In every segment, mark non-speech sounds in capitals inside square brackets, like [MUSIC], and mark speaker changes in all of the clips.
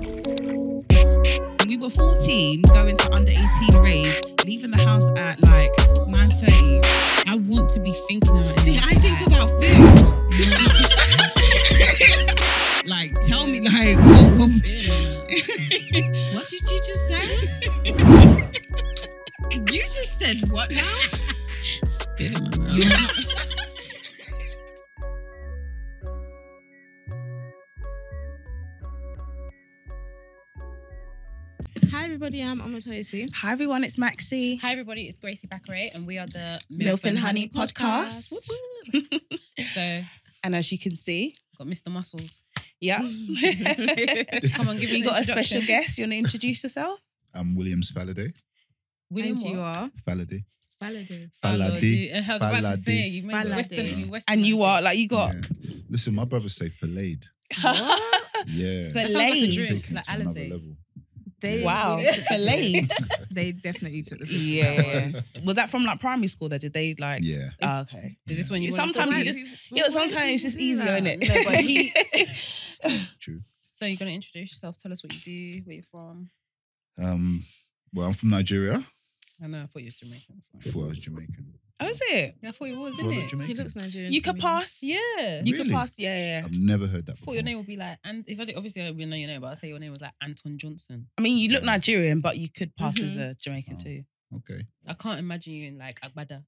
Speaker 1: When we were 14, going to under 18 raves, leaving the house at like 9.30.
Speaker 2: I want to be thinking about it.
Speaker 1: See, I think about food. like, tell me, like, what, what-
Speaker 3: What did you just say?
Speaker 1: [LAUGHS]
Speaker 3: you just said what now?
Speaker 2: Spit in my mouth.
Speaker 3: Hi everybody, I'm Amatoya Sue.
Speaker 1: Hi everyone, it's
Speaker 3: [LAUGHS]
Speaker 1: Maxi.
Speaker 2: Hi everybody, it's Gracie Baccarat and we are the
Speaker 3: Milf and Honey podcast.
Speaker 2: So
Speaker 1: [LAUGHS] And as you can see,
Speaker 2: got Mr. Muscles.
Speaker 1: yeah.
Speaker 2: Come
Speaker 1: [LAUGHS]
Speaker 2: on, give us
Speaker 1: we
Speaker 2: an
Speaker 1: got a
Speaker 2: introduction.
Speaker 1: special guest. You want to introduce yourself?
Speaker 4: I'm Williams Faladay.
Speaker 2: William
Speaker 3: and you
Speaker 2: what?
Speaker 3: are
Speaker 4: Faladay.
Speaker 3: Validate.
Speaker 2: Fallow,
Speaker 4: Falade.
Speaker 2: you- I was about to
Speaker 4: Falade.
Speaker 2: say you made
Speaker 3: Falade.
Speaker 2: Western,
Speaker 4: Yeah.
Speaker 2: you Western.
Speaker 1: And you are, like, you got
Speaker 4: Yeah. Listen, my brothers say filleted.
Speaker 1: [LAUGHS]
Speaker 4: Yeah.
Speaker 1: Filleted.
Speaker 2: That sounds Uh, like a
Speaker 1: Filleted.
Speaker 4: Take
Speaker 2: drink,
Speaker 4: it
Speaker 2: like
Speaker 4: to another
Speaker 2: Alizé. [LAUGHS]
Speaker 4: level. [LAUGHS]
Speaker 3: They
Speaker 1: Wow.
Speaker 3: [LAUGHS] they definitely took the piss. with that one.
Speaker 1: Yeah. Was that from like primary school that did they like?
Speaker 4: Yeah.
Speaker 3: Oh,
Speaker 1: Ah, okay.
Speaker 2: Is this when you
Speaker 1: Sometimes
Speaker 2: want
Speaker 1: you
Speaker 2: to
Speaker 1: just-
Speaker 2: talk?
Speaker 1: Yeah, but sometimes it's just easier, isn't it?
Speaker 2: No, but
Speaker 1: [LAUGHS]
Speaker 2: he-
Speaker 4: True.
Speaker 2: So you're gonna introduce yourself. Tell us what you do, where you're from.
Speaker 4: Um, well, I'm from Nigeria.
Speaker 2: I know. I thought you was Jamaican. that's why.
Speaker 4: Before I was Jamaican.
Speaker 1: Oh, is it?
Speaker 2: Yeah, I thought you was,
Speaker 4: Well,
Speaker 2: didn't
Speaker 4: not
Speaker 2: it?
Speaker 4: Jamaican.
Speaker 3: He looks Nigerian.
Speaker 1: You
Speaker 3: to
Speaker 1: could
Speaker 3: me.
Speaker 1: pass.
Speaker 2: Yeah.
Speaker 1: You could
Speaker 4: Really?
Speaker 1: pass. Yeah, yeah. yeah.
Speaker 4: I've never heard that
Speaker 2: I
Speaker 4: before.
Speaker 2: thought your name would be like, and if I did, obviously I would know your name, but I'll say your name was like Anton Johnson.
Speaker 1: I mean, you look Nigerian, but you could pass as
Speaker 3: Mhm.
Speaker 1: a Jamaican
Speaker 4: Oh.
Speaker 1: too.
Speaker 4: Okay.
Speaker 2: I can't imagine you in like Agbada.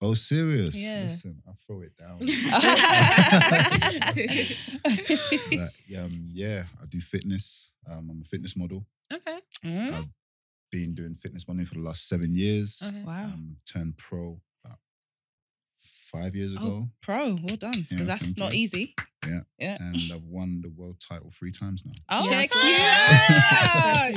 Speaker 4: Oh, serious?
Speaker 2: Yeah.
Speaker 4: Listen, I'll throw it
Speaker 2: [LAUGHS]
Speaker 4: down. [LAUGHS]
Speaker 1: Mm.
Speaker 4: But, um, yeah, I do fitness. Um, I'm a fitness model.
Speaker 2: Okay.
Speaker 3: Mm.
Speaker 4: Been doing fitness modeling for the last seven years.
Speaker 2: Okay.
Speaker 1: wow,
Speaker 4: Um, turned pro about five years
Speaker 1: Oh.
Speaker 4: ago.
Speaker 1: pro, well done. Because
Speaker 4: Yeah,
Speaker 1: that's
Speaker 4: thank
Speaker 1: not
Speaker 4: you.
Speaker 1: easy.
Speaker 4: And I've won the world title three times now.
Speaker 1: Oh,
Speaker 2: Check
Speaker 1: that's
Speaker 2: you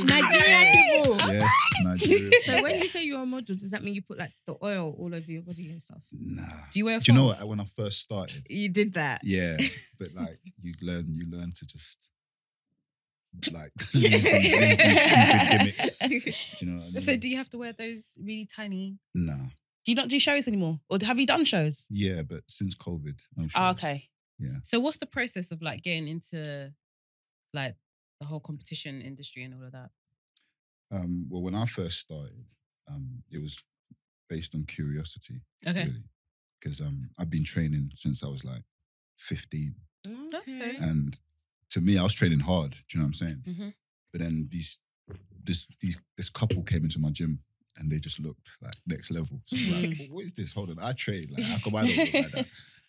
Speaker 1: [LAUGHS] good.
Speaker 2: out. Nigerian
Speaker 1: Yay.
Speaker 2: people. [LAUGHS]
Speaker 4: Yes, Nigeria.
Speaker 3: [LAUGHS]
Speaker 1: [LAUGHS]
Speaker 3: So when you say you're a model, does that mean you put like the oil all over your body and stuff?
Speaker 4: Nah.
Speaker 2: Do you wear a
Speaker 4: Do you know
Speaker 2: frock?
Speaker 4: what? When I first started,
Speaker 3: You did that.
Speaker 4: yeah,
Speaker 2: [LAUGHS]
Speaker 4: but like you learn, you learn to just like [LAUGHS] lose
Speaker 1: [LAUGHS]
Speaker 4: these, lose these
Speaker 2: [LAUGHS]
Speaker 3: [LAUGHS]
Speaker 4: stupid gimmicks. Do you know what I mean?
Speaker 2: So do you have to wear those really tiny?
Speaker 4: nah.
Speaker 1: Do you not do shows anymore, or have you done shows?
Speaker 4: Yeah, but since COVID,
Speaker 2: Oh,
Speaker 4: no
Speaker 1: Ah,
Speaker 4: shows.
Speaker 1: okay.
Speaker 2: So what's the process of like getting into like the whole competition industry and all of that?
Speaker 4: Um, well, when I first started, um, it was based on curiosity,
Speaker 2: Okay.
Speaker 4: really, because um, I've been training since I was like fifteen,
Speaker 2: Okay.
Speaker 4: and to me, I was training hard. Do you know what I'm saying?
Speaker 2: Mhm.
Speaker 4: But then these this these this couple came into my gym and they just looked like next level. So
Speaker 1: [LAUGHS]
Speaker 4: I'm like, what is this? Hold on, I trade. Like, how come I don't look like that?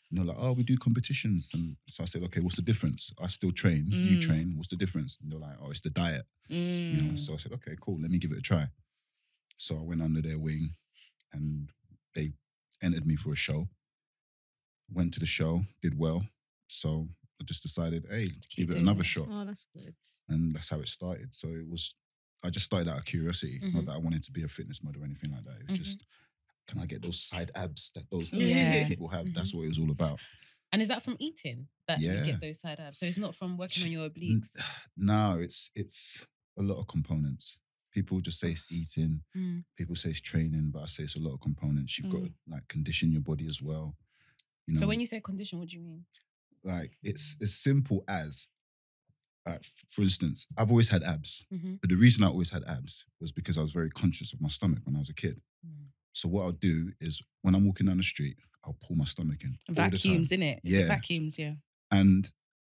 Speaker 4: And they're like, oh, we do competitions. And so I said, okay, what's the difference? I still train, you
Speaker 1: Mm.
Speaker 4: train, what's the difference? And they're like, oh, it's the diet. You know?
Speaker 1: Mm.
Speaker 4: So I said, okay, cool, let me give it a try. So I went under their wing and they entered me for a show. Went to the show, did well. So I just decided, hey, give it
Speaker 1: doing
Speaker 4: another
Speaker 1: it.
Speaker 4: shot
Speaker 3: Oh, that's good.
Speaker 4: and that's how it started. So it was, I just started out of curiosity,
Speaker 2: Mhm.
Speaker 4: not that I wanted to be a fitness model or anything like that. It was
Speaker 2: Mhm.
Speaker 4: just, can I get those side abs that those those
Speaker 1: Yeah.
Speaker 4: people have? That's
Speaker 2: Mm-hmm.
Speaker 4: what it was all about.
Speaker 2: And is that from eating that you
Speaker 4: Yeah.
Speaker 2: get those side abs? So it's not from working on your obliques.
Speaker 4: [SIGHS] Now it's it's a lot of components. People just say it's eating.
Speaker 2: Mm.
Speaker 4: People say it's training, but I say it's a lot of components. You've got to like condition your body as well. You know,
Speaker 2: So when you Mm. say condition, what do you mean?
Speaker 4: like it's as simple as, like f- for instance, I've always had abs.
Speaker 2: Mm-hmm.
Speaker 4: But the reason I always had abs was because I was very conscious of my stomach when I was a kid.
Speaker 2: Mm.
Speaker 4: So what I'll do is when I'm walking down the street, I'll pull my stomach in all the time.
Speaker 1: Vacuums, in it.
Speaker 4: Yeah.
Speaker 1: Vacuums, yeah.
Speaker 4: and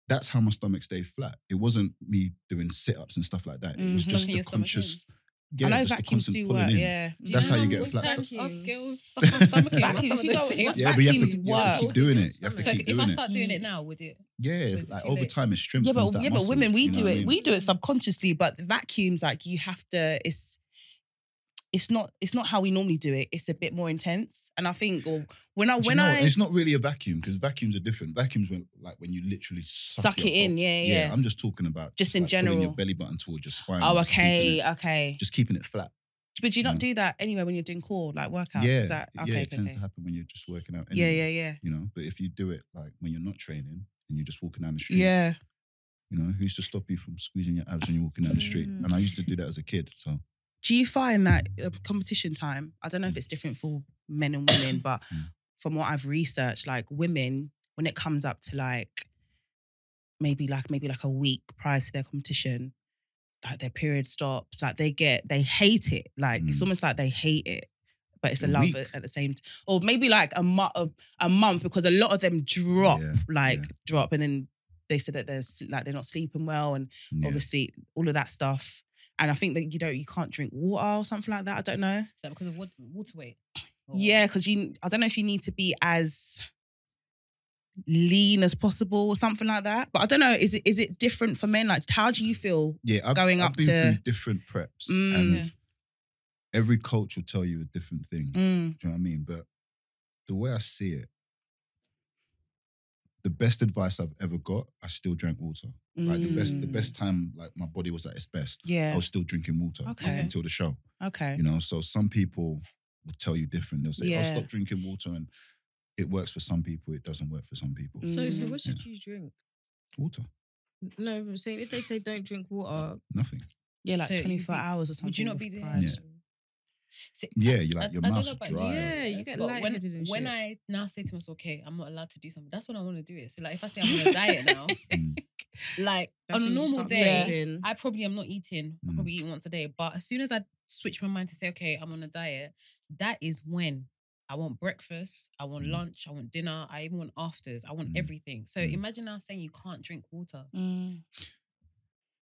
Speaker 4: that's how my stomach stayed flat. It wasn't me doing sit-ups and stuff like that. It was
Speaker 1: Mhm. [LAUGHS]
Speaker 4: just
Speaker 2: Locking
Speaker 4: the
Speaker 2: your stomach in.
Speaker 4: conscious. Yeah,
Speaker 1: I know
Speaker 4: just the
Speaker 1: vacuums
Speaker 4: constant
Speaker 1: do
Speaker 4: pulling
Speaker 1: work.
Speaker 4: in.
Speaker 1: Yeah.
Speaker 2: Do
Speaker 4: That's
Speaker 2: know
Speaker 4: how you get
Speaker 2: most
Speaker 4: flat
Speaker 2: times
Speaker 3: stomach.
Speaker 2: Us girls [LAUGHS] suck our stomach in. My
Speaker 1: Vacuum,
Speaker 2: stomach
Speaker 1: if you
Speaker 2: don't
Speaker 1: don't-
Speaker 2: say
Speaker 1: what's
Speaker 2: it.
Speaker 4: Yeah, but you have to,
Speaker 1: Vacuums
Speaker 4: you have to
Speaker 1: work.
Speaker 4: keep doing it. You have to
Speaker 2: So
Speaker 4: keep
Speaker 2: if
Speaker 4: doing
Speaker 2: I
Speaker 4: it.
Speaker 2: start doing it now, would it?
Speaker 4: Yeah,
Speaker 2: Or is
Speaker 4: it's
Speaker 2: it
Speaker 4: like
Speaker 2: too
Speaker 4: over
Speaker 2: late?
Speaker 4: time it strengthens
Speaker 1: Yeah, but
Speaker 4: that
Speaker 1: yeah,
Speaker 4: muscle,
Speaker 1: but women we
Speaker 4: you know
Speaker 1: do
Speaker 4: what
Speaker 1: it.
Speaker 4: I mean?
Speaker 1: We do it subconsciously, but the vacuums like you have to. It's it's not it's not how we normally do it. It's a bit more intense, and I think or when I
Speaker 4: Do you
Speaker 1: when
Speaker 4: know,
Speaker 1: I
Speaker 4: it's not really a vacuum because vacuums are different. Vacuums when like when you literally suck,
Speaker 1: suck
Speaker 4: your
Speaker 1: it in,
Speaker 4: whole-
Speaker 1: yeah, yeah.
Speaker 4: I'm just talking about
Speaker 1: Just in
Speaker 4: like, pulling
Speaker 1: general.
Speaker 4: your belly button towards your spine.
Speaker 1: oh,
Speaker 4: just keeping it-
Speaker 1: okay, okay.
Speaker 4: just keeping it flat.
Speaker 1: But do you not
Speaker 4: Mm.
Speaker 1: do that anyway when you're doing core like workouts?
Speaker 4: yeah,
Speaker 1: Is that,
Speaker 4: yeah,
Speaker 1: okay,
Speaker 4: it
Speaker 1: okay,
Speaker 4: tends
Speaker 1: okay.
Speaker 4: to happen when you're just working out.
Speaker 1: Yeah,
Speaker 4: anyway,
Speaker 1: yeah, yeah,
Speaker 4: You know, but if you do it like when you're not training and you're just walking down the street,
Speaker 1: yeah.
Speaker 4: you know, who's to stop you from squeezing your abs when you're walking down the street?
Speaker 3: Mm.
Speaker 4: And I used to do that as a kid. So
Speaker 1: Do you find that uh, competition time? I don't know if it's different for men and women,
Speaker 4: [COUGHS]
Speaker 1: but
Speaker 4: Mm.
Speaker 1: from what I've researched, like women, when it comes up to like maybe like maybe like a week prior to their competition, like their period stops. Like they get they hate it. Like it's
Speaker 4: Mm.
Speaker 1: almost like they hate it, but it's a,
Speaker 4: A
Speaker 1: love
Speaker 4: week.
Speaker 1: at, at the same. T- or maybe like a month a month because a lot of them drop
Speaker 4: Yeah,
Speaker 1: like
Speaker 4: yeah.
Speaker 1: drop and then they said that they're s- like they're not sleeping well and
Speaker 4: Yeah.
Speaker 1: obviously all of that stuff. And I think that you know you can't drink water or something like that. I don't know.
Speaker 2: Is that because of what water weight?
Speaker 4: Oh.
Speaker 2: Or-
Speaker 1: Yeah, because you I don't know if you need to be as lean as possible or something like that. But I don't know, is it is it different for men? Like how do you feel?
Speaker 4: yeah, I've,
Speaker 1: going
Speaker 4: I've
Speaker 1: up
Speaker 4: been
Speaker 1: to-
Speaker 4: through different preps,
Speaker 1: Mm.
Speaker 4: and
Speaker 2: Yeah.
Speaker 4: every coach will tell you a different
Speaker 1: Mm,
Speaker 4: thing. Do you know what I mean? But the way I see it, the best advice I've ever got, I still drank water. Like the best, the
Speaker 1: mm.
Speaker 4: best time, like my body was at its best. I
Speaker 1: Yeah.
Speaker 4: was still drinking water up
Speaker 1: Okay.
Speaker 4: until the show.
Speaker 1: Okay.
Speaker 4: You know, so some people will tell you different. They'll say, "I'll
Speaker 1: Yeah.
Speaker 4: stop drinking water," and it works for some people. It doesn't work for some people.
Speaker 1: Mm.
Speaker 3: So, so
Speaker 1: Mm.
Speaker 3: what should you drink?
Speaker 4: Water,
Speaker 3: No, I'm saying if they say don't drink water,
Speaker 4: nothing.
Speaker 1: Yeah, like
Speaker 2: So you-
Speaker 1: 24
Speaker 2: you-
Speaker 1: hours or something.
Speaker 2: Would you not
Speaker 1: with
Speaker 2: be there?
Speaker 1: pride.
Speaker 2: See, I-
Speaker 4: Yeah,
Speaker 2: I-
Speaker 4: you like your
Speaker 2: I don't know
Speaker 4: mouth's
Speaker 2: about you.
Speaker 4: dry.
Speaker 3: yeah, you get
Speaker 2: but when,
Speaker 3: lightheaded and
Speaker 2: when
Speaker 3: shit.
Speaker 2: I now say to myself, okay, I'm not allowed to do something, that's when I want to do it. So like if I say I'm on a diet now,
Speaker 3: [LAUGHS]
Speaker 4: Mm.
Speaker 2: like
Speaker 3: That's
Speaker 2: on a
Speaker 3: when you
Speaker 2: normal
Speaker 3: start
Speaker 2: day,
Speaker 3: moving.
Speaker 2: I probably am not eating. I'm
Speaker 4: Mm.
Speaker 2: probably eating once a day. But as soon as I switch my mind to say, okay, I'm on a diet, that is when I want breakfast, I want
Speaker 4: Mm.
Speaker 2: lunch, I want dinner, I even want afters, I want
Speaker 4: Mm.
Speaker 2: everything. So
Speaker 4: Mm.
Speaker 2: imagine now saying you can't drink water.
Speaker 1: Mm,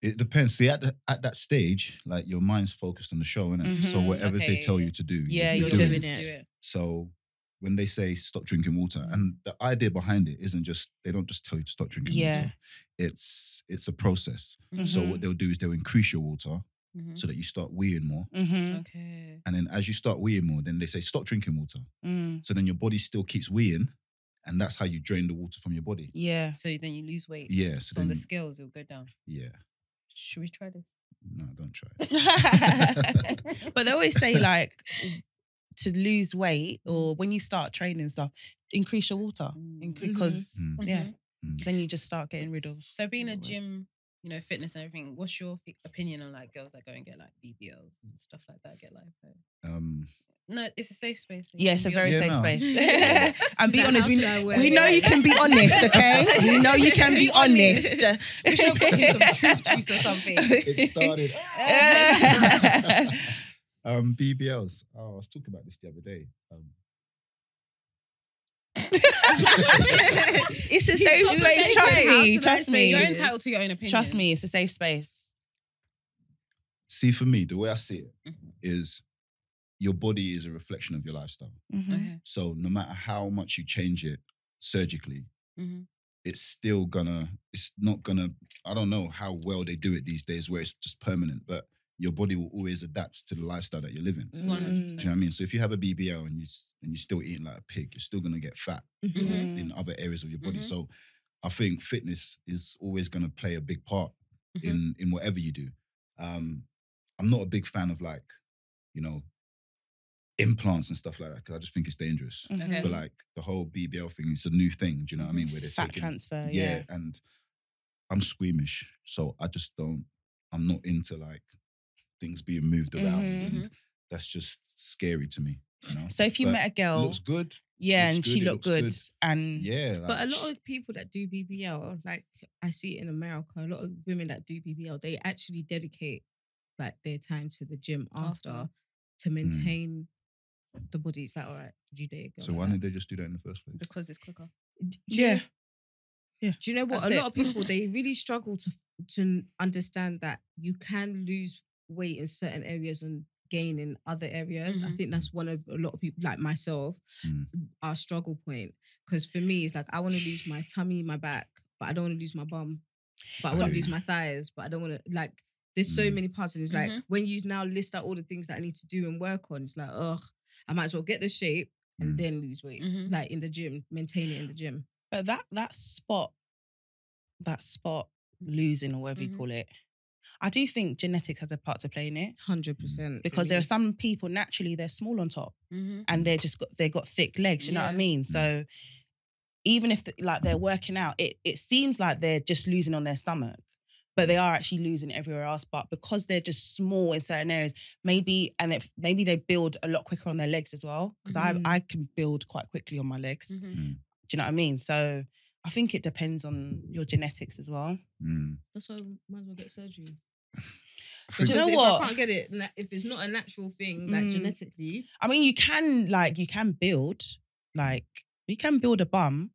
Speaker 4: It depends. See, at the, at that stage, like your mind's focused on the show, innit? So
Speaker 1: Mhm.
Speaker 4: whatever
Speaker 2: Okay,
Speaker 4: they tell
Speaker 2: yeah,
Speaker 4: you to do,
Speaker 1: Yeah,
Speaker 4: you're,
Speaker 1: you're
Speaker 4: doing
Speaker 3: doing
Speaker 4: it.
Speaker 3: it.
Speaker 4: So when they say stop drinking water, and the idea behind it isn't just they don't just tell you to stop drinking
Speaker 1: Yeah.
Speaker 4: water. It's it's a process. So
Speaker 2: Mm-hmm,
Speaker 1: Mhm.
Speaker 4: what they'll do is they'll increase your water [LAUGHS]
Speaker 2: Mhm.
Speaker 4: so that you start weeing more.
Speaker 1: mhm,
Speaker 2: Okay.
Speaker 4: And then as you start weeing more, then they say stop drinking water.
Speaker 1: mm,
Speaker 4: So then your body still keeps weeing, and that's how you drain the water from your body.
Speaker 2: [LAUGHS]
Speaker 1: yeah. [LAUGHS]
Speaker 2: So then you lose weight.
Speaker 4: Yeah.
Speaker 2: So,
Speaker 4: So
Speaker 2: on
Speaker 4: then,
Speaker 2: the scales, it'll go down.
Speaker 4: yeah.
Speaker 2: Should we try this?
Speaker 4: No, don't try. it.
Speaker 1: but they always say like to lose weight or when you start training and stuff, increase your
Speaker 4: Uh,
Speaker 1: water.
Speaker 2: Mm. Mm-hmm.
Speaker 1: Inc- Because
Speaker 4: Mm.
Speaker 1: yeah,
Speaker 4: Mm.
Speaker 1: then you just start getting rid of
Speaker 2: So being a
Speaker 1: Anyway.
Speaker 2: gym, you know, fitness and everything, what's your fi- opinion on like girls that go and get like BBLs and stuff like that, get lipo?
Speaker 4: Um,
Speaker 2: No, it's a safe space. so you
Speaker 1: Yeah,
Speaker 2: can
Speaker 1: it's a
Speaker 2: be honest.
Speaker 1: very
Speaker 4: Yeah,
Speaker 1: safe
Speaker 4: no.
Speaker 2: [LAUGHS]
Speaker 1: space. [LAUGHS] and be
Speaker 3: Like,
Speaker 1: honest,
Speaker 3: how
Speaker 1: we,
Speaker 3: should I wear
Speaker 1: we
Speaker 3: it?
Speaker 1: know you can be honest, okay?
Speaker 2: [LAUGHS]
Speaker 1: We know you can be honest.
Speaker 2: We
Speaker 1: [LAUGHS]
Speaker 2: should have got him some truth juice or something. [LAUGHS]
Speaker 4: it started. um, BBLs. Oh, I was talking about this the other day. Um,
Speaker 1: it's a safe
Speaker 2: It's
Speaker 1: space,
Speaker 2: a safe
Speaker 1: trust me, trust
Speaker 2: space.
Speaker 3: How should I say
Speaker 1: me.
Speaker 2: You're
Speaker 3: Yes.
Speaker 2: entitled to your own opinion.
Speaker 1: Trust me, it's a safe space.
Speaker 4: see, for me, the way I see it
Speaker 2: Mhm.
Speaker 4: is your body is a reflection of your lifestyle.
Speaker 1: Mm-hmm.
Speaker 2: Okay.
Speaker 4: So no matter how much you change it surgically,
Speaker 2: hmm
Speaker 4: it's still gonna, it's not gonna, I don't know how well they do it these days where it's just permanent, but your body will always adapt to the lifestyle that you're living. Do
Speaker 3: Mm.
Speaker 4: you know
Speaker 2: 100%.
Speaker 4: what I mean? So if you have a BBL and you s- and you're still eating like a pig, you're still gonna get fat
Speaker 2: Mhm.
Speaker 1: Mm.
Speaker 4: in other areas of your body.
Speaker 2: Mhm.
Speaker 4: So I think fitness is always gonna play a big part
Speaker 2: Mhm.
Speaker 1: Mm-hmm.
Speaker 4: in in whatever you do. Um, I'm not a big fan of like, you know, implants and stuff like that because I just think it's dangerous.
Speaker 1: Mhm.
Speaker 2: Okay.
Speaker 4: But like the whole BBL thing, it's a new thing. Do you know what I mean? Where they're
Speaker 1: Fat
Speaker 4: taking,
Speaker 1: transfer,
Speaker 4: yeah,
Speaker 1: Uh, yeah.
Speaker 4: and I'm squeamish, so I just don't. I'm not into like things being moved around.
Speaker 1: Mhm.
Speaker 4: And that's just scary to me. You know,
Speaker 1: So mm, if you
Speaker 4: But
Speaker 1: met a
Speaker 4: it
Speaker 1: girl,
Speaker 4: looks good.
Speaker 1: yeah,
Speaker 4: looks
Speaker 1: and she
Speaker 4: good, it
Speaker 1: looked good,
Speaker 4: looks
Speaker 1: and
Speaker 4: Yeah, like,
Speaker 3: But a lot of people that do BBL, like I see it in America, a lot of women that do BBL, they actually dedicate like their time to the gym after,
Speaker 2: After.
Speaker 3: to maintain the body. It's like, all right, would you date a girl?
Speaker 4: so
Speaker 3: like
Speaker 4: why
Speaker 3: that?
Speaker 4: didn't they just do that in the first place?
Speaker 2: Because it's quicker.
Speaker 3: D- do you
Speaker 1: Yeah.
Speaker 3: know-
Speaker 1: Yeah.
Speaker 3: Do you know what?
Speaker 1: That's
Speaker 3: a
Speaker 1: it.
Speaker 3: lot of people
Speaker 1: [LAUGHS]
Speaker 3: they really struggle to to understand that you can lose weight in certain areas and gain in other areas. I
Speaker 1: Mm-hmm.
Speaker 2: Mhm.
Speaker 3: think that's one of a lot of people like myself,
Speaker 4: Mm.
Speaker 3: our struggle point. Because for me, it's like I want to lose my tummy, my back, but I don't want to lose my bum. But I want
Speaker 4: Oh,
Speaker 3: to lose my thighs, but I don't want to like. There's so
Speaker 4: Mm.
Speaker 3: many parts, and it's like
Speaker 2: Mhm.
Speaker 1: Mm-hmm.
Speaker 3: when you now list out all the things that I need to do and work on, it's like, ugh, I might as well get the shape and
Speaker 4: Mm.
Speaker 3: then lose weight,
Speaker 1: Mm-hmm.
Speaker 2: Mhm.
Speaker 3: like in the gym, maintain it in the gym.
Speaker 1: But that that spot, that spot losing or whatever
Speaker 2: Mhm.
Speaker 1: you call it, I do think genetics has a part to play in it
Speaker 3: Hundred percent.
Speaker 1: Mm. because there are some people naturally they're small on top
Speaker 2: Mm-hmm.
Speaker 1: and they're just got they got thick legs. You know what I
Speaker 2: Yeah. Mm-hmm.
Speaker 1: mean? So even if like they're working out, it it seems like they're just losing on their stomach. But they are actually losing everywhere else. But because they're just small in certain areas, maybe and if maybe they build a lot quicker on their
Speaker 2: Mm-hmm.
Speaker 1: legs as well. Because
Speaker 3: Mhm.
Speaker 1: I I can build quite quickly on my legs.
Speaker 2: Mhm.
Speaker 1: Do you know what I mean? So I think it depends on your genetics as well.
Speaker 4: Mm.
Speaker 3: That's why I might as well get surgery.
Speaker 4: I
Speaker 1: Do
Speaker 3: Because
Speaker 1: you
Speaker 4: think-
Speaker 1: know
Speaker 3: if
Speaker 1: what?
Speaker 3: I can't get it, na- if it's not a natural thing, like
Speaker 1: Mm.
Speaker 3: genetically,
Speaker 1: I mean, you can like you can build like you can build a bum,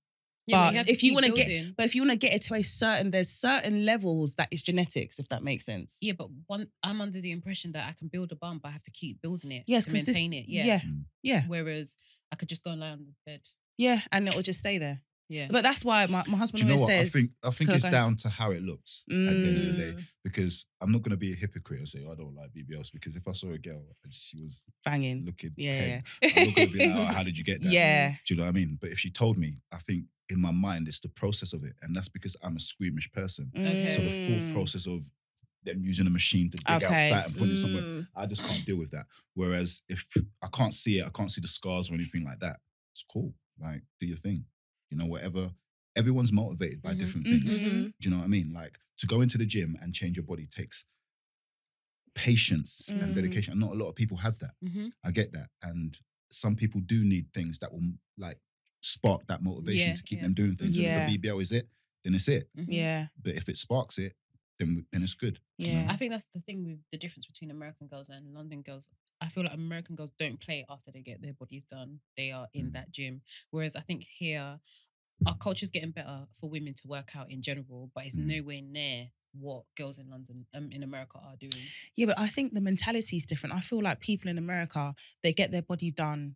Speaker 2: but
Speaker 1: But
Speaker 2: you have to
Speaker 1: if you
Speaker 2: keep
Speaker 1: wanna get-
Speaker 2: building.
Speaker 1: but if you want to get it to a certain, there's certain levels that is genetics, if that makes sense.
Speaker 2: yeah, but one, I'm under the impression that I can build a bum, but I have to keep building it
Speaker 1: Yes,
Speaker 2: to
Speaker 1: 'cause this-
Speaker 2: maintain it. Yeah.
Speaker 1: yeah,
Speaker 4: Mm.
Speaker 1: yeah,
Speaker 2: Whereas I could just go and lie on the bed.
Speaker 1: yeah, and it will just stay there.
Speaker 2: Yeah.
Speaker 1: But that's why my, my
Speaker 4: Do
Speaker 1: husband
Speaker 4: you know
Speaker 1: always
Speaker 4: what? I
Speaker 1: says,
Speaker 4: think I think
Speaker 1: Cause
Speaker 4: it's
Speaker 1: I-
Speaker 4: down to how it looks at the end of the day.
Speaker 3: Mm.
Speaker 4: Because I'm not gonna be a hypocrite and say "Oh, I don't like BBLs. Because if I saw a girl and she was
Speaker 1: banging.
Speaker 4: looking,
Speaker 1: Mm, Yeah,
Speaker 4: peg, I'm not gonna be like, oh, "How did you
Speaker 1: [LAUGHS]
Speaker 4: get that?"
Speaker 1: yeah,
Speaker 4: Do you know what I mean? But if she told me, I think in my mind it's the process of it, and that's because I'm a squeamish person.
Speaker 2: Okay.
Speaker 4: So the
Speaker 1: Mm.
Speaker 4: full process of them using a machine to dig
Speaker 1: Okay.
Speaker 4: out fat and put it somewhere,
Speaker 3: Mm.
Speaker 4: I just can't deal with that. Whereas if I can't see it, I can't see the scars or anything like that. It's cool. Like do your thing. You know, whatever. Everyone's motivated by
Speaker 2: Mhm.
Speaker 4: different
Speaker 1: Mhm.
Speaker 4: things.
Speaker 3: Mhm.
Speaker 4: Do you know what I mean? Like to go into the gym and change your body takes patience
Speaker 1: Mm.
Speaker 4: and dedication. And not a lot of people have that.
Speaker 2: Mm-hmm.
Speaker 4: I get that. And some people do need things that will like spark that motivation
Speaker 2: Yeah,
Speaker 4: to keep
Speaker 2: yeah.
Speaker 4: them doing things.
Speaker 1: Yeah.
Speaker 4: And if a BBL is it, then it's it.
Speaker 2: Mm-hmm.
Speaker 1: yeah,
Speaker 4: But if it sparks it, then then it's good. you know?
Speaker 1: Yeah.
Speaker 2: I think that's the thing with the difference between American girls and London girls. I feel like American girls don't play after they get their bodies done. They are in
Speaker 4: Mm.
Speaker 2: that gym. Whereas I think here, our culture's getting better for women to work out in general, but it's
Speaker 4: Mm.
Speaker 2: nowhere near what girls in London, um, in America are doing.
Speaker 1: yeah. But I think the mentality is different. I feel like people in America they get their body done,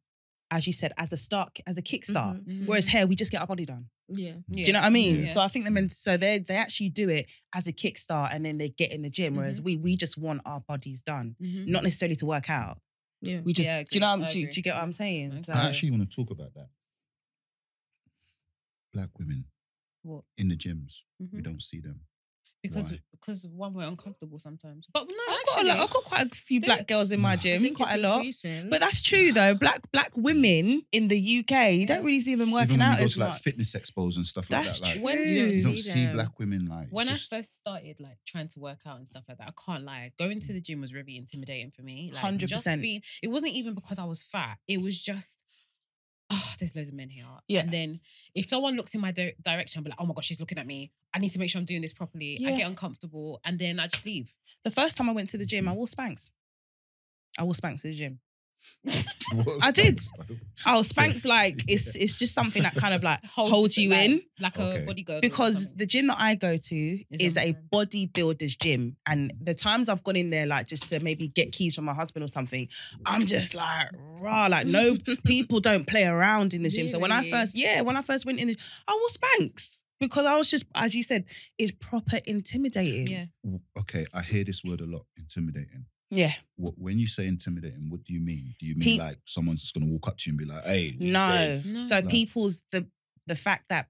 Speaker 1: as you said, as a start, as a kickstart.
Speaker 3: Mhm.
Speaker 1: Whereas here we just get our body done.
Speaker 3: Yeah.
Speaker 1: Do you know what I mean?
Speaker 2: Mm-hmm, Yeah.
Speaker 1: So I think the men, so they they actually do it as a kickstart, and then they get in the gym. Whereas
Speaker 2: Mm-hmm.
Speaker 1: we we just want our bodies done,
Speaker 2: Mhm.
Speaker 1: not necessarily to work out.
Speaker 3: Yeah.
Speaker 1: We just
Speaker 2: Yeah, I
Speaker 1: do you know
Speaker 2: agree.
Speaker 1: what I'm,
Speaker 2: I
Speaker 1: do, you-
Speaker 2: agree.
Speaker 1: do you get what I'm saying?
Speaker 2: Okay.
Speaker 1: So
Speaker 4: I actually want to talk about that. Black women
Speaker 2: What?
Speaker 4: in the gyms, we
Speaker 2: Mhm.
Speaker 4: don't see them.
Speaker 2: Because
Speaker 4: Why?
Speaker 2: because one we're uncomfortable sometimes. But no,
Speaker 1: I've got a
Speaker 2: actually,
Speaker 1: lot, I've got quite a few
Speaker 2: Don't-
Speaker 1: black girls in my
Speaker 4: I
Speaker 3: I
Speaker 1: gym,
Speaker 3: think
Speaker 1: quite a
Speaker 3: it's
Speaker 1: lot.
Speaker 3: increasing.
Speaker 1: But that's true though. Black black women in the UK, you don't really see them working
Speaker 4: Even when
Speaker 1: out
Speaker 4: you go
Speaker 1: as
Speaker 4: to like
Speaker 1: much.
Speaker 4: fitness expos and stuff
Speaker 1: That's
Speaker 4: like that, like
Speaker 2: when
Speaker 3: You
Speaker 4: you
Speaker 3: don't
Speaker 4: don't
Speaker 3: see
Speaker 4: see
Speaker 3: them.
Speaker 4: black women like
Speaker 2: when
Speaker 4: it's just-
Speaker 2: I first started like trying to work out and stuff like that, I can't lie. Going
Speaker 1: Mm.
Speaker 2: to the gym was really intimidating for me. Like,
Speaker 1: 100%.
Speaker 2: Just being, it wasn't even because I was fat. It was just, oh, there's loads of men here.
Speaker 1: Yeah.
Speaker 2: And then if someone looks in my di- direction, I'm like, oh my gosh, she's looking at me. I need to make sure I'm doing this properly. I
Speaker 1: Yeah.
Speaker 2: get uncomfortable, and then I just leave.
Speaker 1: The first time I went to the gym, I wore Spanx. I wore Spanx to the gym.
Speaker 4: [LAUGHS] What's
Speaker 1: I did.
Speaker 4: that?
Speaker 1: Oh,
Speaker 4: So-
Speaker 1: Spanx like it's it's just something that kind of
Speaker 2: [LAUGHS]
Speaker 1: like holds you
Speaker 2: like-
Speaker 1: in.
Speaker 2: like
Speaker 4: Okay.
Speaker 2: a body girl.
Speaker 1: because the gym that I go to is,
Speaker 2: Is a
Speaker 1: a
Speaker 2: man.
Speaker 1: bodybuilder's gym, and the times I've gone in there, like just to maybe get keys from my husband or something, I'm just like rah, like no people don't play around in the gym. So when I
Speaker 3: Really?
Speaker 1: first, yeah, when I first went in, the, I was Spanx because I was just, as you said, it's proper intimidating.
Speaker 2: yeah,
Speaker 4: Okay, I hear this word a lot, intimidating.
Speaker 1: Yeah.
Speaker 4: What, when you say intimidating, what do you mean? Do you mean
Speaker 1: Pe-
Speaker 4: like someone's just gonna walk up to you and be like, "Hey"? what you
Speaker 1: No.
Speaker 4: saying?"
Speaker 2: No.
Speaker 1: So
Speaker 4: No.
Speaker 1: people's the the fact that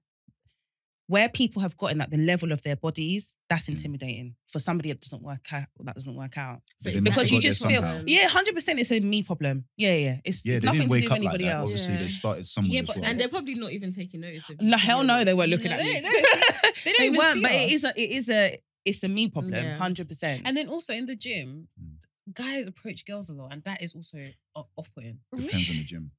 Speaker 1: where people have gotten at the level of their bodies, that's
Speaker 4: Mm.
Speaker 1: intimidating for somebody that doesn't work out. That doesn't work out.
Speaker 4: But
Speaker 3: it's
Speaker 4: they
Speaker 1: because
Speaker 4: must
Speaker 1: you
Speaker 4: have got there
Speaker 1: just feel-
Speaker 2: Mm.
Speaker 4: somehow.
Speaker 1: Yeah, hundred percent. It's a me problem. Yeah, yeah. It's,
Speaker 4: Yeah,
Speaker 1: it's
Speaker 4: they
Speaker 1: nothing
Speaker 4: didn't
Speaker 1: to do
Speaker 4: wake
Speaker 1: with
Speaker 4: up like
Speaker 1: anybody
Speaker 4: that.
Speaker 1: else.
Speaker 4: Obviously, they
Speaker 3: Yeah.
Speaker 4: started somewhere.
Speaker 2: Yeah,
Speaker 4: as
Speaker 2: but-
Speaker 4: well.
Speaker 3: and they're probably not even taking notice. Of
Speaker 1: No, hell no, they weren't looking
Speaker 2: No,
Speaker 1: at me.
Speaker 2: they- they- they don't
Speaker 1: [LAUGHS] They
Speaker 2: even
Speaker 1: weren't,
Speaker 2: see
Speaker 1: but it
Speaker 2: us.
Speaker 1: is a it is a it's a me problem,
Speaker 3: Yeah.
Speaker 1: hundred percent.
Speaker 2: and then also in the gym,
Speaker 4: Mm.
Speaker 2: guys approach girls a lot, and that is also o- off-putting.
Speaker 4: Depends on the gym.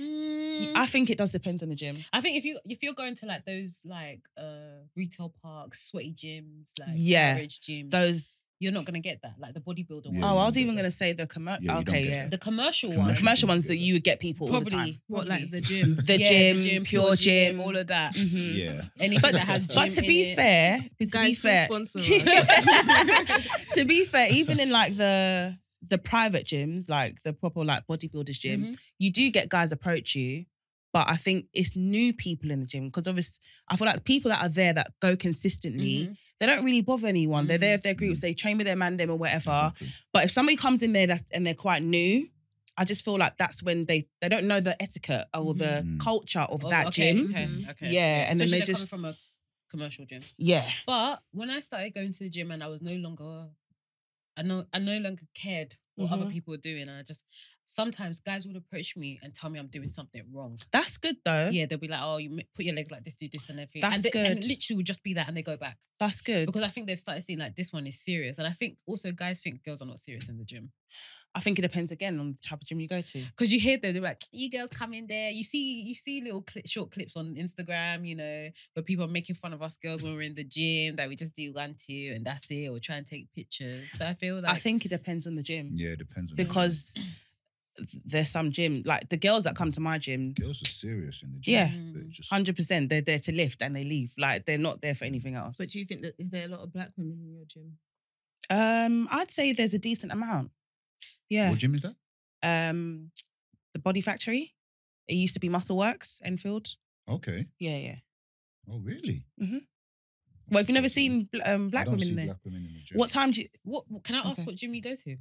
Speaker 2: Mm.
Speaker 1: I think it does depend on the gym.
Speaker 2: I think if you if you're going to like those like uh retail parks, sweaty gyms, like
Speaker 1: Yeah.
Speaker 2: garage gyms,
Speaker 1: Those
Speaker 2: you're not gonna get that. Like the bodybuilder
Speaker 4: Yeah,
Speaker 2: one.
Speaker 1: oh,
Speaker 4: you
Speaker 1: I
Speaker 4: don't
Speaker 1: was
Speaker 4: get
Speaker 1: even
Speaker 4: that.
Speaker 1: gonna say the commercial.
Speaker 4: Yeah, you don't
Speaker 1: okay,
Speaker 4: get
Speaker 1: yeah,
Speaker 4: that.
Speaker 2: The commercial,
Speaker 1: the
Speaker 2: one.
Speaker 4: Commercial.
Speaker 1: commercial ones that you would get people all the
Speaker 2: Probably.
Speaker 1: time.
Speaker 3: What, like
Speaker 2: probably.
Speaker 3: the gym?
Speaker 1: The,
Speaker 2: Yeah,
Speaker 1: gym,
Speaker 2: the
Speaker 1: pure gym,
Speaker 2: all of
Speaker 1: [LAUGHS]
Speaker 2: that.
Speaker 1: Mhm.
Speaker 4: Yeah, [LAUGHS]
Speaker 2: Anything
Speaker 1: But-
Speaker 2: that has gym
Speaker 1: But to
Speaker 2: in
Speaker 1: be
Speaker 2: it.
Speaker 1: fair, to be
Speaker 3: Guys,
Speaker 1: fair,
Speaker 3: [LAUGHS] sponsor
Speaker 1: to be fair, even in like the the private gyms, like the proper like bodybuilders gym,
Speaker 2: Mhm.
Speaker 1: you do get guys approach you, but I think it's new people in the gym because obviously I feel like the people that are there that go consistently,
Speaker 2: Mhm.
Speaker 1: they don't really bother anyone. They're
Speaker 2: Mm-hmm.
Speaker 1: there if they're groups,
Speaker 4: Mhm.
Speaker 3: Mm-hmm.
Speaker 1: they train with their man them or whatever.
Speaker 4: exactly.
Speaker 1: But if somebody comes in there that's and they're quite new. I just feel like that's when they they don't know the etiquette or the
Speaker 3: Mm.
Speaker 4: Mhm.
Speaker 1: culture of
Speaker 2: Oh,
Speaker 1: that
Speaker 2: okay,
Speaker 1: gym. mm-hmm.
Speaker 2: Okay,
Speaker 3: Mhm.
Speaker 2: okay.
Speaker 1: Yeah, and then
Speaker 2: Especially
Speaker 1: they
Speaker 2: they're coming
Speaker 1: just-
Speaker 2: from a commercial gym.
Speaker 1: Yeah.
Speaker 2: But when I started going to the gym and I was no longer, I no, I no longer cared what other
Speaker 1: Mhm.
Speaker 2: people were doing, and I just, sometimes guys would approach me and tell me I'm doing something wrong.
Speaker 1: That's good though.
Speaker 2: Yeah, they'll be like, "Oh, you m- put your legs like this, do this, and everything." and,
Speaker 1: That's
Speaker 2: they- and
Speaker 1: good.
Speaker 2: literally would just be that, and they go back
Speaker 1: That's good.
Speaker 2: because I think they've started seeing like this one is serious, and I think also guys think girls are not serious in the gym
Speaker 1: I think it depends again on the type of gym you go to.
Speaker 2: because you hear them, they're like, "You girls come in there." You see, you see little cli short clips on Instagram, you know, where people are making fun of us girls when we're in the gym that we just do one two and that's it, or try and take pictures. So I feel like
Speaker 1: I think it depends on the gym
Speaker 4: Yeah, it depends on the gym.
Speaker 1: because there's some gym like the girls that come to my gym,
Speaker 4: girls are serious in the gym.
Speaker 1: Yeah.
Speaker 4: They just-
Speaker 1: hundred percent they're there to lift and they leave. Like they're not there for anything else.
Speaker 3: But do you think that is there a lot of black women in your gym?
Speaker 1: um, I'd say there's a decent amount. Yeah.
Speaker 4: What gym is that?
Speaker 1: Um, the Body Factory. It used to be Muscle Works Enfield.
Speaker 4: Okay.
Speaker 1: Yeah, yeah.
Speaker 4: Oh, really?
Speaker 1: Mhm. Well, if you've never seen bl- um,
Speaker 4: I
Speaker 1: black
Speaker 4: don't
Speaker 1: women
Speaker 4: see
Speaker 1: in there,
Speaker 4: Black women in the gym.
Speaker 1: what time do you?
Speaker 2: What what- can I ask?
Speaker 1: Okay. Mm-hmm.
Speaker 2: What gym you go to?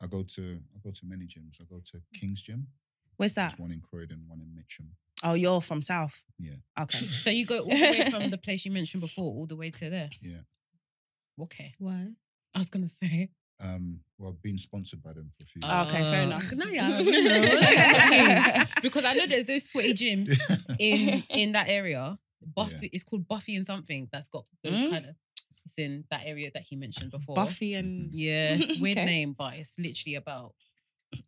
Speaker 4: I go to I go to many gyms. I go to King's Gym.
Speaker 1: Where's
Speaker 4: There's
Speaker 1: that?
Speaker 4: one in Croydon, one in Mitcham.
Speaker 1: Oh, you're from South.
Speaker 4: Yeah.
Speaker 1: Okay.
Speaker 2: [LAUGHS] So you go all the way from the place you mentioned before, all the way to there.
Speaker 4: Yeah.
Speaker 2: Okay,
Speaker 3: Why?
Speaker 2: I was gonna [LAUGHS] say.
Speaker 4: Um, well, I've been sponsored by them for a few
Speaker 1: Oh, okay, fair
Speaker 2: Uh,
Speaker 1: enough.
Speaker 2: No, yeah, you
Speaker 1: [LAUGHS]
Speaker 2: know, that's okay. because I know [LAUGHS] there's those sweaty gyms
Speaker 4: years.
Speaker 2: in in that area. Buffy, it's called Buffy and something that's got those
Speaker 1: Mm.
Speaker 2: kind of. It's in that area that he mentioned before.
Speaker 1: Buffy and
Speaker 2: Yeah,
Speaker 1: [LAUGHS]
Speaker 2: it's a weird
Speaker 1: Okay.
Speaker 2: name, but it's literally about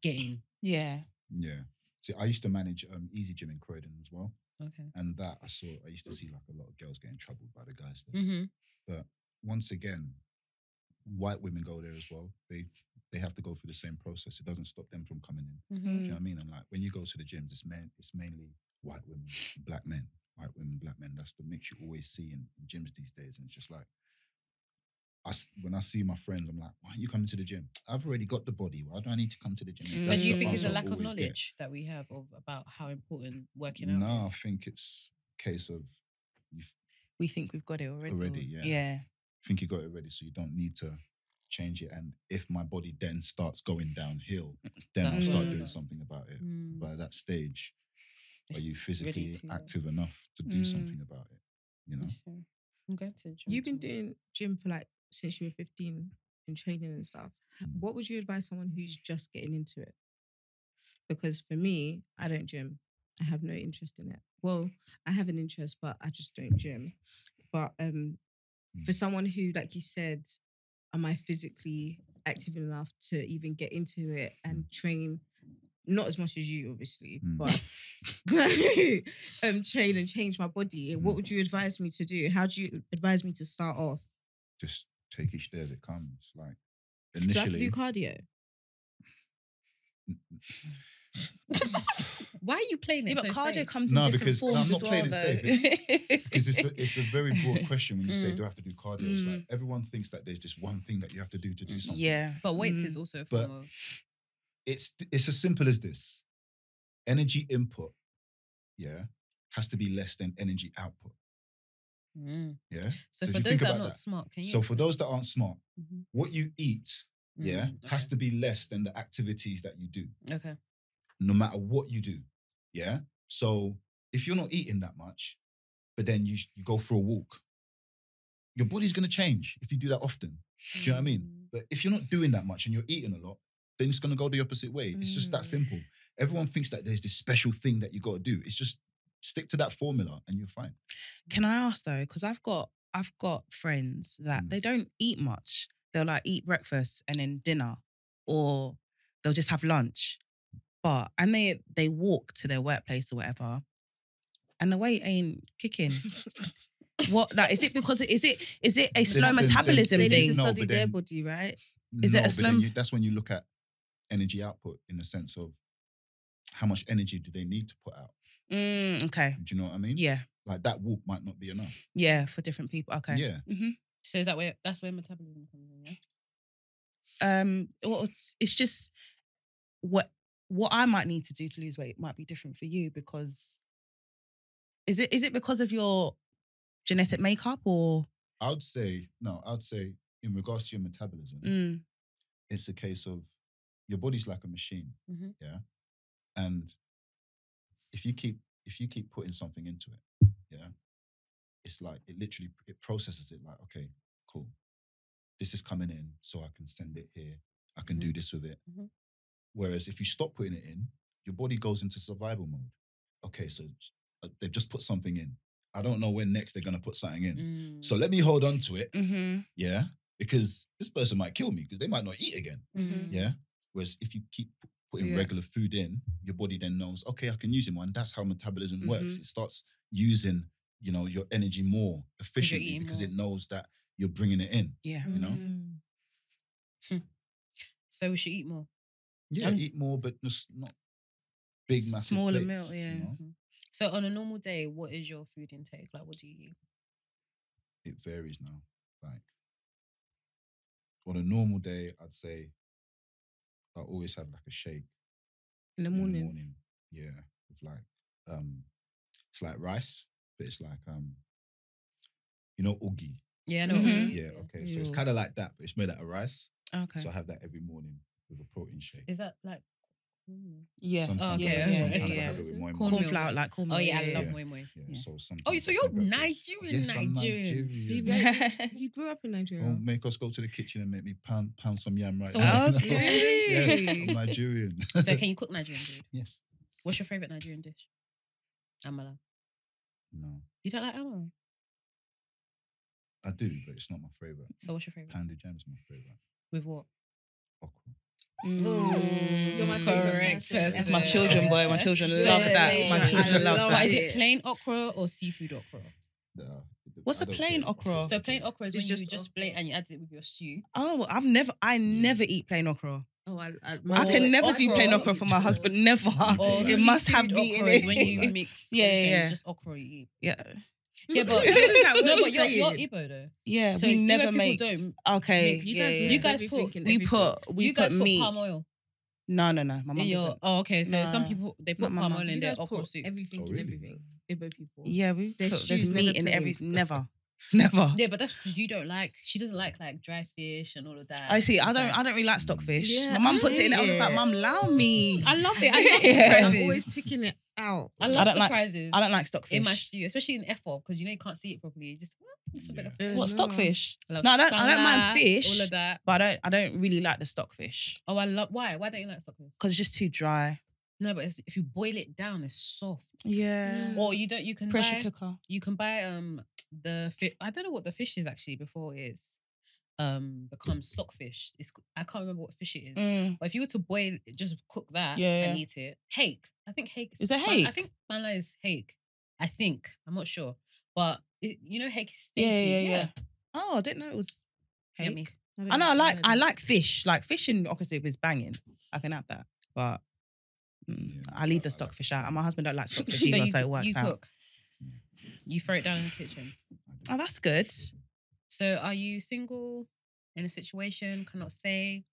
Speaker 2: getting.
Speaker 1: yeah.
Speaker 4: yeah. See, I used to manage um, Easy Gym in Croydon as well,
Speaker 2: Okay.
Speaker 4: and that I saw. I used to see like a lot of girls getting troubled by the guys there.
Speaker 2: Mm-hmm.
Speaker 4: Once again, white women go there as well. They they have to go through the same process. It doesn't stop them from coming in.
Speaker 2: Mm. Mm-hmm.
Speaker 4: Do you know what I mean? And like when you go to the gyms, it's men, it's mainly white women, and black men, white women, black men. That's the mix you always see in, in gyms these days. And it's just like, I s- when I see my friends, I'm like, why aren't you coming to the gym? I've already got the body. Why do I need to come to the gym?
Speaker 1: So
Speaker 2: So
Speaker 1: That's
Speaker 2: do Mm, you
Speaker 1: the
Speaker 2: think
Speaker 1: ones
Speaker 2: it's a
Speaker 1: I
Speaker 2: lack of knowledge that we have of about how important working out
Speaker 4: No, I
Speaker 2: is?
Speaker 4: think it's case of you f-
Speaker 1: We think we've got it already.
Speaker 4: Already, yeah.
Speaker 1: Yeah.
Speaker 4: think you got it ready, so you don't need to change it. And if my body then starts going downhill, then I'll
Speaker 2: That's
Speaker 4: start
Speaker 2: when-
Speaker 4: doing something about it.
Speaker 2: Mm.
Speaker 4: But at that stage, are
Speaker 2: It's
Speaker 4: you
Speaker 2: really
Speaker 4: physically
Speaker 2: too late.
Speaker 4: active enough to do
Speaker 1: Mm.
Speaker 4: something about it? You know.
Speaker 2: Yes, yeah. I'm going to the gym
Speaker 3: You've been
Speaker 2: tomorrow.
Speaker 3: doing gym for like since you were 15 and training and stuff. H-
Speaker 4: Mm.
Speaker 3: What would you advise someone who's just getting into it? Because for me, I don't gym. I have no interest in it. Well, I have an interest, but I just don't gym. But um for
Speaker 4: Mm.
Speaker 3: someone who, like you said, am I physically active enough to even get into it and train? Not as much as you, obviously,
Speaker 4: Mm.
Speaker 3: but [LAUGHS] um, train and change my body. What
Speaker 4: Mm.
Speaker 3: would you advise me to do? How do you advise me to start off?
Speaker 4: just take each day as it comes.
Speaker 3: Do I
Speaker 4: Like
Speaker 3: have to
Speaker 4: initially,
Speaker 3: do
Speaker 4: [LAUGHS]
Speaker 3: cardio?
Speaker 2: Why are you playing it?
Speaker 1: Yeah, but
Speaker 2: so
Speaker 1: cardio
Speaker 2: safe?
Speaker 1: comes
Speaker 4: No,
Speaker 1: in different
Speaker 4: because- no, I'm
Speaker 1: forms
Speaker 4: not
Speaker 1: as well,
Speaker 4: playing it
Speaker 1: [LAUGHS]
Speaker 4: safe. because it's
Speaker 1: though.
Speaker 4: a, it's a very broad question when you say
Speaker 2: Mm.
Speaker 4: do I have to do cardio. It's like everyone thinks that there's just one thing that you have to do to do something.
Speaker 1: yeah.
Speaker 2: But weights
Speaker 3: Mm.
Speaker 2: is also a
Speaker 4: But-
Speaker 2: form of.
Speaker 4: it's it's as simple as this: energy input, yeah, has to be less than energy output.
Speaker 2: Mm.
Speaker 4: Yeah.
Speaker 2: So,
Speaker 4: if
Speaker 2: for those
Speaker 4: you think
Speaker 2: that are
Speaker 4: about
Speaker 2: not
Speaker 4: that-
Speaker 2: smart, can you?
Speaker 4: So for
Speaker 2: explain?
Speaker 4: those that aren't smart,
Speaker 2: Mhm.
Speaker 4: what you eat, yeah,
Speaker 2: Mm,
Speaker 4: has to be less than the activities that you do.
Speaker 2: Okay.
Speaker 4: no matter what you do. Yeah. So if you're not eating that much, but then you, you go for a walk, your body's going to change if you do that often. Do you know what I
Speaker 1: Mm.
Speaker 4: mean? But if you're not doing that much and you're eating a lot, then it's going to go the opposite way. It's just that
Speaker 3: Mm.
Speaker 4: simple. Everyone thinks that there's this special thing that you got to do. It's just stick to that formula and you're fine.
Speaker 1: Can I ask though? Because I've got I've got friends that
Speaker 4: Mm.
Speaker 1: they don't eat much. They'll like eat breakfast and then dinner, or they'll just have lunch. But and they they walk to their workplace or whatever, and the weight ain't
Speaker 4: [LAUGHS]
Speaker 1: kicking.
Speaker 2: [LAUGHS]
Speaker 1: what like is it because is it is it a slow
Speaker 4: then- then-
Speaker 1: metabolism
Speaker 3: They
Speaker 4: Them
Speaker 3: need to
Speaker 1: thing?
Speaker 4: No,
Speaker 3: study
Speaker 4: but
Speaker 3: their
Speaker 4: then-
Speaker 3: body, right?
Speaker 1: Is it a
Speaker 4: but then
Speaker 1: slum-
Speaker 4: you- that's when you look at energy output in the sense of how much energy do they need to put out?
Speaker 1: Mm, okay.
Speaker 4: Do you know what I mean?
Speaker 1: Yeah.
Speaker 4: Like that walk might not be enough.
Speaker 1: Yeah. For different people. Okay.
Speaker 4: Yeah.
Speaker 1: hmm
Speaker 2: So is that where that's where metabolism comes in? Yeah.
Speaker 1: um well it's, it's just what what i might need to do to lose weight might be different for you because is it is it because of your genetic makeup or
Speaker 4: I would say no. I'd say in regards to your metabolism,
Speaker 1: mm,
Speaker 4: it's a case of your body's like a machine,
Speaker 2: Mhm.
Speaker 4: yeah. And if you keep if you keep putting something into it, yeah, it's like it literally it processes it like okay, cool, this is coming in, so I can send it here. I can do this with it.
Speaker 2: Mhm.
Speaker 4: Whereas if you stop putting it in, your body goes into survival mode. Okay, so uh, they've just put something in. I don't know when next they're gonna put something in.
Speaker 2: Mm.
Speaker 4: So let me hold on to it,
Speaker 1: Mm-hmm.
Speaker 4: yeah, because this person might kill me because they might not eat again,
Speaker 2: Mm.
Speaker 4: yeah. Whereas if you keep pu- putting
Speaker 3: Yeah.
Speaker 4: regular food in, your body then knows, okay, I can use it more, and that's how metabolism works. It starts using, you know, your energy more efficiently
Speaker 2: eating
Speaker 4: because
Speaker 2: more.
Speaker 4: it knows that you're bringing it in.
Speaker 1: Yeah.
Speaker 4: you know?
Speaker 3: Mm.
Speaker 2: So we should eat more.
Speaker 4: Yeah,
Speaker 2: Um,
Speaker 4: eat more, but just not big, massive
Speaker 1: Smaller
Speaker 4: plates,
Speaker 1: meal,
Speaker 4: you
Speaker 1: yeah.
Speaker 4: know?
Speaker 2: Mm-hmm. So on a normal day, what is your food intake? Like, what do you eat?
Speaker 4: it varies now. Like on a normal day, I'd say I always have like a shake
Speaker 3: In the
Speaker 4: in the
Speaker 3: morning.
Speaker 4: morning. Yeah, with like um, it's like rice, but it's like um, you know, oogie.
Speaker 2: Yeah, Mm. I know.
Speaker 1: Mhm.
Speaker 2: what you eat.
Speaker 4: Yeah, okay. So it's
Speaker 3: Ew.
Speaker 4: kind of like that, but it's made out of rice.
Speaker 1: Okay.
Speaker 4: So I have that every morning with a protein shake.
Speaker 2: Is that like? Mm.
Speaker 1: yeah.
Speaker 4: Sometimes I-
Speaker 1: okay, yeah,
Speaker 4: sometimes I
Speaker 1: yeah.
Speaker 4: have it with moi moi.
Speaker 2: Cornmeal.
Speaker 1: Cornflour, like cornmeal.
Speaker 2: Oh yeah, I love
Speaker 4: Yeah.
Speaker 2: moi moi.
Speaker 4: [LAUGHS] Yeah,
Speaker 1: Yeah.
Speaker 4: So sometimes
Speaker 2: Oh, so
Speaker 4: that's
Speaker 2: you're
Speaker 4: my breakfast.
Speaker 2: Nigerian,
Speaker 4: Yes, I'm
Speaker 2: Nigerian.
Speaker 4: Nigerian.
Speaker 3: Yeah.
Speaker 1: [LAUGHS] Yeah.
Speaker 3: You grew up in Nigeria.
Speaker 4: Don't make us go to the kitchen and make me pound pound some yam right
Speaker 2: So-
Speaker 4: now. you know?
Speaker 1: Okay.
Speaker 4: [LAUGHS] yes, I'm Nigerian.
Speaker 2: So can you cook Nigerian food?
Speaker 4: [LAUGHS] yes.
Speaker 2: What's your favorite Nigerian dish? Amala.
Speaker 4: No,
Speaker 2: You don't like amala?
Speaker 4: I do, but it's not my favorite.
Speaker 2: So what's your favorite?
Speaker 4: Pounded jam is my favorite.
Speaker 2: With what?
Speaker 4: Okra. Oh,
Speaker 1: Mm.
Speaker 3: You're my favourite.
Speaker 2: Correct person.
Speaker 1: That's my children, boy. My children
Speaker 2: So-
Speaker 1: love that. My
Speaker 2: Oh, I
Speaker 1: children love
Speaker 3: love
Speaker 2: But is
Speaker 1: that.
Speaker 2: it plain okra or seafood okra?
Speaker 4: Nah,
Speaker 1: What's
Speaker 4: I
Speaker 1: a
Speaker 4: don't
Speaker 1: plain
Speaker 4: care.
Speaker 1: okra?
Speaker 2: So plain okra is
Speaker 3: It's
Speaker 2: when you
Speaker 3: just
Speaker 2: just
Speaker 3: okra.
Speaker 2: plate and you add it with your stew.
Speaker 1: Oh, I've never, I never eat plain okra.
Speaker 3: Oh, I, I,
Speaker 1: I
Speaker 2: Or
Speaker 1: can never do
Speaker 2: okra.
Speaker 1: plain okra for my husband. Never.
Speaker 2: Or
Speaker 1: it must have
Speaker 2: seafood
Speaker 1: meat in
Speaker 2: okra is when
Speaker 1: it.
Speaker 2: you mix.
Speaker 1: Yeah, yeah,
Speaker 2: everything, It's
Speaker 1: yeah.
Speaker 2: just okra you eat.
Speaker 1: [LAUGHS] Yeah, [LAUGHS]
Speaker 2: Yeah, but [LAUGHS] no, but you're, you're Igbo though.
Speaker 1: yeah.
Speaker 2: so
Speaker 1: we
Speaker 2: Igbo
Speaker 1: never
Speaker 2: people
Speaker 1: make.
Speaker 2: don't.
Speaker 1: Okay,
Speaker 2: mix.
Speaker 1: you
Speaker 3: You
Speaker 1: yeah,
Speaker 3: guys,
Speaker 1: yeah.
Speaker 2: You guys put-
Speaker 1: we put we
Speaker 2: you guys
Speaker 1: put
Speaker 2: put
Speaker 1: meat.
Speaker 2: palm oil
Speaker 1: no, no, no. My mum
Speaker 2: in your.
Speaker 1: doesn't.
Speaker 2: Oh, okay. So some
Speaker 1: Nah.
Speaker 2: people they
Speaker 1: Not
Speaker 2: put
Speaker 1: my
Speaker 2: palm
Speaker 1: mum.
Speaker 2: oil in
Speaker 3: You
Speaker 2: their
Speaker 3: guys
Speaker 2: okra
Speaker 3: put
Speaker 2: soup.
Speaker 3: everything
Speaker 4: Oh,
Speaker 3: in
Speaker 4: really?
Speaker 3: everything. Igbo people.
Speaker 1: Yeah, we
Speaker 3: Their
Speaker 1: put, there's
Speaker 3: stew's never
Speaker 1: meat in
Speaker 3: plain.
Speaker 1: every. Never, [LAUGHS] never.
Speaker 2: Yeah, but that's because you don't like. She doesn't like like dry fish and all of that.
Speaker 1: I see. I
Speaker 2: It's
Speaker 1: don't.
Speaker 2: like-
Speaker 1: I don't really like stockfish.
Speaker 3: Yeah,
Speaker 1: my mum
Speaker 3: I
Speaker 1: puts it in. I was
Speaker 3: hate
Speaker 1: like,
Speaker 3: it.
Speaker 1: mum, allow me.
Speaker 2: I love
Speaker 1: [LAUGHS]
Speaker 2: it. I love
Speaker 1: Yeah.
Speaker 2: surprises.
Speaker 3: I'm always picking it out.
Speaker 2: I
Speaker 1: I
Speaker 2: love
Speaker 1: don't like-
Speaker 2: surprises.
Speaker 1: I don't like stockfish.
Speaker 2: in my stew, especially in F4, because you know you can't see it properly. Just mm, this is a bit of
Speaker 3: Yeah.
Speaker 1: what
Speaker 3: Uh, No.
Speaker 1: stockfish?
Speaker 2: I love
Speaker 1: No, I don't. I don't mind
Speaker 2: scala,
Speaker 1: fish,
Speaker 2: All of that.
Speaker 1: but I don't. I don't really like the stockfish
Speaker 2: Oh, I love. Why? Why don't you like stockfish?
Speaker 1: because it's just too dry.
Speaker 2: No, but it's, if you boil it down, it's soft.
Speaker 1: Yeah.
Speaker 2: Or you don't. You can
Speaker 1: Mm. Pressure
Speaker 2: buy.
Speaker 1: cooker.
Speaker 2: You can buy um the fish. I don't know what the fish is actually before it's um becomes stockfish. It's I can't remember what fish it is.
Speaker 1: Mm.
Speaker 2: But if you were to boil, just cook that
Speaker 1: Yeah,
Speaker 2: and
Speaker 1: yeah.
Speaker 2: eat it. Hake. I think hake
Speaker 1: Is it
Speaker 2: ban- I
Speaker 1: hake?
Speaker 2: think banla is hake. I think. I'm not sure. But it, you know hake is
Speaker 1: Yeah,
Speaker 2: stinky.
Speaker 1: yeah, yeah, Oh, I didn't know it was. Hake.
Speaker 2: [LAUGHS] Yummy.
Speaker 3: don't
Speaker 1: I know. I like. I
Speaker 3: that.
Speaker 1: like fish. Like fish in okra soup is banging. I can have that, but. mm,
Speaker 4: Yeah,
Speaker 1: I leave the
Speaker 4: I- I like
Speaker 1: stockfish out, and my husband don't like
Speaker 2: [LAUGHS]
Speaker 1: stockfish
Speaker 2: So
Speaker 1: either, so,
Speaker 2: you,
Speaker 1: it works
Speaker 2: you
Speaker 1: out.
Speaker 2: cook. You throw it down in the kitchen.
Speaker 1: Oh, that's good.
Speaker 2: So are you single? In a situation, cannot say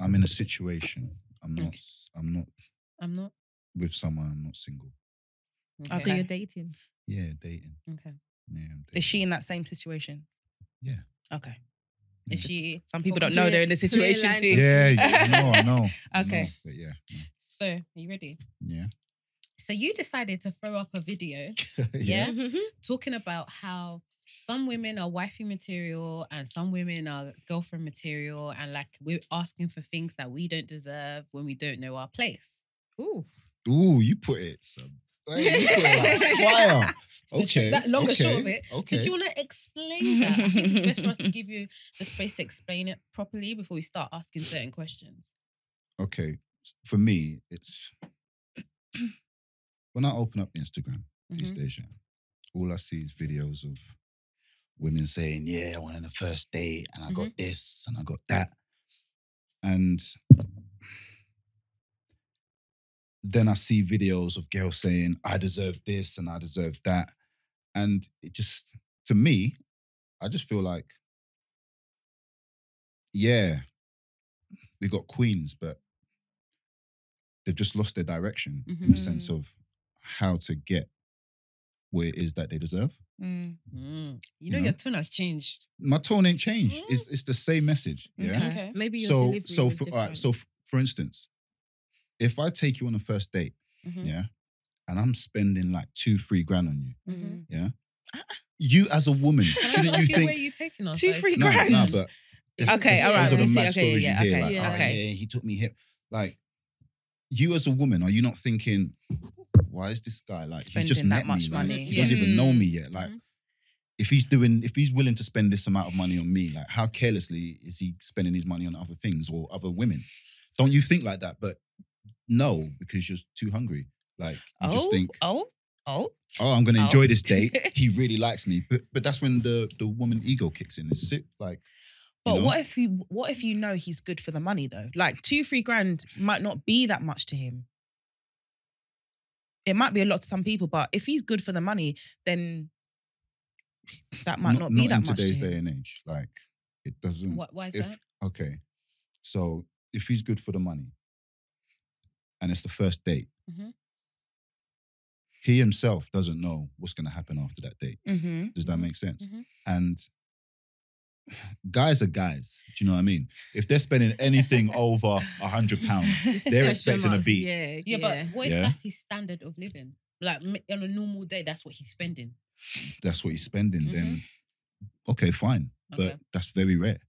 Speaker 4: I'm in a situation. I'm not.
Speaker 2: Okay.
Speaker 4: s- I'm not
Speaker 2: I'm not.
Speaker 4: with someone. I'm not single.
Speaker 2: Okay.
Speaker 3: So
Speaker 1: Okay.
Speaker 3: you're dating.
Speaker 4: Yeah, dating.
Speaker 2: okay.
Speaker 4: Yeah, I'm dating.
Speaker 1: Is she in that same situation?
Speaker 4: Yeah.
Speaker 1: Okay.
Speaker 2: Is
Speaker 4: Yeah.
Speaker 2: she
Speaker 1: Some people
Speaker 2: Well,
Speaker 1: don't know
Speaker 3: clear-
Speaker 1: they're
Speaker 2: [LAUGHS]
Speaker 1: in the
Speaker 3: clear
Speaker 1: situation
Speaker 3: lines
Speaker 1: too. [LAUGHS]
Speaker 3: of-
Speaker 4: Yeah, yeah, no, I know. I
Speaker 1: Okay.
Speaker 4: know, But yeah, no.
Speaker 2: so? Are you ready?
Speaker 4: yeah. [LAUGHS]
Speaker 2: So you decided to throw up a video [LAUGHS] Yeah. talking about how some women are wifey material and some women are girlfriend material, and like we're asking for things that we don't deserve when we don't know our place.
Speaker 3: Ooh.
Speaker 4: Ooh, you put it. Some, Hey, you
Speaker 1: [LAUGHS]
Speaker 4: put it like fire.
Speaker 2: the tr-
Speaker 4: Okay.
Speaker 2: that long and
Speaker 4: okay,
Speaker 2: short of it.
Speaker 4: Okay.
Speaker 2: So do you want to explain that? I think it's best for us to give you the space to explain it properly before we start asking certain questions.
Speaker 4: okay, s- for me, it's when I open up Instagram these
Speaker 2: Mhm.
Speaker 4: days, yeah, all I see is videos of women saying, Yeah, I went on the first date and I got this and I got that. And then I see videos of girls saying, I deserve this and I deserve that. And it just, to me, I just feel like, yeah, we got queens, but they've just lost their direction in the sense
Speaker 3: Mm-hmm.
Speaker 4: of how to get where it is that they deserve.
Speaker 1: Mm.
Speaker 2: Mm. You
Speaker 4: You
Speaker 2: know,
Speaker 4: know?
Speaker 2: your tone has changed.
Speaker 4: My tone ain't changed. It's, it's the same message. Yeah.
Speaker 1: Okay.
Speaker 3: Maybe your
Speaker 4: So
Speaker 3: delivery
Speaker 4: so
Speaker 3: was
Speaker 4: for, all
Speaker 3: different. [LAUGHS]
Speaker 4: right, so f- for instance, if I take you on a first date,
Speaker 3: Mm.
Speaker 2: Mhm.
Speaker 4: yeah, and I'm spending like two three grand on you,
Speaker 1: [LAUGHS]
Speaker 2: Mhm.
Speaker 4: you as a woman
Speaker 2: Can I
Speaker 4: shouldn't
Speaker 2: ask
Speaker 4: you
Speaker 3: [LAUGHS]
Speaker 2: you where
Speaker 4: think?
Speaker 2: you taking us?
Speaker 1: Two
Speaker 2: Like,
Speaker 1: free
Speaker 2: it's
Speaker 4: No,
Speaker 1: grand?
Speaker 4: no,
Speaker 2: different.
Speaker 4: but
Speaker 1: Okay,
Speaker 4: those
Speaker 1: all right,
Speaker 4: are the
Speaker 1: I see,
Speaker 4: mad
Speaker 1: okay,
Speaker 4: stories you
Speaker 1: yeah,
Speaker 4: hear,
Speaker 1: okay,
Speaker 4: like,
Speaker 3: yeah.
Speaker 4: oh,
Speaker 1: okay.
Speaker 4: yeah, he took me here. Like you as a woman, are you not thinking, why is this guy like he's just
Speaker 1: Spending that
Speaker 4: met me,
Speaker 1: much
Speaker 4: like,
Speaker 1: money.
Speaker 4: he doesn't
Speaker 3: Yeah.
Speaker 4: even know me yet? Like,
Speaker 2: Mhm.
Speaker 4: if he's doing, if he's willing to spend this amount of money on me, like, how carelessly is he spending his money on other things or other women? Don't you think like that? But no, because you're too hungry. Like, you just think,
Speaker 1: oh, oh.
Speaker 4: oh, I'm going to
Speaker 1: oh.
Speaker 4: enjoy this
Speaker 1: [LAUGHS]
Speaker 4: date. he really likes me, but but that's when the the woman ego kicks in. It's sick, like. you
Speaker 1: But
Speaker 4: know?
Speaker 1: what if you what if you know he's good for the money though? Like two, three grand might not be that much to him. It might be a lot to some people, but if he's good for the money, then that might not, be
Speaker 4: in
Speaker 1: that much.
Speaker 4: today's
Speaker 1: to him.
Speaker 4: day and age. Like, it doesn't.
Speaker 2: Why, why is
Speaker 4: if
Speaker 2: that?
Speaker 4: okay, so if he's good for the money, and it's the first date,
Speaker 1: Mm-hmm.
Speaker 2: Mhm.
Speaker 4: he himself doesn't know what's going to happen after that date.
Speaker 1: Mhm.
Speaker 4: Does that
Speaker 2: Mhm.
Speaker 4: make sense?
Speaker 2: Mhm.
Speaker 4: And [SIGHS] guys are guys. Do you know what I mean? If they're spending anything over a hundred pounds, They're expecting a beat.
Speaker 3: Yeah,
Speaker 2: Yeah, but what if
Speaker 4: Yeah.
Speaker 2: that's his standard of living? Like m- on a normal day, that's what he's spending.
Speaker 4: that's what he's spending. Then, okay, fine, but
Speaker 2: Mm-hmm. Okay.
Speaker 4: that's very rare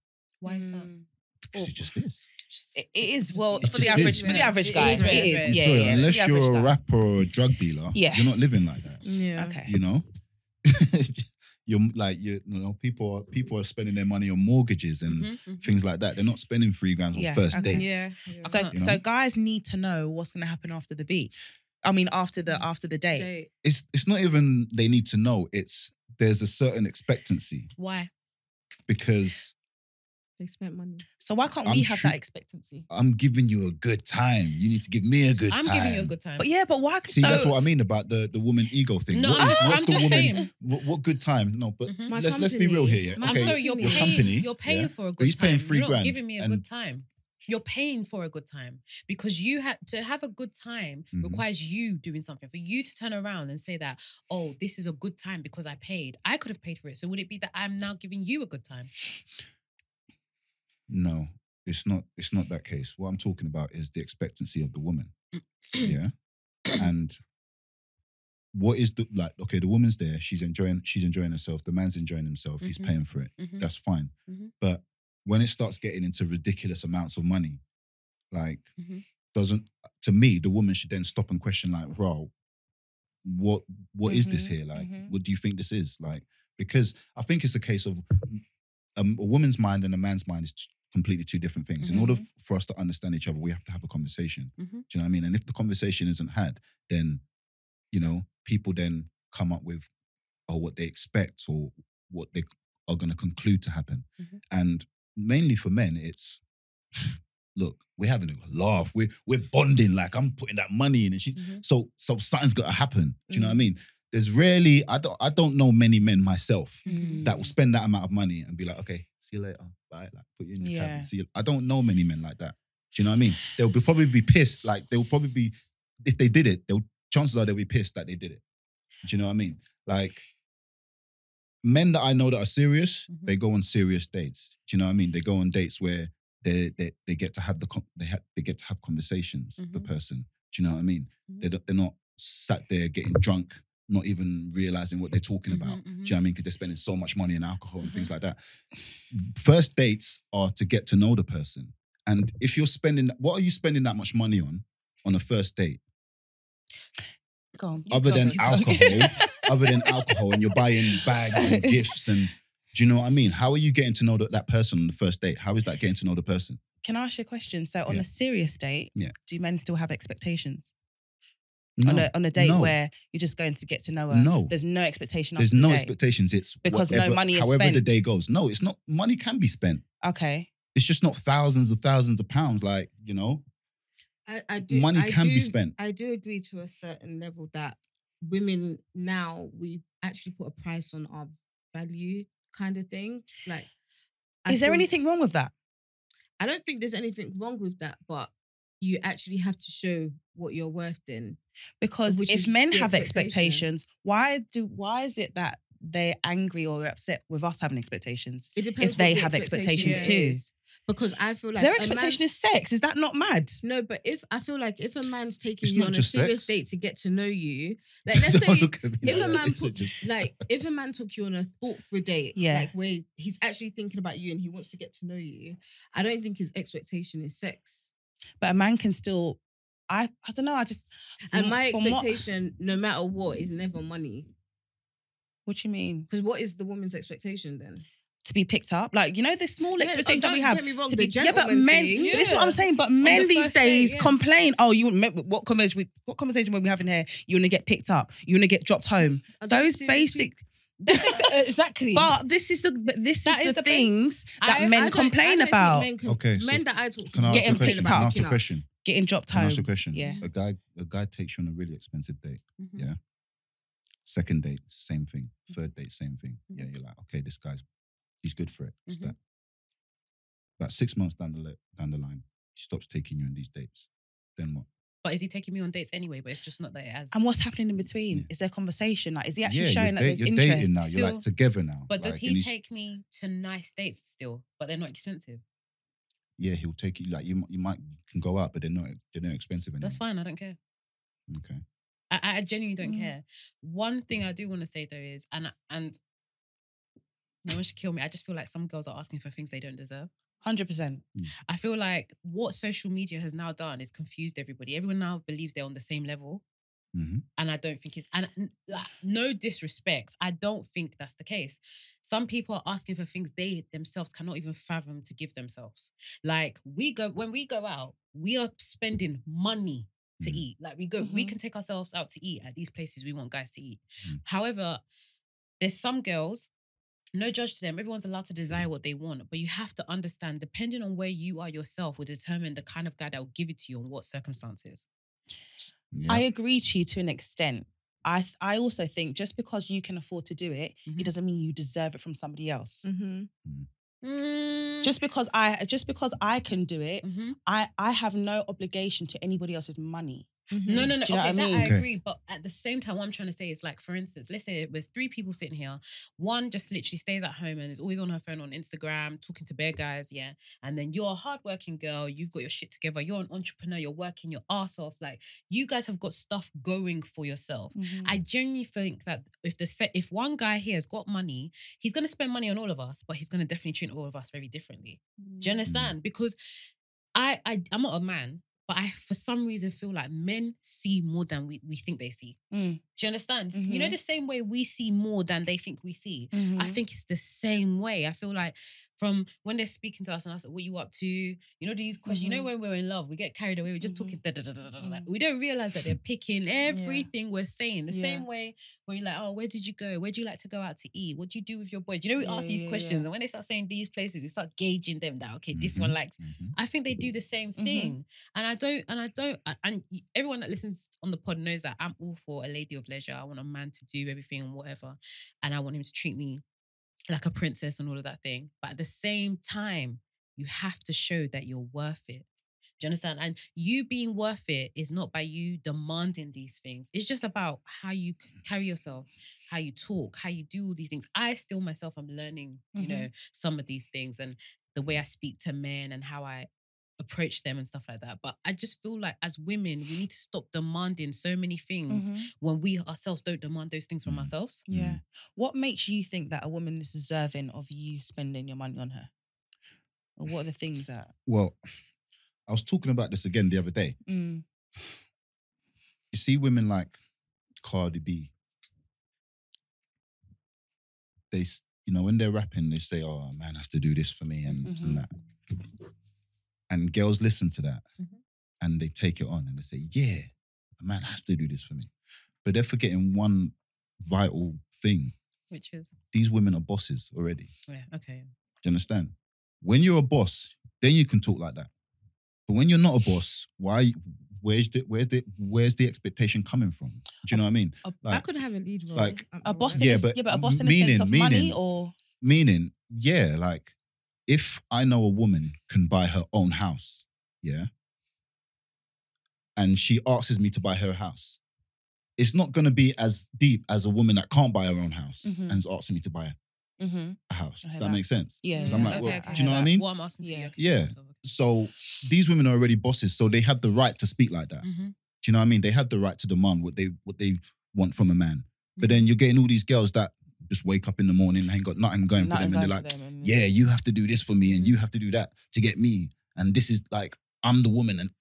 Speaker 2: Why is that?
Speaker 1: Mm.
Speaker 4: because it just is.
Speaker 1: It- it is well
Speaker 2: It's
Speaker 1: for the
Speaker 4: just
Speaker 1: average
Speaker 4: is.
Speaker 1: for the average
Speaker 2: It
Speaker 1: guy.
Speaker 2: is
Speaker 1: It
Speaker 2: rare,
Speaker 1: is,
Speaker 2: rare.
Speaker 4: I'm
Speaker 1: yeah,
Speaker 4: sorry,
Speaker 1: yeah.
Speaker 4: unless
Speaker 1: The average
Speaker 4: you're a
Speaker 1: guy.
Speaker 4: rapper or a drug dealer,
Speaker 1: Yeah.
Speaker 4: you're not living like that.
Speaker 3: yeah.
Speaker 1: Okay.
Speaker 4: you know [LAUGHS] you're like you, you know people are people are spending their money on mortgages and
Speaker 2: Mhm, mhm.
Speaker 4: things like that they're not spending three grand on
Speaker 1: Yeah,
Speaker 4: first
Speaker 1: okay.
Speaker 4: dates
Speaker 3: Yeah.
Speaker 1: So,
Speaker 2: Uh-huh.
Speaker 4: You know?
Speaker 1: so guys need to know what's going to happen after the beat. I mean, after the after the date.
Speaker 3: Date.
Speaker 4: it's it's not even they need to know it's there's a certain expectancy
Speaker 2: Why?
Speaker 4: because
Speaker 3: They spent money.
Speaker 1: So why can't
Speaker 4: I'm
Speaker 1: we have
Speaker 4: tru-
Speaker 1: that expectancy?
Speaker 4: I'm giving you a good time you need to give me a good
Speaker 2: I'm
Speaker 4: time
Speaker 2: giving you a good time.
Speaker 1: But yeah, but why?
Speaker 4: See,
Speaker 1: so,
Speaker 4: that's what I mean about the, the woman ego thing.
Speaker 2: No, [LAUGHS]
Speaker 4: What
Speaker 2: I'm
Speaker 4: is-
Speaker 2: just-
Speaker 4: what's
Speaker 2: I'm
Speaker 4: the
Speaker 2: just
Speaker 4: woman?
Speaker 2: saying.
Speaker 4: What, what good time? No, but
Speaker 2: Mhm.
Speaker 3: My
Speaker 4: let's let's be real
Speaker 3: company.
Speaker 4: here. Yeah?
Speaker 3: My
Speaker 2: I'm
Speaker 4: Okay,
Speaker 2: sorry, you're
Speaker 3: Your
Speaker 2: paying.
Speaker 4: company,
Speaker 2: you're paying
Speaker 4: yeah?
Speaker 2: for a good
Speaker 4: he's
Speaker 2: time.
Speaker 4: paying three
Speaker 2: you're not
Speaker 4: grand
Speaker 2: giving me a
Speaker 4: and-
Speaker 2: good time. You're paying for a good time because you have to have a good time
Speaker 4: Mhm.
Speaker 2: requires you doing something. For you to turn around and say that, oh, this is a good time because I paid. I could have paid for it. So would it be that I'm now giving you a good time?
Speaker 4: No, it's not. It's not that case. What I'm talking about is the expectancy of the woman. yeah, and what is the like? Okay, the woman's there. She's enjoying. She's enjoying herself. The man's enjoying himself. He's
Speaker 2: Mhm.
Speaker 4: paying for it.
Speaker 2: Mhm.
Speaker 4: That's fine.
Speaker 2: Mhm.
Speaker 4: But when it starts getting into ridiculous amounts of money, like
Speaker 2: Mhm.
Speaker 4: doesn't to me, the woman should then stop and question like, "Wow, what what is this
Speaker 1: Mhm,
Speaker 4: here? Like,
Speaker 1: mhm.
Speaker 4: what do you think this is? Like, because I think it's a case of um, a woman's mind and a man's mind is t- completely two different things. In order f- for us to understand each other, we have to have a conversation.
Speaker 2: Mhm.
Speaker 4: Do you know what I mean? And if the conversation isn't had, then you know people then come up with or what they expect or what they are going to conclude to happen.
Speaker 2: Mhm.
Speaker 4: And mainly for men, it's look, we're having a laugh, we're we're bonding. Like I'm putting that money in, and she.
Speaker 2: Mhm.
Speaker 4: So so something's got to happen. Do you know what I mean? There's rarely I don't I don't know many men myself that will spend that amount of money and be like, okay, see you later, bye, like put you in your cab.
Speaker 1: Yeah.
Speaker 4: and See, you. I don't know many men like that. Do you know what I mean? They'll be, probably be pissed. Like they'll probably be, if they did it, they'll chances are they'll be pissed that they did it. Do you know what I mean? Like men that I know that are serious,
Speaker 2: Mhm.
Speaker 4: they go on serious dates. Do you know what I mean? They go on dates where they they, they get to have the con- they ha- they get to have conversations with the
Speaker 2: Mhm.
Speaker 4: person. Do you know what I mean?
Speaker 2: Mhm.
Speaker 4: They're, they're not sat there getting drunk, not even realizing what they're talking
Speaker 2: Mhm,
Speaker 4: about.
Speaker 2: mhm.
Speaker 4: Do you know what I mean? Because they're spending so much money on alcohol and
Speaker 1: Mm-hmm.
Speaker 4: things like that. First dates are to get to know the person. And if you're spending, what are you spending that much money on on a first date?
Speaker 1: Go on.
Speaker 4: Other than
Speaker 1: [LAUGHS] You go.
Speaker 4: alcohol, other than alcohol, and you're buying
Speaker 1: [LAUGHS]
Speaker 4: bags and gifts and do you know what I mean? How are you getting to know that, that person on the first date? How is that getting to know the person?
Speaker 1: Can I ask you a question? So on
Speaker 4: Yeah.
Speaker 1: a serious date,
Speaker 4: Yeah.
Speaker 1: do men still have expectations
Speaker 4: No,
Speaker 1: on a on a date
Speaker 4: no.
Speaker 1: where you're just going to get to know her?
Speaker 4: No.
Speaker 1: there's no expectation.
Speaker 4: there's
Speaker 1: after the
Speaker 4: no
Speaker 1: date.
Speaker 4: expectations. It's
Speaker 1: Because no
Speaker 4: whatever,
Speaker 1: money is
Speaker 4: however the
Speaker 1: spent.
Speaker 4: day goes. No, it's not. Money can be spent.
Speaker 1: Okay,
Speaker 4: It's just not thousands of thousands of pounds. Like you know,
Speaker 3: I, I do,
Speaker 4: Money
Speaker 3: I
Speaker 4: can be
Speaker 3: do-
Speaker 4: spent.
Speaker 3: I do agree to a certain level that women now we actually put a price on our value kind of thing. Like, I
Speaker 1: is there
Speaker 3: feel-
Speaker 1: anything wrong with that?
Speaker 3: I don't think there's anything wrong with that, but you actually have to show what you're worth in.
Speaker 1: Because
Speaker 3: Which
Speaker 1: if
Speaker 3: is
Speaker 1: men
Speaker 3: the
Speaker 1: have
Speaker 3: expectation.
Speaker 1: expectations, why do why is it that they're angry or upset with us having expectations?
Speaker 3: It depends
Speaker 1: if they
Speaker 3: what the
Speaker 1: have
Speaker 3: expectation
Speaker 1: expectations
Speaker 2: is.
Speaker 1: too.
Speaker 3: is. Because I feel like
Speaker 1: Their
Speaker 3: a man-
Speaker 1: expectation is sex. Is that not mad?
Speaker 3: No, but if I feel like if a man's taking
Speaker 4: It's
Speaker 3: you
Speaker 4: not
Speaker 3: on a
Speaker 4: just
Speaker 3: serious
Speaker 4: sex.
Speaker 3: date to get to know you,
Speaker 1: [LAUGHS]
Speaker 3: like
Speaker 4: [LAUGHS]
Speaker 3: let's say
Speaker 4: look at me
Speaker 3: if
Speaker 4: like
Speaker 3: a
Speaker 4: that.
Speaker 3: man
Speaker 4: This is
Speaker 3: put,
Speaker 4: just-
Speaker 3: like if a man took you on a thoughtful date,
Speaker 1: Yeah.
Speaker 3: like where he's actually thinking about you and he wants to get to know you, I don't think his expectation is sex.
Speaker 1: But a man can still I I don't know. I just
Speaker 3: And
Speaker 1: from-
Speaker 3: my
Speaker 1: from what-
Speaker 3: expectation, no matter what, is never money.
Speaker 1: What do you mean?
Speaker 3: Because what is the woman's expectation then?
Speaker 1: To be picked up, like you know, the small
Speaker 3: Yeah,
Speaker 1: expectation
Speaker 3: don't
Speaker 1: that we have.
Speaker 3: Get me wrong,
Speaker 1: To
Speaker 3: the
Speaker 1: be, yeah, but
Speaker 3: gentleman
Speaker 1: men.
Speaker 3: thing-
Speaker 1: but This is what
Speaker 2: Yeah.
Speaker 1: I'm saying. But men
Speaker 2: the
Speaker 1: these
Speaker 2: first date,
Speaker 1: days
Speaker 2: yeah.
Speaker 1: complain. Oh, you men- what conversation? We, what conversation were we having here? You want to get picked up? You want to get dropped home?
Speaker 3: I don't
Speaker 1: Those
Speaker 3: seriously-
Speaker 1: basic.
Speaker 2: exactly.
Speaker 1: [LAUGHS] But this is the. But this
Speaker 2: That
Speaker 1: is
Speaker 2: is
Speaker 1: the
Speaker 2: the base-
Speaker 1: things that
Speaker 2: I-
Speaker 3: I
Speaker 1: men
Speaker 3: don't- I
Speaker 1: complain
Speaker 3: don't think
Speaker 1: about
Speaker 3: Men, com-
Speaker 4: Okay, so
Speaker 3: men that I talk
Speaker 4: Can I
Speaker 3: to
Speaker 4: ask
Speaker 1: Getting
Speaker 4: you a question?
Speaker 1: picked
Speaker 4: Can I
Speaker 1: up,
Speaker 4: ask you a question?
Speaker 1: getting dropped
Speaker 4: Can I
Speaker 1: home.
Speaker 4: ask you a question?
Speaker 1: Yeah.
Speaker 4: A guy, a guy takes you on a really expensive date.
Speaker 2: Mhm.
Speaker 4: Yeah. Second date, same thing.
Speaker 1: Mm-hmm.
Speaker 4: Third date, same thing. Yeah, you're like, okay, this guy's he's good for it. It's
Speaker 2: Mhm.
Speaker 1: Mm-hmm.
Speaker 4: that. About six months down the li- down the line, he stops taking you on these dates. Then what?
Speaker 2: But is he taking me on dates anyway? But it's just not that it has.
Speaker 1: And what's happening in between?
Speaker 4: Yeah.
Speaker 1: Is there conversation? Like, is he actually
Speaker 4: yeah,
Speaker 1: showing
Speaker 4: you're,
Speaker 1: that
Speaker 4: da-
Speaker 1: there's
Speaker 4: you're
Speaker 1: interest?
Speaker 4: dating now. You're
Speaker 2: Still.
Speaker 4: like together now.
Speaker 2: But does
Speaker 4: like, and
Speaker 2: he
Speaker 4: he's-
Speaker 2: take me to nice dates still? But they're not expensive.
Speaker 4: Yeah, he'll take you. Like you, mi- you might you can go out, but they're not they're not expensive anymore.
Speaker 2: That's fine. I don't care.
Speaker 4: Okay.
Speaker 2: I, I genuinely don't
Speaker 1: Mm.
Speaker 2: care. One thing I do want to say though is, and and no one should kill me. I just feel like some girls are asking for things they don't deserve.
Speaker 1: Hundred percent.
Speaker 2: I feel like what social media has now done is confused everybody. Everyone now believes they're on the same level.
Speaker 4: Mm-hmm.
Speaker 2: And I don't think it's and n- like, no disrespect. I don't think that's the case. Some people are asking for things they themselves cannot even fathom to give themselves. Like we go when we go out, we are spending money to
Speaker 4: Mhm.
Speaker 2: eat. Like we go, we
Speaker 1: Mhm.
Speaker 2: can take ourselves out to eat at these places we want guys to eat.
Speaker 4: Mm.
Speaker 2: However, there's some girls. No judge to them. Everyone's allowed to desire what they want, but you have to understand, depending on where you are yourself, will determine the kind of guy that will give it to you and what circumstances.
Speaker 4: Yeah.
Speaker 1: I agree to you to an extent. I th- I also think just because you can afford to do it,
Speaker 2: Mhm.
Speaker 1: it doesn't mean you deserve it from somebody else.
Speaker 3: Mhm.
Speaker 2: Mm.
Speaker 1: Just
Speaker 4: Mm-hmm.
Speaker 1: because I just because I can do it,
Speaker 2: Mhm.
Speaker 1: I I have no obligation to anybody else's money.
Speaker 3: mm-hmm.
Speaker 2: No, no, no.
Speaker 1: Mm. Do
Speaker 2: Okay,
Speaker 1: you know what I
Speaker 2: that
Speaker 1: mean?
Speaker 2: I
Speaker 4: Okay.
Speaker 2: agree. But at the same time, what I'm trying to say is like, for instance, let's say there's three people sitting here. One just literally stays at home and is always on her phone on Instagram, talking to bare guys, yeah. And then you're a hardworking girl, you've got your shit together, you're an entrepreneur, you're working your ass off. Like you guys have got stuff going for yourself.
Speaker 4: Mm-hmm.
Speaker 2: I
Speaker 1: Mm.
Speaker 2: genuinely think that if the set, if one guy here has got money, he's gonna spend money on all of us, but he's gonna definitely treat all of us very differently. Do you understand? Because I, I I'm not a man, but I for some reason feel like men see more than we, we think they see.
Speaker 1: Mm.
Speaker 2: Do you understand? You know
Speaker 1: Mhm.
Speaker 2: the same way we see more than they think we see.
Speaker 4: Mm-hmm.
Speaker 1: Mhm.
Speaker 2: I think it's the same way. I feel like from when they're speaking to us and us, what you up to? You know these questions. You know
Speaker 1: Mm-hmm.
Speaker 2: when we're in love, we get carried away. We're just
Speaker 1: Mhm.
Speaker 2: talking. Da, da, da, da, da, da, da.
Speaker 1: Mm.
Speaker 2: We don't realize that they're picking everything we're saying. The
Speaker 1: Yeah.
Speaker 2: same way when you're like, oh, where did you go? Where do you like to go out to eat? What do you do with your boys? You know we
Speaker 1: Yeah,
Speaker 2: ask these
Speaker 1: yeah, yeah.
Speaker 2: questions, and when they start saying these places, we start gauging them. That okay, this
Speaker 1: Mm-hmm.
Speaker 2: one likes.
Speaker 4: Mhm.
Speaker 2: I think they do the same thing. And I don't, and I don't, I- and y- everyone that listens on the pod knows that I'm all for a lady of leisure. I want a man to do everything and whatever. And I want him to treat me like a princess and all of that thing. But at the same time, you have to show that you're worth it. Do you understand? And you being worth it is not by you demanding these things. It's just about how you c- carry yourself, how you talk, how you do all these things. I still myself am learning, you know, some of these things and the way I speak to men and how I approach them and stuff like that. But I just feel like as women, we need to stop demanding so many things
Speaker 1: Mhm.
Speaker 2: when we ourselves don't demand those things from
Speaker 4: Mm.
Speaker 2: ourselves.
Speaker 1: Yeah. What makes you think that a woman is deserving of you spending your money on her? Or what are the things that?
Speaker 4: Well, I was talking about this again the other day.
Speaker 1: Mm.
Speaker 4: you see women like Cardi B. They, s- you know, when they're rapping, they say, "Oh, a man has to do this for me," and,
Speaker 1: Mhm.
Speaker 4: and that. And girls listen to that,
Speaker 2: Mhm.
Speaker 4: and they take it on, and they say, "Yeah, a man has to do this for me," but they're forgetting one vital thing:
Speaker 2: Which is
Speaker 4: these women are bosses already.
Speaker 2: yeah, okay.
Speaker 4: Do you understand? When you're a boss, then you can talk like that. But when you're not a boss, why? Where's the where's the where's the expectation coming from? Do you know what I mean?
Speaker 1: A-
Speaker 3: I
Speaker 4: Like,
Speaker 3: could have a lead role.
Speaker 4: like-
Speaker 1: A
Speaker 3: at my
Speaker 1: boss
Speaker 3: work.
Speaker 1: in
Speaker 4: Yeah,
Speaker 1: a, s-
Speaker 4: but
Speaker 1: yeah, but a boss in a sense
Speaker 4: meaning-
Speaker 1: of money
Speaker 4: meaning-
Speaker 1: or
Speaker 4: meaning, yeah, like if I know a woman can buy her own house, yeah, and she asks me to buy her a house, it's not gonna be as deep as a woman that can't buy her own house
Speaker 1: Mhm.
Speaker 4: and is asking me to buy
Speaker 1: hmm
Speaker 4: a house. Does
Speaker 1: hear
Speaker 4: that,
Speaker 1: that.
Speaker 4: make sense?
Speaker 1: yeah.
Speaker 4: So I'm like,
Speaker 1: Okay,
Speaker 4: well,
Speaker 1: okay,
Speaker 4: do you know
Speaker 1: I
Speaker 4: what I
Speaker 1: hear
Speaker 4: mean?
Speaker 2: What I'm asking for you,
Speaker 1: Yeah.
Speaker 2: okay,
Speaker 4: Yeah. So these women are already bosses, so they have the right to speak like that.
Speaker 2: hmm
Speaker 4: Do you know what I mean? They have the right to demand what they what they want from a man.
Speaker 1: Mm.
Speaker 4: But then you're getting all these girls that just wake up in the morning and ain't got nothing going
Speaker 1: Nothing
Speaker 4: for them,
Speaker 1: going
Speaker 4: and they're
Speaker 1: for
Speaker 4: like,
Speaker 1: them Mm. and-
Speaker 4: "Yeah, you have to do this for me, and you have to do that to get me, and this is like I'm the woman." And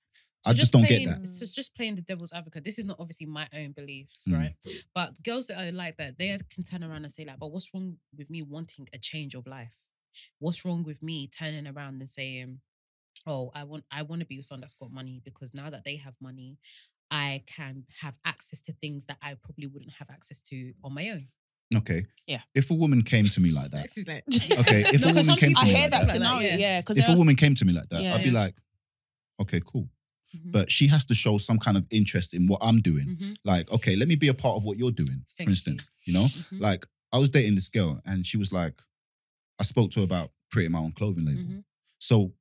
Speaker 4: I just don't
Speaker 2: playing,
Speaker 4: get that.
Speaker 2: It's just, just playing the devil's advocate. This is not obviously my own beliefs,
Speaker 4: Mm.
Speaker 2: right? But girls that are like that, they can turn around and say, like, but what's wrong with me wanting a change of life? What's wrong with me turning around and saying, Oh, I want I want to be with someone that's got money because now that they have money, I can have access to things that I probably wouldn't have access to on my own.
Speaker 4: Okay.
Speaker 1: Yeah.
Speaker 4: If a woman came to me like that,
Speaker 1: [LAUGHS]
Speaker 3: This is like
Speaker 4: [LAUGHS] okay. If
Speaker 2: No,
Speaker 4: a
Speaker 2: 'cause
Speaker 4: woman
Speaker 2: some
Speaker 4: came to
Speaker 2: people-
Speaker 1: I
Speaker 4: me
Speaker 1: hear
Speaker 4: like
Speaker 1: that
Speaker 4: that,
Speaker 1: scenario.
Speaker 2: Yeah.
Speaker 1: Yeah, because
Speaker 4: if a woman came to me like that,
Speaker 1: Yeah. Mm.
Speaker 4: I'd be
Speaker 2: Yeah.
Speaker 4: like, okay, cool.
Speaker 2: Mhm.
Speaker 4: But she has to show some kind of interest in what I'm doing.
Speaker 2: Mhm.
Speaker 4: Like, okay, let me be a part of what you're doing,
Speaker 2: Thank
Speaker 4: for
Speaker 2: you.
Speaker 4: instance. You know,
Speaker 2: Mhm.
Speaker 4: like I was dating this girl and she was like, I spoke to her about creating my own clothing label.
Speaker 2: Mhm.
Speaker 4: So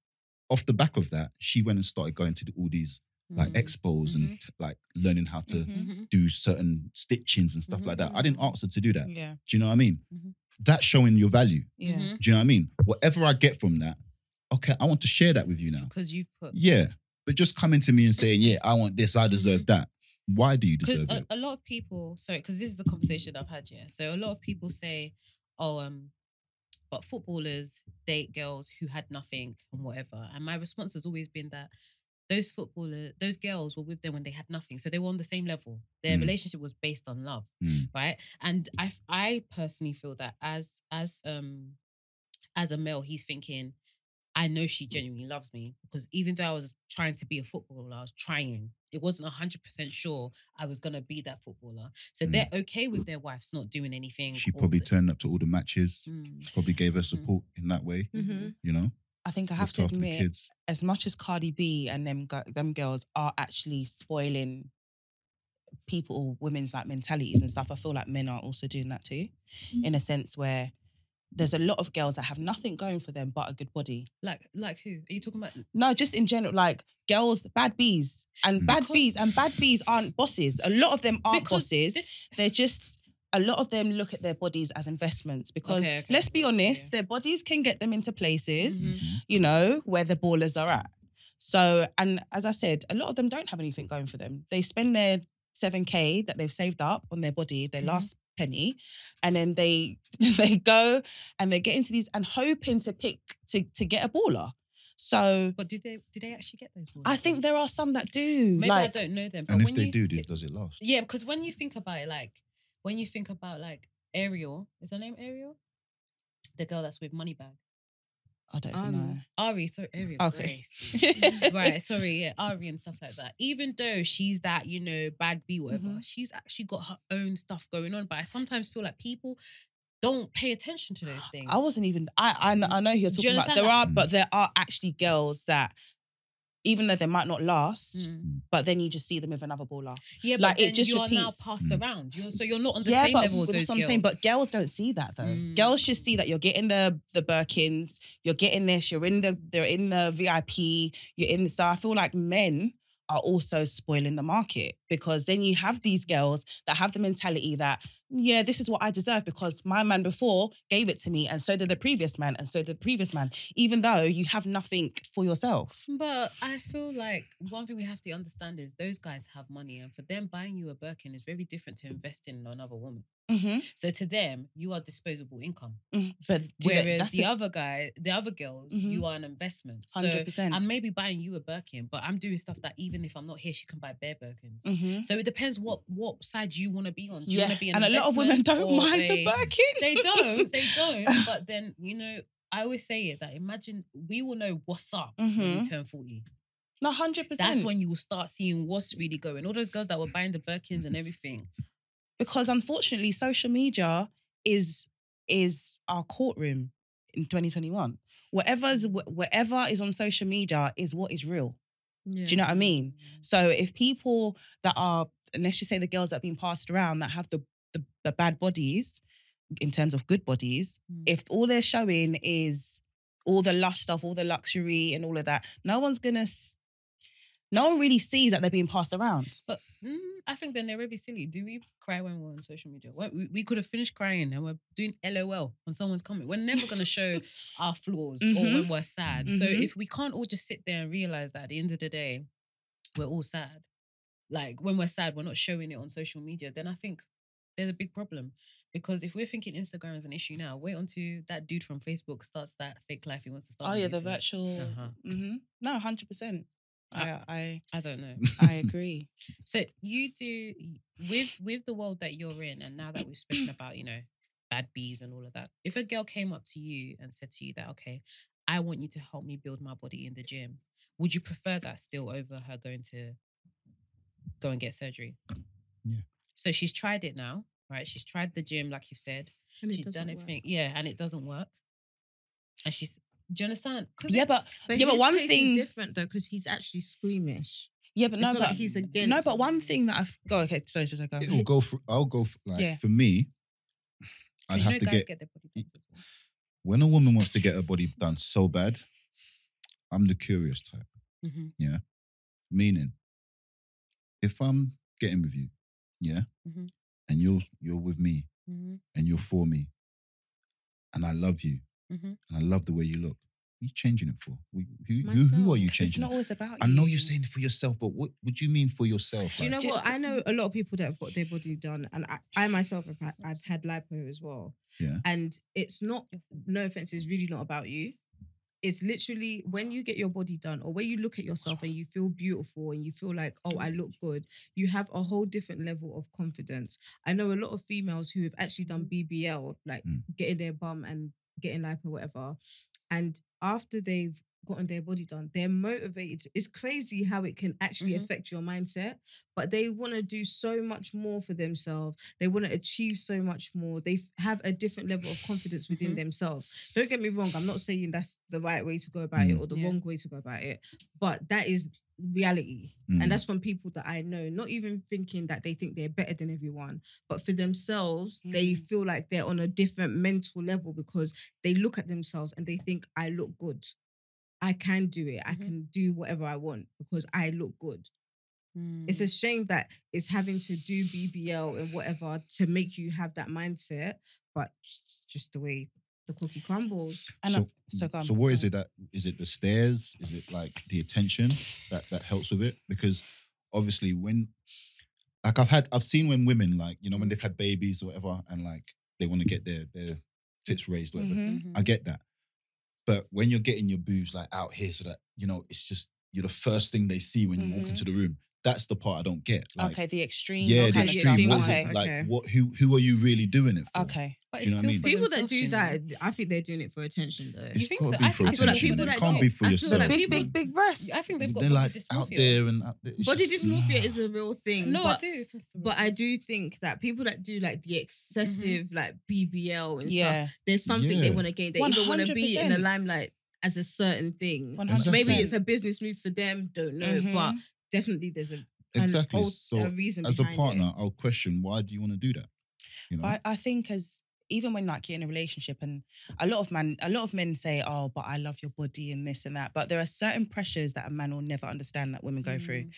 Speaker 4: off the back of that, she went and started going to the, all these like
Speaker 2: Mhm.
Speaker 4: expos and t- like learning how to
Speaker 1: Mhm.
Speaker 2: Mhm.
Speaker 4: do certain stitchings and stuff like that.
Speaker 2: Mm-hmm.
Speaker 4: I didn't ask her to do that.
Speaker 1: Yeah,
Speaker 4: Do you know what I mean?
Speaker 2: Mhm.
Speaker 4: That's showing your value.
Speaker 1: yeah.
Speaker 2: Mhm.
Speaker 4: Do you know what I mean? Whatever I get from that, okay, I want to share that with you now.
Speaker 2: Because you've put
Speaker 4: Yeah. But just coming to me and saying, yeah, I want this, I deserve that. Why do you
Speaker 2: Mm-hmm. because uh,
Speaker 4: deserve
Speaker 2: a,
Speaker 4: it?
Speaker 2: a lot of people sorry because this is a conversation i've had yeah so a lot of people say oh um but footballers date girls who had nothing and whatever and my response has always been that those footballers those girls were with them when they had nothing so they were on the same level their
Speaker 4: Mm.
Speaker 2: relationship was based on love
Speaker 4: Mm.
Speaker 2: right and i f- i personally feel that as as um as a male he's thinking I know
Speaker 4: Mm.
Speaker 2: she genuinely loves me because even though I was trying to be a footballer, I was trying. It wasn't 100% sure I was going to be that footballer. So
Speaker 4: Mm.
Speaker 2: they're okay with their wives not doing anything.
Speaker 4: She
Speaker 2: or
Speaker 4: probably
Speaker 2: the-
Speaker 4: turned up to all the matches,
Speaker 2: Mm,
Speaker 4: probably gave her
Speaker 2: Mhm.
Speaker 4: support in that way,
Speaker 3: Mhm.
Speaker 4: you know?
Speaker 1: I think Mm-hmm. I have
Speaker 4: looked
Speaker 1: to
Speaker 4: after the
Speaker 1: admit,
Speaker 4: kids.
Speaker 1: as much as Cardi B and them gu- them girls are actually spoiling people, women's like mentalities and stuff, I feel like men are also doing that too,
Speaker 2: Mm.
Speaker 1: in a sense where there's a lot of girls that have nothing going for them but a good body.
Speaker 2: Like, like who? Are you talking about?
Speaker 1: No, just in general, like girls, bad bees and
Speaker 4: Mm.
Speaker 1: bad
Speaker 2: Because-
Speaker 1: bees and bad bees aren't bosses. A lot of them aren't
Speaker 2: Because
Speaker 1: bosses.
Speaker 2: this-
Speaker 1: They're just a lot of them look at their bodies as investments because
Speaker 2: Okay, okay,
Speaker 1: let's be
Speaker 2: yes,
Speaker 1: honest,
Speaker 2: yeah.
Speaker 1: their bodies can get them into places
Speaker 2: Mhm.
Speaker 4: Mm-hmm.
Speaker 1: you know, where the ballers are at. So, and as I said, a lot of them don't have anything going for them. They spend their 7K that they've saved up on their body, their
Speaker 2: Mhm.
Speaker 1: last penny, and then they [LAUGHS] they go and they get into these and hoping to pick to to get a baller. So
Speaker 2: But do they do they actually get those?
Speaker 1: I think there are some that do.
Speaker 2: Maybe
Speaker 1: like,
Speaker 2: I don't know them. But
Speaker 4: And if
Speaker 2: when
Speaker 4: they
Speaker 2: you
Speaker 4: do,
Speaker 2: thi-
Speaker 4: does it last?
Speaker 2: yeah, because when you think about it, like when you think about like Ariel, is her name Ariel? The girl that's with Moneybag.
Speaker 1: I don't
Speaker 3: Um,
Speaker 1: know. [LAUGHS]
Speaker 2: Ari, sorry, Ariel.
Speaker 1: Okay.
Speaker 2: Grace.
Speaker 1: [LAUGHS]
Speaker 2: right, sorry, yeah, Ari and stuff like that. Even though she's that, you know, bad B, whatever,
Speaker 1: Mhm.
Speaker 2: she's actually got her own stuff going on. But I sometimes feel like people don't pay attention to those things.
Speaker 1: I wasn't even. I I know, I know who you're
Speaker 2: Do you
Speaker 1: talking about.
Speaker 2: understand
Speaker 1: There are,
Speaker 2: that?
Speaker 1: but there are actually girls that, even though they might not last,
Speaker 2: Mm.
Speaker 1: but then you just see them with another baller.
Speaker 2: Yeah,
Speaker 1: Like,
Speaker 2: but
Speaker 1: it
Speaker 2: then
Speaker 1: just
Speaker 2: you are now
Speaker 1: repeats.
Speaker 2: passed
Speaker 4: Mm.
Speaker 2: around. You're, so you're not on the same level as
Speaker 1: that's
Speaker 2: those
Speaker 1: what I'm
Speaker 2: girls.
Speaker 1: saying. But girls don't see that though.
Speaker 2: Mm.
Speaker 1: Girls just see that you're getting the the Birkins, you're getting this, you're in the they're in the VIP, you're in the so I feel like men are also spoiling the market because then you have these girls that have the mentality that, yeah, this is what I deserve because my man before gave it to me, and so did the previous man, and so did the previous man, even though you have nothing for yourself.
Speaker 2: But I feel like one thing we have to understand is those guys have money, and for them, buying you a Birkin is very different to investing in another woman.
Speaker 1: Mm-hmm.
Speaker 2: So to them, you are disposable income.
Speaker 1: But do that-
Speaker 2: Whereas
Speaker 1: that's
Speaker 2: the other guy, the other girls,
Speaker 1: Mhm.
Speaker 2: you are an investment. So
Speaker 1: 100%.
Speaker 2: I may be buying you a Birkin, but I'm doing stuff that even if I'm not here, she can buy bare Birkins.
Speaker 1: Mhm.
Speaker 2: So it depends what what side you want to be on. Do you
Speaker 1: Yeah,
Speaker 2: want to be an
Speaker 1: and a lot of women
Speaker 2: investment
Speaker 1: don't
Speaker 2: or
Speaker 1: mind the
Speaker 2: a-
Speaker 1: Birkin.
Speaker 2: They don't, they
Speaker 1: [LAUGHS]
Speaker 2: don't. But then you know, I always say it that imagine we will know what's up when
Speaker 1: Mhm.
Speaker 2: you turn forty.
Speaker 1: No, hundred percent.
Speaker 2: That's when you will start seeing what's really going. All those girls that were buying the Birkins and everything.
Speaker 1: because unfortunately social media is is our courtroom in 2021 whatever's wh- whatever is on social media is what is real
Speaker 3: yeah.
Speaker 1: do you know what i mean so if people that are and let's just say the girls that have been passed around that have the the, the bad bodies in terms of good bodies
Speaker 2: Mm.
Speaker 1: if all they're showing is all the lush stuff all the luxury and all of that no one's gonna s- no one really sees that they're being passed around
Speaker 2: But mm, I think then they're really silly. Do we cry when we're on social media? Well, We, we could have finished crying and we're doing LOL on someone's comment. We're never going to show our flaws or when we're sad. So
Speaker 1: Mhm.
Speaker 2: if we can't all just sit there and realize that at the end of the day, we're all sad. Like when we're sad, we're not showing it on social media, then I think there's a big problem. Because if we're thinking Instagram is an issue now, wait until that dude from Facebook starts that fake life he wants to Uh-huh. start.
Speaker 1: oh
Speaker 2: on
Speaker 1: yeah the
Speaker 2: later.
Speaker 1: virtual
Speaker 2: Uh-huh.
Speaker 1: hmm no 100% I
Speaker 4: Uh, [LAUGHS]
Speaker 1: I,
Speaker 2: I don't know.
Speaker 1: I agree.
Speaker 2: So you do with with the world that you're in, and now that we've
Speaker 4: [CLEARS THROAT]
Speaker 2: spoken about, you know, bad bees and all of that. If a girl came up to you and said to you that, okay, I want you to help me build my body in the gym, would you prefer that still over her going to go and get surgery?
Speaker 4: Yeah.
Speaker 2: So she's tried it now, right? She's tried the gym, like you said.
Speaker 3: And
Speaker 2: she's done everything, yeah, and it doesn't work. And she's, do you understand? 'Cause
Speaker 1: Yeah,
Speaker 2: it-
Speaker 1: but Yeah, but
Speaker 3: his
Speaker 1: one
Speaker 3: case
Speaker 1: thing-
Speaker 3: is different though because he's actually squeamish.
Speaker 1: yeah, but
Speaker 3: it's
Speaker 1: no,
Speaker 3: not
Speaker 1: but
Speaker 3: like he's against.
Speaker 1: no, but one thing that I've go okay. Sorry, should I go?
Speaker 4: It'll go for. I'll go for, like
Speaker 1: Yeah.
Speaker 4: for me. I'd
Speaker 2: 'cause you
Speaker 4: have
Speaker 2: know
Speaker 4: to
Speaker 2: guys
Speaker 4: get,
Speaker 2: get their body done as well.
Speaker 4: when a woman wants to get her body done so bad. I'm the curious type.
Speaker 2: Mhm,
Speaker 4: Meaning, if I'm getting with you, yeah,
Speaker 2: Mhm.
Speaker 4: and you're you're with me
Speaker 2: mhm,
Speaker 4: and you're for me, and I love you
Speaker 2: mhm.
Speaker 4: and I love the way you look. What are you changing it for? Who who, who, who are you
Speaker 3: Myself.
Speaker 1: It's
Speaker 4: changing?
Speaker 1: not
Speaker 4: It? for?
Speaker 1: always about.
Speaker 4: I know
Speaker 1: you.
Speaker 4: you're saying for yourself, but what would you mean for yourself?
Speaker 3: Do you know
Speaker 4: Like,
Speaker 1: Do you-
Speaker 3: what? I know a lot of people that have got their body done, and I, I myself have had, I've had lipo as well.
Speaker 4: Yeah.
Speaker 3: And it's not, no offense, it's really not about you. It's literally when you get your body done, or when you look at yourself and you feel beautiful and you feel like, oh, I look good. You have a whole different level of confidence. I know a lot of females who have actually done BBL, like
Speaker 4: Mm.
Speaker 3: getting their bum and getting lipo, whatever. And after they've gotten their body done, they're motivated. It's crazy how it can actually
Speaker 2: Mhm.
Speaker 3: affect your mindset but they want to do so much more for themselves. They want to achieve so much more. They f- have a different level of confidence within
Speaker 2: Mhm.
Speaker 3: themselves. Don't get me wrong, I'm not saying that's the right way to go about it or the
Speaker 2: Yeah.
Speaker 3: wrong way to go about it, but that is reality.
Speaker 4: mm,
Speaker 3: And that's from people that I know, not even thinking that they think they're better than everyone, but for themselves, they
Speaker 1: Mm.
Speaker 3: feel like they're on a different mental level because they look at themselves and they think, I look good. I can do it. I
Speaker 2: Mhm.
Speaker 3: can do whatever I want because I look good.
Speaker 2: Mm.
Speaker 3: It's a shame that it's having to do BBL and whatever to make you have that mindset, but it's just the way the cookie crumbles.
Speaker 1: And
Speaker 4: so,
Speaker 1: I, so, go on,
Speaker 4: so what is
Speaker 1: go on.
Speaker 4: it that is it the stairs? Is it like the attention that that helps with it? Because obviously when like I've had I've seen when women like, you know, when they've had babies or whatever and like they want to get their their tits raised or whatever.
Speaker 1: Mhm.
Speaker 2: Mhm.
Speaker 4: I get that. But when you're getting your boobs like out here so that, you know, it's just you're the first thing they see when you walk
Speaker 1: Mhm.
Speaker 4: into the room. That's the part I don't get. Like
Speaker 1: okay, the extreme.
Speaker 4: yeah,
Speaker 1: okay,
Speaker 4: the
Speaker 3: kind of
Speaker 4: extreme
Speaker 3: extreme
Speaker 4: ones.
Speaker 1: Okay.
Speaker 3: ones.
Speaker 4: Like
Speaker 3: Okay.
Speaker 4: what who who are you really doing it for?
Speaker 1: okay.
Speaker 2: But
Speaker 4: Do you know what I mean?
Speaker 2: for
Speaker 3: People that
Speaker 2: themselves,
Speaker 3: do
Speaker 2: you know.
Speaker 3: that, I think they're doing it for attention though.
Speaker 4: It's
Speaker 2: think
Speaker 4: got
Speaker 2: so?
Speaker 4: to be
Speaker 2: I
Speaker 4: for
Speaker 2: think- I feel like
Speaker 4: attention.
Speaker 2: people
Speaker 4: it
Speaker 2: that
Speaker 4: can't
Speaker 2: do-
Speaker 4: be for
Speaker 3: I feel
Speaker 4: yourself.
Speaker 3: like people-
Speaker 4: man.
Speaker 1: big breasts.
Speaker 2: I think they've got
Speaker 4: They're
Speaker 2: body
Speaker 4: like
Speaker 2: dysmorphia.
Speaker 4: out there and out there. It's
Speaker 3: Body
Speaker 4: just-
Speaker 3: dysmorphia is a real thing.
Speaker 2: No,
Speaker 3: but,
Speaker 2: I do. think it's a
Speaker 3: But
Speaker 2: reason.
Speaker 3: I do think that people that do like
Speaker 2: Mm-hmm.
Speaker 3: the excessive like BBL and stuff,
Speaker 1: yeah,
Speaker 3: there's something they
Speaker 4: Yeah.
Speaker 3: want to gain. They either want to be in the
Speaker 1: 100%.
Speaker 3: limelight as a certain thing.
Speaker 1: one
Speaker 4: Exactly.
Speaker 1: hundred. Mm-hmm.
Speaker 3: Maybe it's a business move for them, don't know, but definitely there's a an
Speaker 4: Exactly.
Speaker 3: old- a
Speaker 4: So
Speaker 3: reason
Speaker 4: as a
Speaker 3: behind it. [LAUGHS]
Speaker 4: partner, I'll question why do you want to do that? You know?
Speaker 1: But I, I think as even when like you're in a relationship and a lot of men a lot of men say, Oh, but I love your body and this and that. But there are certain pressures that a man will never understand that women go through.
Speaker 4: Mm.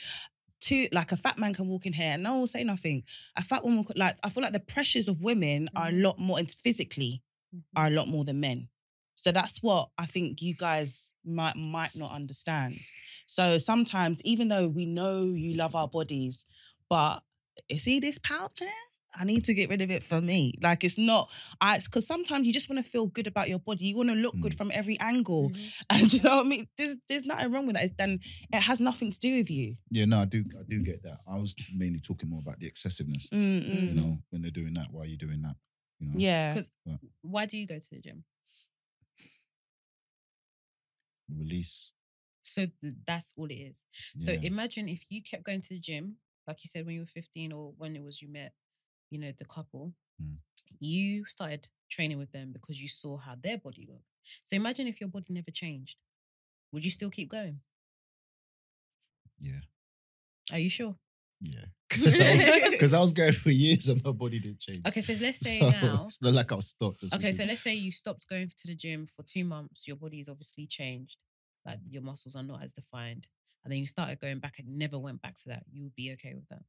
Speaker 1: Two, like a fat man can walk in here and no one will say nothing. A fat woman could like I feel like the pressures of women are a
Speaker 4: Mm-hmm.
Speaker 2: Mhm.
Speaker 1: lot more and physically
Speaker 2: Mhm.
Speaker 1: are a lot more than men. So that's what I think you guys might might not understand. So sometimes, even though we know you love our bodies, but you see this pouch here? I need to get rid of it for me. Like it's not, I it's because sometimes you just want to feel good about your body. You want to look good from every
Speaker 4: Mm-hmm.
Speaker 1: angle.
Speaker 2: Mhm.
Speaker 1: [LAUGHS] And you know what I mean? There's there's nothing wrong with that. And it has nothing to do with you.
Speaker 4: yeah, no, I do I do get that. I was mainly talking more about the excessiveness.
Speaker 1: Mm-mm.
Speaker 2: Mm.
Speaker 4: You know, when they're doing that, why are you doing that? You know?
Speaker 1: Yeah.
Speaker 2: 'Cause- Why do you go to the gym?
Speaker 4: Release.
Speaker 2: So th- that's all it is. So
Speaker 4: Yeah.
Speaker 2: imagine if you kept going to the gym, like you said when you were 15 or when it was you met, you know, the couple,
Speaker 4: Mm.
Speaker 2: you started training with them because you saw how their body looked. So imagine if your body never changed. Would you still keep going?
Speaker 4: Yeah.
Speaker 2: Are you sure? [LAUGHS]
Speaker 4: Yeah. [LAUGHS] Because I, was- 'cause I was going for years and my body didn't change.
Speaker 2: Okay, so let's say
Speaker 4: [LAUGHS] So
Speaker 2: now.
Speaker 4: it's not like I was stopped. just
Speaker 2: Okay, so
Speaker 4: because-
Speaker 2: let's say you stopped going to the gym for two months. Your body is obviously changed. Like your muscles are not as defined. And then you started going back and never went back to that. You would be okay with that.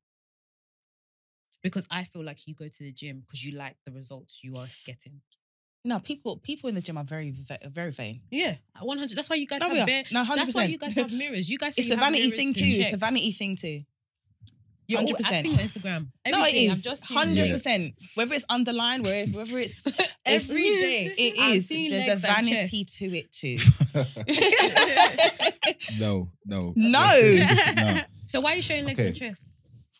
Speaker 2: Because I feel like you go to the gym because you like the results you are getting.
Speaker 1: No, people people in the gym are very va- very vain.
Speaker 2: Yeah, 100. That's why you guys
Speaker 1: No, we
Speaker 2: have
Speaker 1: are.
Speaker 2: bare.
Speaker 1: No, 100%.
Speaker 2: That's why you guys have mirrors. You guys say
Speaker 1: [LAUGHS] it's
Speaker 2: you
Speaker 1: a
Speaker 2: have
Speaker 1: vanity
Speaker 2: mirrors
Speaker 1: thing
Speaker 2: to
Speaker 1: too. It's
Speaker 2: check.
Speaker 1: a vanity thing too.
Speaker 2: You're all,
Speaker 1: 100%.
Speaker 2: I've seen your Instagram.
Speaker 1: No, it
Speaker 2: Everything. I've
Speaker 1: is
Speaker 2: just seen
Speaker 1: hundred
Speaker 2: legs.
Speaker 1: percent. Whether it's underlined, whether whether
Speaker 2: [LAUGHS]
Speaker 1: it's
Speaker 2: Every day.
Speaker 1: it
Speaker 2: I've
Speaker 1: is.
Speaker 2: seen
Speaker 1: There's a
Speaker 2: legs and
Speaker 1: vanity
Speaker 2: chest.
Speaker 1: to it too.
Speaker 4: [LAUGHS]
Speaker 1: [LAUGHS]
Speaker 4: no, no,
Speaker 1: No.
Speaker 4: There's- there's different- no.
Speaker 2: So why are you showing legs
Speaker 4: Okay.
Speaker 2: and chest?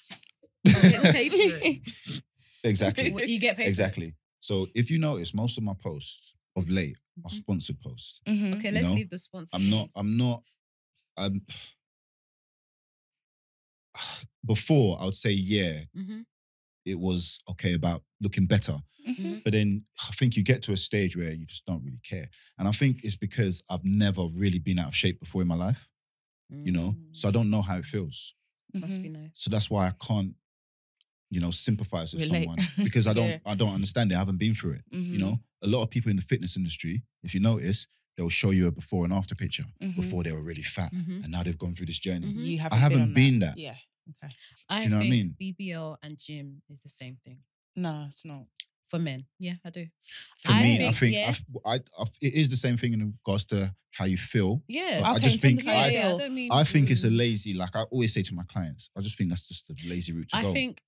Speaker 2: [LAUGHS]
Speaker 3: It's paid for it.
Speaker 4: [LAUGHS] Exactly,
Speaker 2: What- You get paid. for it?
Speaker 4: exactly. So if you notice, most of my posts of late
Speaker 1: Mm-hmm.
Speaker 4: are sponsored posts.
Speaker 1: Mhm.
Speaker 2: Okay,
Speaker 4: You
Speaker 2: let's
Speaker 4: know,
Speaker 2: leave the sponsor.
Speaker 4: I'm not. I'm not. I'm. [SIGHS] Before I would say yeah,
Speaker 2: hmm
Speaker 4: it was okay about looking better,
Speaker 2: Mm-hmm.
Speaker 1: Mhm.
Speaker 4: but then I think you get to a stage where you just don't really care, and I think it's because I've never really been out of shape before in my life,
Speaker 2: Mm-hmm.
Speaker 4: you know.
Speaker 1: Mm.
Speaker 4: So I don't know how it feels,
Speaker 2: must
Speaker 1: Mhm.
Speaker 2: be nice.
Speaker 4: so that's why I can't, you know, sympathize with
Speaker 1: Relate.
Speaker 4: someone
Speaker 1: [LAUGHS]
Speaker 4: because I don't.
Speaker 1: Yeah.
Speaker 4: I don't understand it. I haven't been through it. You
Speaker 2: Mm.
Speaker 1: Mhm.
Speaker 4: know, a lot of people in the fitness industry, if you notice, they'll show you a before and after picture.
Speaker 1: Mhm.
Speaker 2: Mm-hmm.
Speaker 4: Before they were really fat,
Speaker 2: Mhm.
Speaker 4: and now they've gone through this journey.
Speaker 2: Mhm.
Speaker 1: you haven't.
Speaker 4: I haven't
Speaker 1: on
Speaker 4: been
Speaker 1: that.
Speaker 4: that.
Speaker 1: Yeah.
Speaker 2: I
Speaker 4: you know what I
Speaker 2: think
Speaker 4: mean?
Speaker 2: BBL and gym is the same thing
Speaker 1: No, it's not.
Speaker 2: for men. Yeah, I do.
Speaker 4: For
Speaker 2: I
Speaker 4: me, I
Speaker 2: think,
Speaker 4: think
Speaker 2: yeah.
Speaker 4: I've- I, I, it is the same thing in regards to how you feel.
Speaker 2: Yeah.
Speaker 4: I
Speaker 1: Okay,
Speaker 4: just
Speaker 1: in terms
Speaker 4: think
Speaker 1: of how
Speaker 2: yeah,
Speaker 1: you
Speaker 4: I,
Speaker 2: yeah,
Speaker 1: feel.
Speaker 2: I don't mean.
Speaker 4: I think it's a
Speaker 2: Mm.
Speaker 4: lazy. Like I always say to my clients, I just think that's just a lazy route to
Speaker 2: I
Speaker 4: go.
Speaker 2: think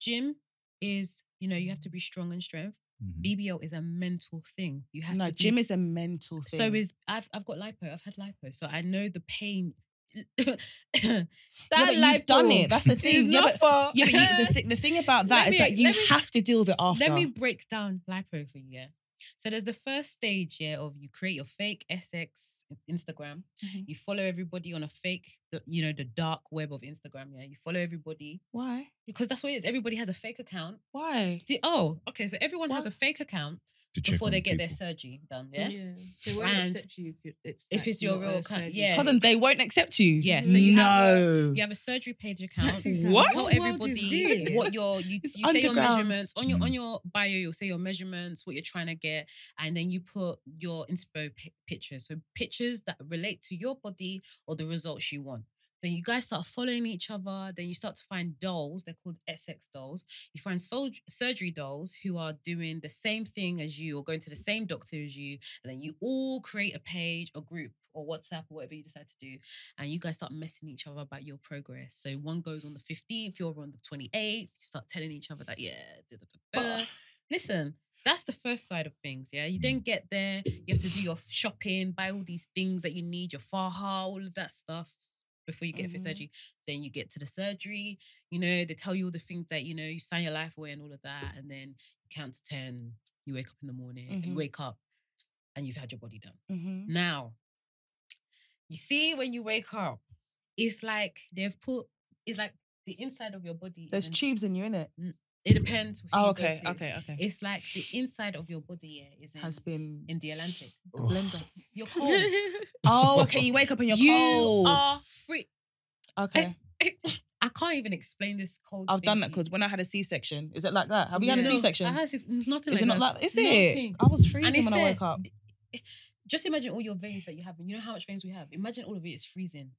Speaker 2: gym is you know you have to be strong and strength.
Speaker 4: Mhm.
Speaker 2: BBL is a mental thing. You have
Speaker 1: Mm. No,
Speaker 2: to be-
Speaker 1: gym is a mental thing.
Speaker 2: So is I've I've got lipo. I've had lipo, so I know the pain. [COUGHS] that
Speaker 1: yeah, but you've done it.
Speaker 2: [LAUGHS]
Speaker 1: That's the thing. Yeah, but,
Speaker 2: for
Speaker 1: yeah, but
Speaker 2: [LAUGHS]
Speaker 1: you, the, thi- the thing about that
Speaker 2: Let
Speaker 1: is
Speaker 2: me-
Speaker 1: that you
Speaker 2: let me-
Speaker 1: have to deal with it after.
Speaker 2: Let me break down lipo for you. Yeah. So there's the first stage, yeah, of you create your fake SX Instagram.
Speaker 4: Mm-hmm.
Speaker 1: Mhm.
Speaker 2: You follow everybody on a fake, you know, the dark web of Instagram. Yeah, you follow everybody
Speaker 1: Why?
Speaker 2: because that's what it is. Everybody has a fake account.
Speaker 1: Why?
Speaker 2: The- oh, okay. So everyone has a
Speaker 1: What?
Speaker 2: fake account
Speaker 4: to check
Speaker 2: before
Speaker 4: on
Speaker 2: they get their
Speaker 4: people.
Speaker 2: surgery done. [LAUGHS] Yeah.
Speaker 3: They won't
Speaker 2: And
Speaker 3: accept you if, you, it's,
Speaker 2: if
Speaker 3: like
Speaker 2: it's your
Speaker 3: not a
Speaker 2: real account,
Speaker 3: surgery.
Speaker 2: yeah.
Speaker 1: Hold on, they won't accept you.
Speaker 2: Yeah, so you
Speaker 1: no.
Speaker 2: have You have a surgery page account.
Speaker 3: Max's like,
Speaker 1: What?
Speaker 2: tell
Speaker 3: world is
Speaker 2: everybody
Speaker 3: this?
Speaker 2: what
Speaker 3: [LAUGHS]
Speaker 2: your you,
Speaker 1: It's
Speaker 2: you say your
Speaker 1: underground.
Speaker 2: measurements on your on
Speaker 4: Mm.
Speaker 2: your bio you'll say your measurements what you're trying to get and then you put your inspo pi- pictures so pictures that relate to your body or the results you want then you guys start following each other then you start to find dolls they're called sx dolls you find sol- surgery dolls who are doing the same thing as you or going to the same doctor as you and then you all create a page or group or whatsapp or whatever you decide to do and you guys start messing each other about your progress. So one goes on the 15th, you're on the 28th, you start telling each other that, yeah, da, da, da, da.
Speaker 1: But-
Speaker 2: listen, that's the first side of things. Yeah. You then get there, you have to do your shopping, buy all these things that you need, your faha, all of that stuff before you get fit
Speaker 1: Mhm.
Speaker 2: surgery. Then you get to the surgery, you know, they tell you all the things that, you know, you sign your life away and all of that. And then you count to 10, you wake up in the morning, and you
Speaker 1: Mhm.
Speaker 2: wake up and you've had your body done.
Speaker 1: Mhm.
Speaker 2: Now, you see, when you wake up, it's like they've put, it's like the inside of your body.
Speaker 1: There's
Speaker 2: and
Speaker 1: tubes in you, innit?
Speaker 2: it depends. Who
Speaker 1: Oh,
Speaker 2: you go
Speaker 1: okay,
Speaker 2: to.
Speaker 1: okay, okay.
Speaker 2: It's like
Speaker 1: [SIGHS]
Speaker 2: the inside of your body yeah, is in,
Speaker 1: has been
Speaker 2: in the Atlantic.
Speaker 1: the blender. [LAUGHS]
Speaker 2: You're cold.
Speaker 1: Oh, okay. You wake up and you're
Speaker 2: you
Speaker 1: cold.
Speaker 2: are free. [COUGHS]
Speaker 1: okay.
Speaker 2: I can't even explain this cold.
Speaker 1: I've
Speaker 2: thing
Speaker 1: done
Speaker 2: to
Speaker 1: that
Speaker 2: you.
Speaker 1: because when I had a C-section, is it like that? Have you had
Speaker 2: Yeah.
Speaker 1: a
Speaker 2: No,
Speaker 1: C-section?
Speaker 2: I had six, nothing
Speaker 1: is
Speaker 2: like
Speaker 1: it not
Speaker 2: that.
Speaker 1: like? Is
Speaker 2: Nothing.
Speaker 1: it? I was freezing
Speaker 2: it's
Speaker 1: when I woke
Speaker 2: there.
Speaker 1: up.
Speaker 2: Just imagine all your veins that you have. and You know how much veins we have. Imagine all of it is freezing.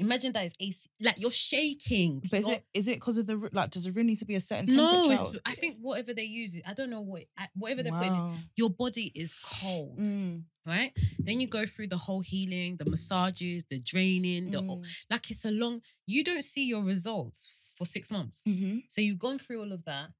Speaker 2: Imagine that it's AC. Like you're shaking.
Speaker 1: But is
Speaker 2: You're-
Speaker 1: it is it because of the ru- like? Does the room need to be a certain temperature?
Speaker 2: No, it's,
Speaker 1: or-
Speaker 2: I think whatever they use, I don't know what I- whatever they put in, it,
Speaker 1: Wow.
Speaker 2: your body is cold,
Speaker 1: Mm,
Speaker 2: right? Then you go through the whole healing, the massages, the draining, the
Speaker 1: mm.
Speaker 2: like it's a long. You don't see your results for six months,
Speaker 1: Mhm.
Speaker 2: so you've gone through all of that,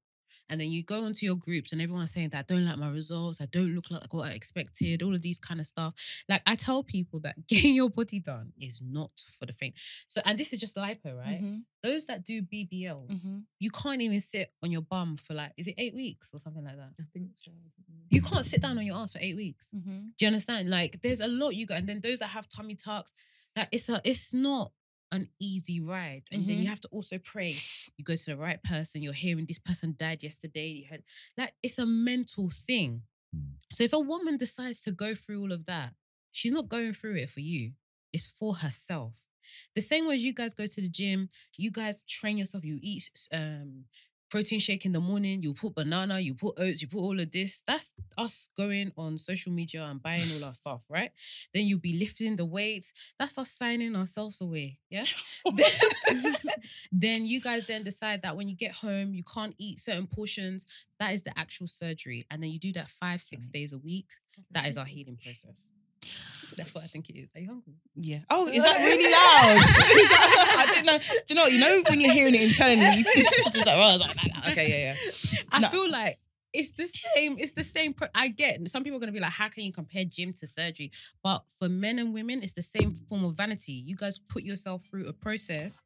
Speaker 2: and then you go into your groups, and everyone's saying that I don't like my results, I don't look like what I expected, all of these kind of stuff. Like I tell people that [LAUGHS] getting your body done is not for the faint. So, and this is just lipo, right?
Speaker 1: Mhm.
Speaker 2: Those that do BBLs
Speaker 1: Mhm.
Speaker 2: you can't even sit on your bum for like is it eight weeks or something like that
Speaker 3: I think so.
Speaker 2: you can't sit down on your ass for eight weeks
Speaker 1: Mhm.
Speaker 2: do you understand like there's a lot you got and then those that have tummy tucks like it's a it's not an easy ride and then you have to also pray you go to the right person you're hearing this person died yesterday you heard like it's a mental thing
Speaker 4: Mm.
Speaker 2: so if a woman decides to go through all of that she's not going through it for you it's for herself the same way as you guys go to the gym you guys train yourself you eat um protein shake in the morning you put banana you put oats you put all of this that's us going on social media and buying all our stuff right then you'll be lifting the weights that's us signing ourselves away yeah
Speaker 1: mm-hmm.
Speaker 2: [LAUGHS] then you guys then decide that when you get home you can't eat certain portions that is the actual surgery and then you do that five six days a week that is our healing process That's what I think it is. Are you hungry?
Speaker 1: Yeah. Oh, is that really loud? [LAUGHS] Is that- I didn't know. Do you know? You know when you're hearing it internally, you think [LAUGHS] it's just like, oh, I was like, nah, nah, okay, yeah, yeah.
Speaker 2: I
Speaker 1: No.
Speaker 2: feel like it's the same. It's the same. Pro- I get some people are going to be like, how can you compare gym to surgery? But for men and women, it's the same form of vanity. You guys put yourself through a process.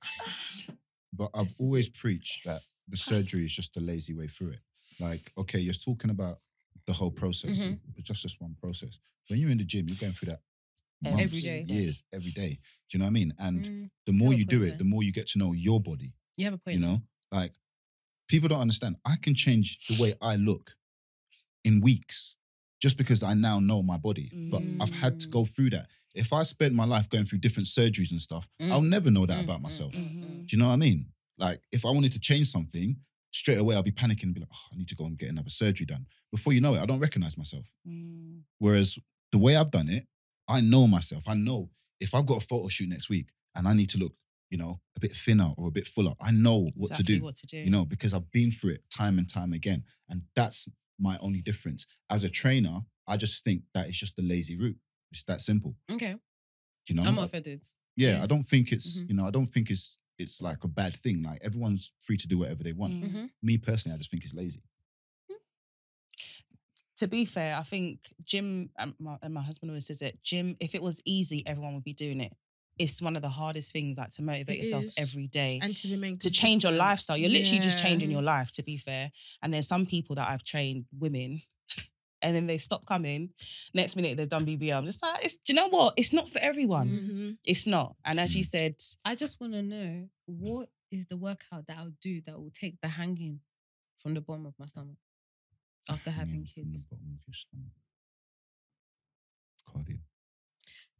Speaker 4: But I've always preached that the surgery is just a lazy way through it. Like, okay, you're talking about the whole process.
Speaker 2: Mhm.
Speaker 4: It's just this one process. When you're in the gym, you're going through that
Speaker 1: Every
Speaker 4: months,
Speaker 2: day.
Speaker 4: years, every day. Do you know what I mean? And
Speaker 2: Mm,
Speaker 4: the more
Speaker 2: Got a
Speaker 4: you do
Speaker 2: point
Speaker 4: it,
Speaker 2: there.
Speaker 4: the more you get to know your body.
Speaker 2: you have a point.
Speaker 4: You know, like people don't understand. I can change the way I look in weeks just because I now know my body. But I've had to
Speaker 2: Mm.
Speaker 4: go through that. If I spent my life going through different surgeries and stuff,
Speaker 2: Mm.
Speaker 4: I'll never know that
Speaker 2: Mm,
Speaker 4: about
Speaker 2: mm,
Speaker 4: myself.
Speaker 1: Mhm.
Speaker 4: Do you know what I mean? Like, if I wanted to change something, straight away I'll be panicking and be like, oh, I need to go and get another surgery done. Before you know it, I don't recognize myself.
Speaker 1: Mm.
Speaker 4: Whereas the way I've done it, I know myself. I know if I've got a photo shoot next week and I need to look, you know, a bit thinner or a bit fuller, I know what
Speaker 1: Exactly
Speaker 4: to do,
Speaker 1: What to do?
Speaker 4: you know, because I've been through it time and time again. And that's my only difference. As a trainer, I just think that it's just the lazy route. It's that simple,
Speaker 2: Okay,
Speaker 4: you know?
Speaker 2: I'm not offended.
Speaker 4: yeah,
Speaker 2: Yeah.
Speaker 4: I don't think it's
Speaker 2: Mhm.
Speaker 4: you know I don't think it's it's like a bad thing. Like everyone's free to do whatever they want.
Speaker 1: Mm.
Speaker 2: Mhm.
Speaker 4: Me personally, I just think it's lazy.
Speaker 1: to be fair, I think Jim and my, and my husband always says it. Jim, if it was easy, everyone would be doing it. It's one of the hardest things, like to motivate
Speaker 3: It
Speaker 1: yourself
Speaker 3: is.
Speaker 1: every day
Speaker 3: and to remain
Speaker 1: to change your
Speaker 3: consistent.
Speaker 1: lifestyle. You're literally just
Speaker 3: Yeah.
Speaker 1: changing your life, to be fair. And there's some people that I've trained, women, [LAUGHS] and then they stop coming. Next minute, they've done BBL. I'm just like, it's, do you know what? It's not for everyone.
Speaker 2: Mm.
Speaker 3: Mhm.
Speaker 1: It's not. And as
Speaker 3: Mm.
Speaker 1: you said,
Speaker 2: I just want to know what is the workout that I'll do that will take the hanging from the bottom of my stomach after having
Speaker 4: Mm, from the
Speaker 2: kids.
Speaker 4: bottom of your stomach. Cardio.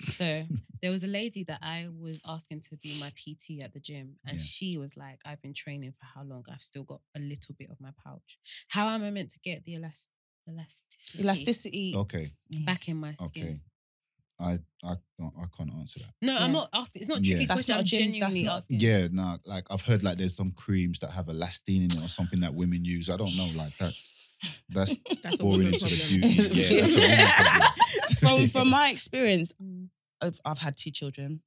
Speaker 2: So there was a lady that I was asking to be my PT at the gym, and
Speaker 4: Yeah.
Speaker 2: she was like, "I've been training for how long? I've still got a little bit of my pouch. How am I meant to get the elas- elasticity,
Speaker 1: elasticity. mm.
Speaker 4: Okay,
Speaker 2: back in my skin?"
Speaker 4: okay. I I don't, I can't answer that.
Speaker 2: No, I'm
Speaker 1: Yeah.
Speaker 2: not asking. It's not a
Speaker 4: Yeah.
Speaker 2: tricky
Speaker 1: That's
Speaker 2: question.
Speaker 1: not
Speaker 2: I'm
Speaker 1: a gym- that's
Speaker 2: genuinely
Speaker 1: not-
Speaker 2: asking.
Speaker 4: Yeah, no. like I've heard like there's some creams that have elastine in it or something that women use. I don't know. Like that's
Speaker 1: [LAUGHS]
Speaker 4: that's
Speaker 3: That's a
Speaker 4: boring
Speaker 3: woman
Speaker 4: into the
Speaker 3: problem.
Speaker 4: beauty. Yeah, that's a woman problem.
Speaker 1: from
Speaker 4: [LAUGHS]
Speaker 1: from my experience,
Speaker 2: Mm.
Speaker 1: I've, I've had two children.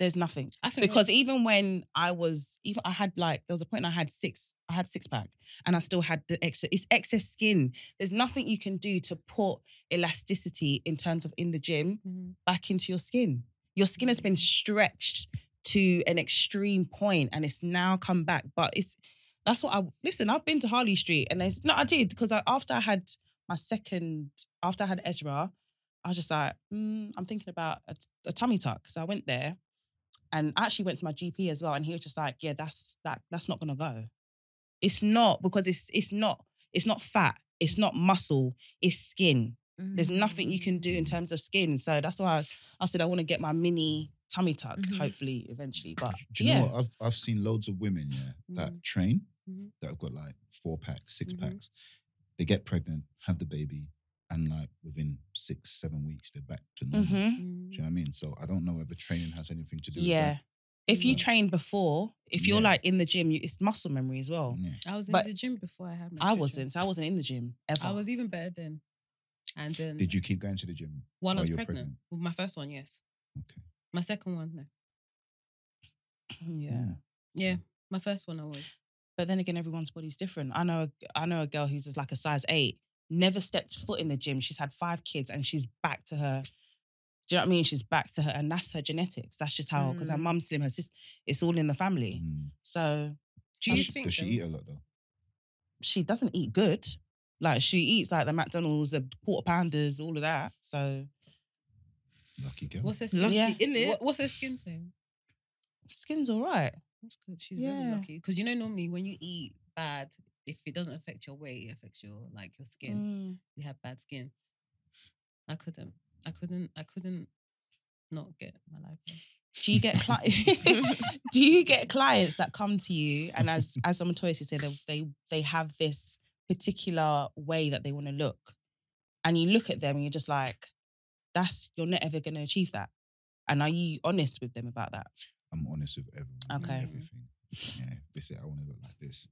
Speaker 1: There's nothing.
Speaker 2: I think
Speaker 1: because even when I was, even I had like there was a point I had six, I had six pack, and I still had the excess. It's excess skin. There's nothing you can do to put elasticity in terms of in the gym
Speaker 2: Mhm.
Speaker 1: back into your skin. Your skin has been stretched to an extreme point, and it's now come back. But it's that's what I listen. I've been to Harley Street, and it's no, I did because I, after I had my second, after I had Ezra, I was just like, mm, I'm thinking about a, a tummy tuck. So I went there and I actually went to my GP as well, and he was just like, "Yeah, that's that. That's not gonna go. It's not because it's it's not it's not fat. It's not muscle. It's skin. There's
Speaker 3: Mm-hmm.
Speaker 1: nothing you can do in terms of skin. So that's why I, I said I want to get my mini tummy tuck,
Speaker 3: Mhm.
Speaker 1: hopefully eventually. But
Speaker 4: Do you
Speaker 1: yeah,
Speaker 4: know what? I've I've seen loads of women, yeah, that
Speaker 2: Mhm.
Speaker 4: train
Speaker 2: Mhm.
Speaker 4: that have got like four packs, 6
Speaker 2: Mhm.
Speaker 4: packs. They get pregnant, have the baby, and like within six, seven weeks, they're back to normal. Do
Speaker 1: hmm
Speaker 2: Mm.
Speaker 4: you know what I mean? So I don't know whether training has anything to do
Speaker 1: yeah. If you
Speaker 4: Mm.
Speaker 1: train before, if you're
Speaker 4: Yeah. Mm-hmm.
Speaker 1: like in the gym, you, it's muscle memory as well.
Speaker 4: with that. Yeah.
Speaker 2: I was in
Speaker 1: But
Speaker 2: the gym before I had my.
Speaker 1: I
Speaker 2: children.
Speaker 1: wasn't. Oh. I wasn't in the gym ever.
Speaker 2: I was even better then. And then
Speaker 4: Did you keep going to the gym?
Speaker 2: while I
Speaker 4: while
Speaker 2: was
Speaker 4: you were
Speaker 2: pregnant,
Speaker 4: pregnant?
Speaker 2: with my first one, yes.
Speaker 4: Okay.
Speaker 2: My second one, no.
Speaker 1: Yeah.
Speaker 4: Mm.
Speaker 2: Yeah, my first one I was.
Speaker 1: But then again, everyone's body's different. I know a, I know a girl who's just like a size eight, never stepped foot in the gym. She's had five kids and she's back to her. Do you know what I mean? She's back to her, and that's her genetics. That's just how because her
Speaker 3: Mm.
Speaker 1: mum's slim, her sis, it's all in the family.
Speaker 4: Mm.
Speaker 1: So
Speaker 2: Do
Speaker 4: Does
Speaker 2: you
Speaker 4: she-
Speaker 2: think?
Speaker 4: does she
Speaker 2: though-
Speaker 4: eat a lot though?
Speaker 1: she doesn't eat good. Like she eats like the McDonald's, the quarter pounders, all of that. So
Speaker 4: Lucky girl.
Speaker 2: What's her skin?
Speaker 3: Lucky,
Speaker 1: Yeah.
Speaker 3: innit?
Speaker 2: What, what's her skin tone?
Speaker 1: skin's all right.
Speaker 2: That's good. She's really
Speaker 1: Yeah.
Speaker 2: lucky. Because you know, normally when you eat bad, if it doesn't affect your weight, it affects your like your
Speaker 1: Mm.
Speaker 2: skin. We have bad skin. I couldn't. I couldn't. I couldn't not get my life. on.
Speaker 1: Do you get cli- [LAUGHS] do you get clients that come to you and as as some tourists say they, they they have this particular way that they want to look and you look at them and you're just like that's you're not ever going to achieve that and are you honest with them about that
Speaker 4: I'm honest with everyone. and
Speaker 1: Okay.
Speaker 4: Everything. Yeah. They say I want to look like this.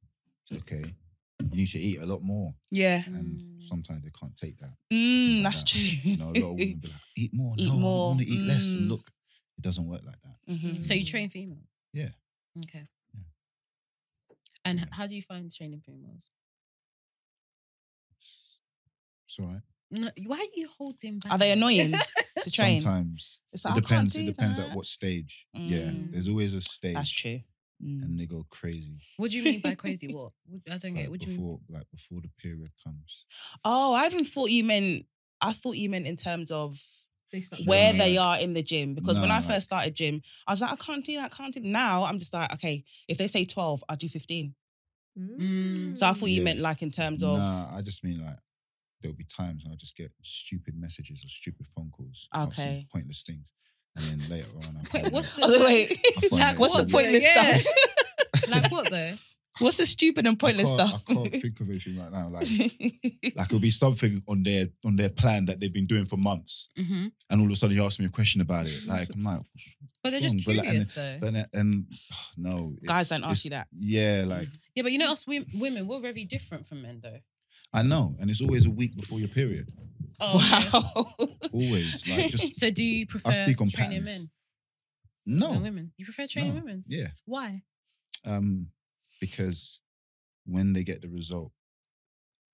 Speaker 4: It's okay. you need to eat a lot more.
Speaker 1: Yeah.
Speaker 4: And
Speaker 2: Mm.
Speaker 4: sometimes they can't take that.
Speaker 1: Mm,
Speaker 4: Things like
Speaker 1: that's
Speaker 4: that.
Speaker 1: true.
Speaker 4: You know, a lot of
Speaker 1: [LAUGHS]
Speaker 4: women be like, eat more.
Speaker 1: Eat
Speaker 4: no,
Speaker 1: more.
Speaker 4: I want to eat less. And
Speaker 1: Mm.
Speaker 4: look, it doesn't work like that.
Speaker 1: Mhm.
Speaker 2: So you train females?
Speaker 4: Yeah.
Speaker 2: Okay.
Speaker 4: Yeah.
Speaker 2: And
Speaker 4: Yeah.
Speaker 2: how do you find training females?
Speaker 4: It's all right.
Speaker 2: No, why are you holding back?
Speaker 1: Are they annoying
Speaker 4: [LAUGHS]
Speaker 1: to train?
Speaker 4: Sometimes
Speaker 1: It's
Speaker 4: it
Speaker 1: like, I can't
Speaker 4: depends.
Speaker 1: do
Speaker 4: It depends
Speaker 1: that.
Speaker 4: at what stage. Yeah.
Speaker 1: Mm.
Speaker 4: There's always a stage.
Speaker 1: That's true. Mm.
Speaker 4: And they go crazy.
Speaker 2: What do you mean by crazy?
Speaker 4: [LAUGHS]
Speaker 2: What? What- I don't get.
Speaker 4: Like
Speaker 2: it. What do you mean?
Speaker 4: before, like before the period comes.
Speaker 1: Oh, I even thought you meant. I thought you meant in terms of
Speaker 3: They start
Speaker 4: No,
Speaker 1: where
Speaker 4: no,
Speaker 1: they
Speaker 4: no.
Speaker 1: are in the gym because when
Speaker 4: No,
Speaker 1: I
Speaker 4: like-
Speaker 1: first started gym, I was like, I can't do that, I can't do. Now I'm just like, okay, if they say twelve, I'll do fifteen.
Speaker 3: Mm.
Speaker 1: So I thought you
Speaker 4: Yeah.
Speaker 1: meant like in terms of [LAUGHS]
Speaker 4: Nah, I just mean like there'll be times I'll just get stupid messages or stupid phone calls. about some
Speaker 1: Okay.
Speaker 4: Pointless things. And then later on, I
Speaker 2: Wait,
Speaker 4: find
Speaker 2: what's
Speaker 4: out-
Speaker 2: the
Speaker 1: Oh, wait.
Speaker 4: I find
Speaker 2: Like,
Speaker 4: out
Speaker 1: what's the
Speaker 4: that-
Speaker 2: Yeah.
Speaker 1: pointless
Speaker 2: Yeah.
Speaker 1: stuff? [LAUGHS]
Speaker 4: [LAUGHS]
Speaker 2: like what though?
Speaker 1: What's the stupid and pointless
Speaker 4: I can't-
Speaker 1: stuff? [LAUGHS]
Speaker 4: I can't think of anything right now. Like Like it'll be something on their on their plan that they've been doing for months,
Speaker 2: Mm-hmm.
Speaker 4: and all of a sudden you ask me a question about
Speaker 1: [LAUGHS]
Speaker 4: it. Like I'm like,
Speaker 2: But they're just
Speaker 4: Song, but like-
Speaker 2: curious though.
Speaker 4: but then- and [SIGHS] oh, no,
Speaker 1: Guys
Speaker 4: it's-
Speaker 1: don't ask
Speaker 4: it's-
Speaker 1: you
Speaker 4: [LAUGHS]
Speaker 1: that.
Speaker 4: Yeah,
Speaker 1: [LAUGHS]
Speaker 4: like
Speaker 2: Yeah,
Speaker 4: [LAUGHS]
Speaker 2: but you know us wom- women, we're very different from men though.
Speaker 4: I know, and it's always a week before your period.
Speaker 2: Oh, okay.
Speaker 1: Wow. [LAUGHS]
Speaker 4: Always, like just
Speaker 2: So do you prefer
Speaker 4: speak on
Speaker 2: training
Speaker 4: patterns.
Speaker 2: men than
Speaker 4: no,
Speaker 2: women? You prefer training
Speaker 4: No.
Speaker 2: women?
Speaker 4: yeah,
Speaker 2: Why?
Speaker 4: um, because when they get the result,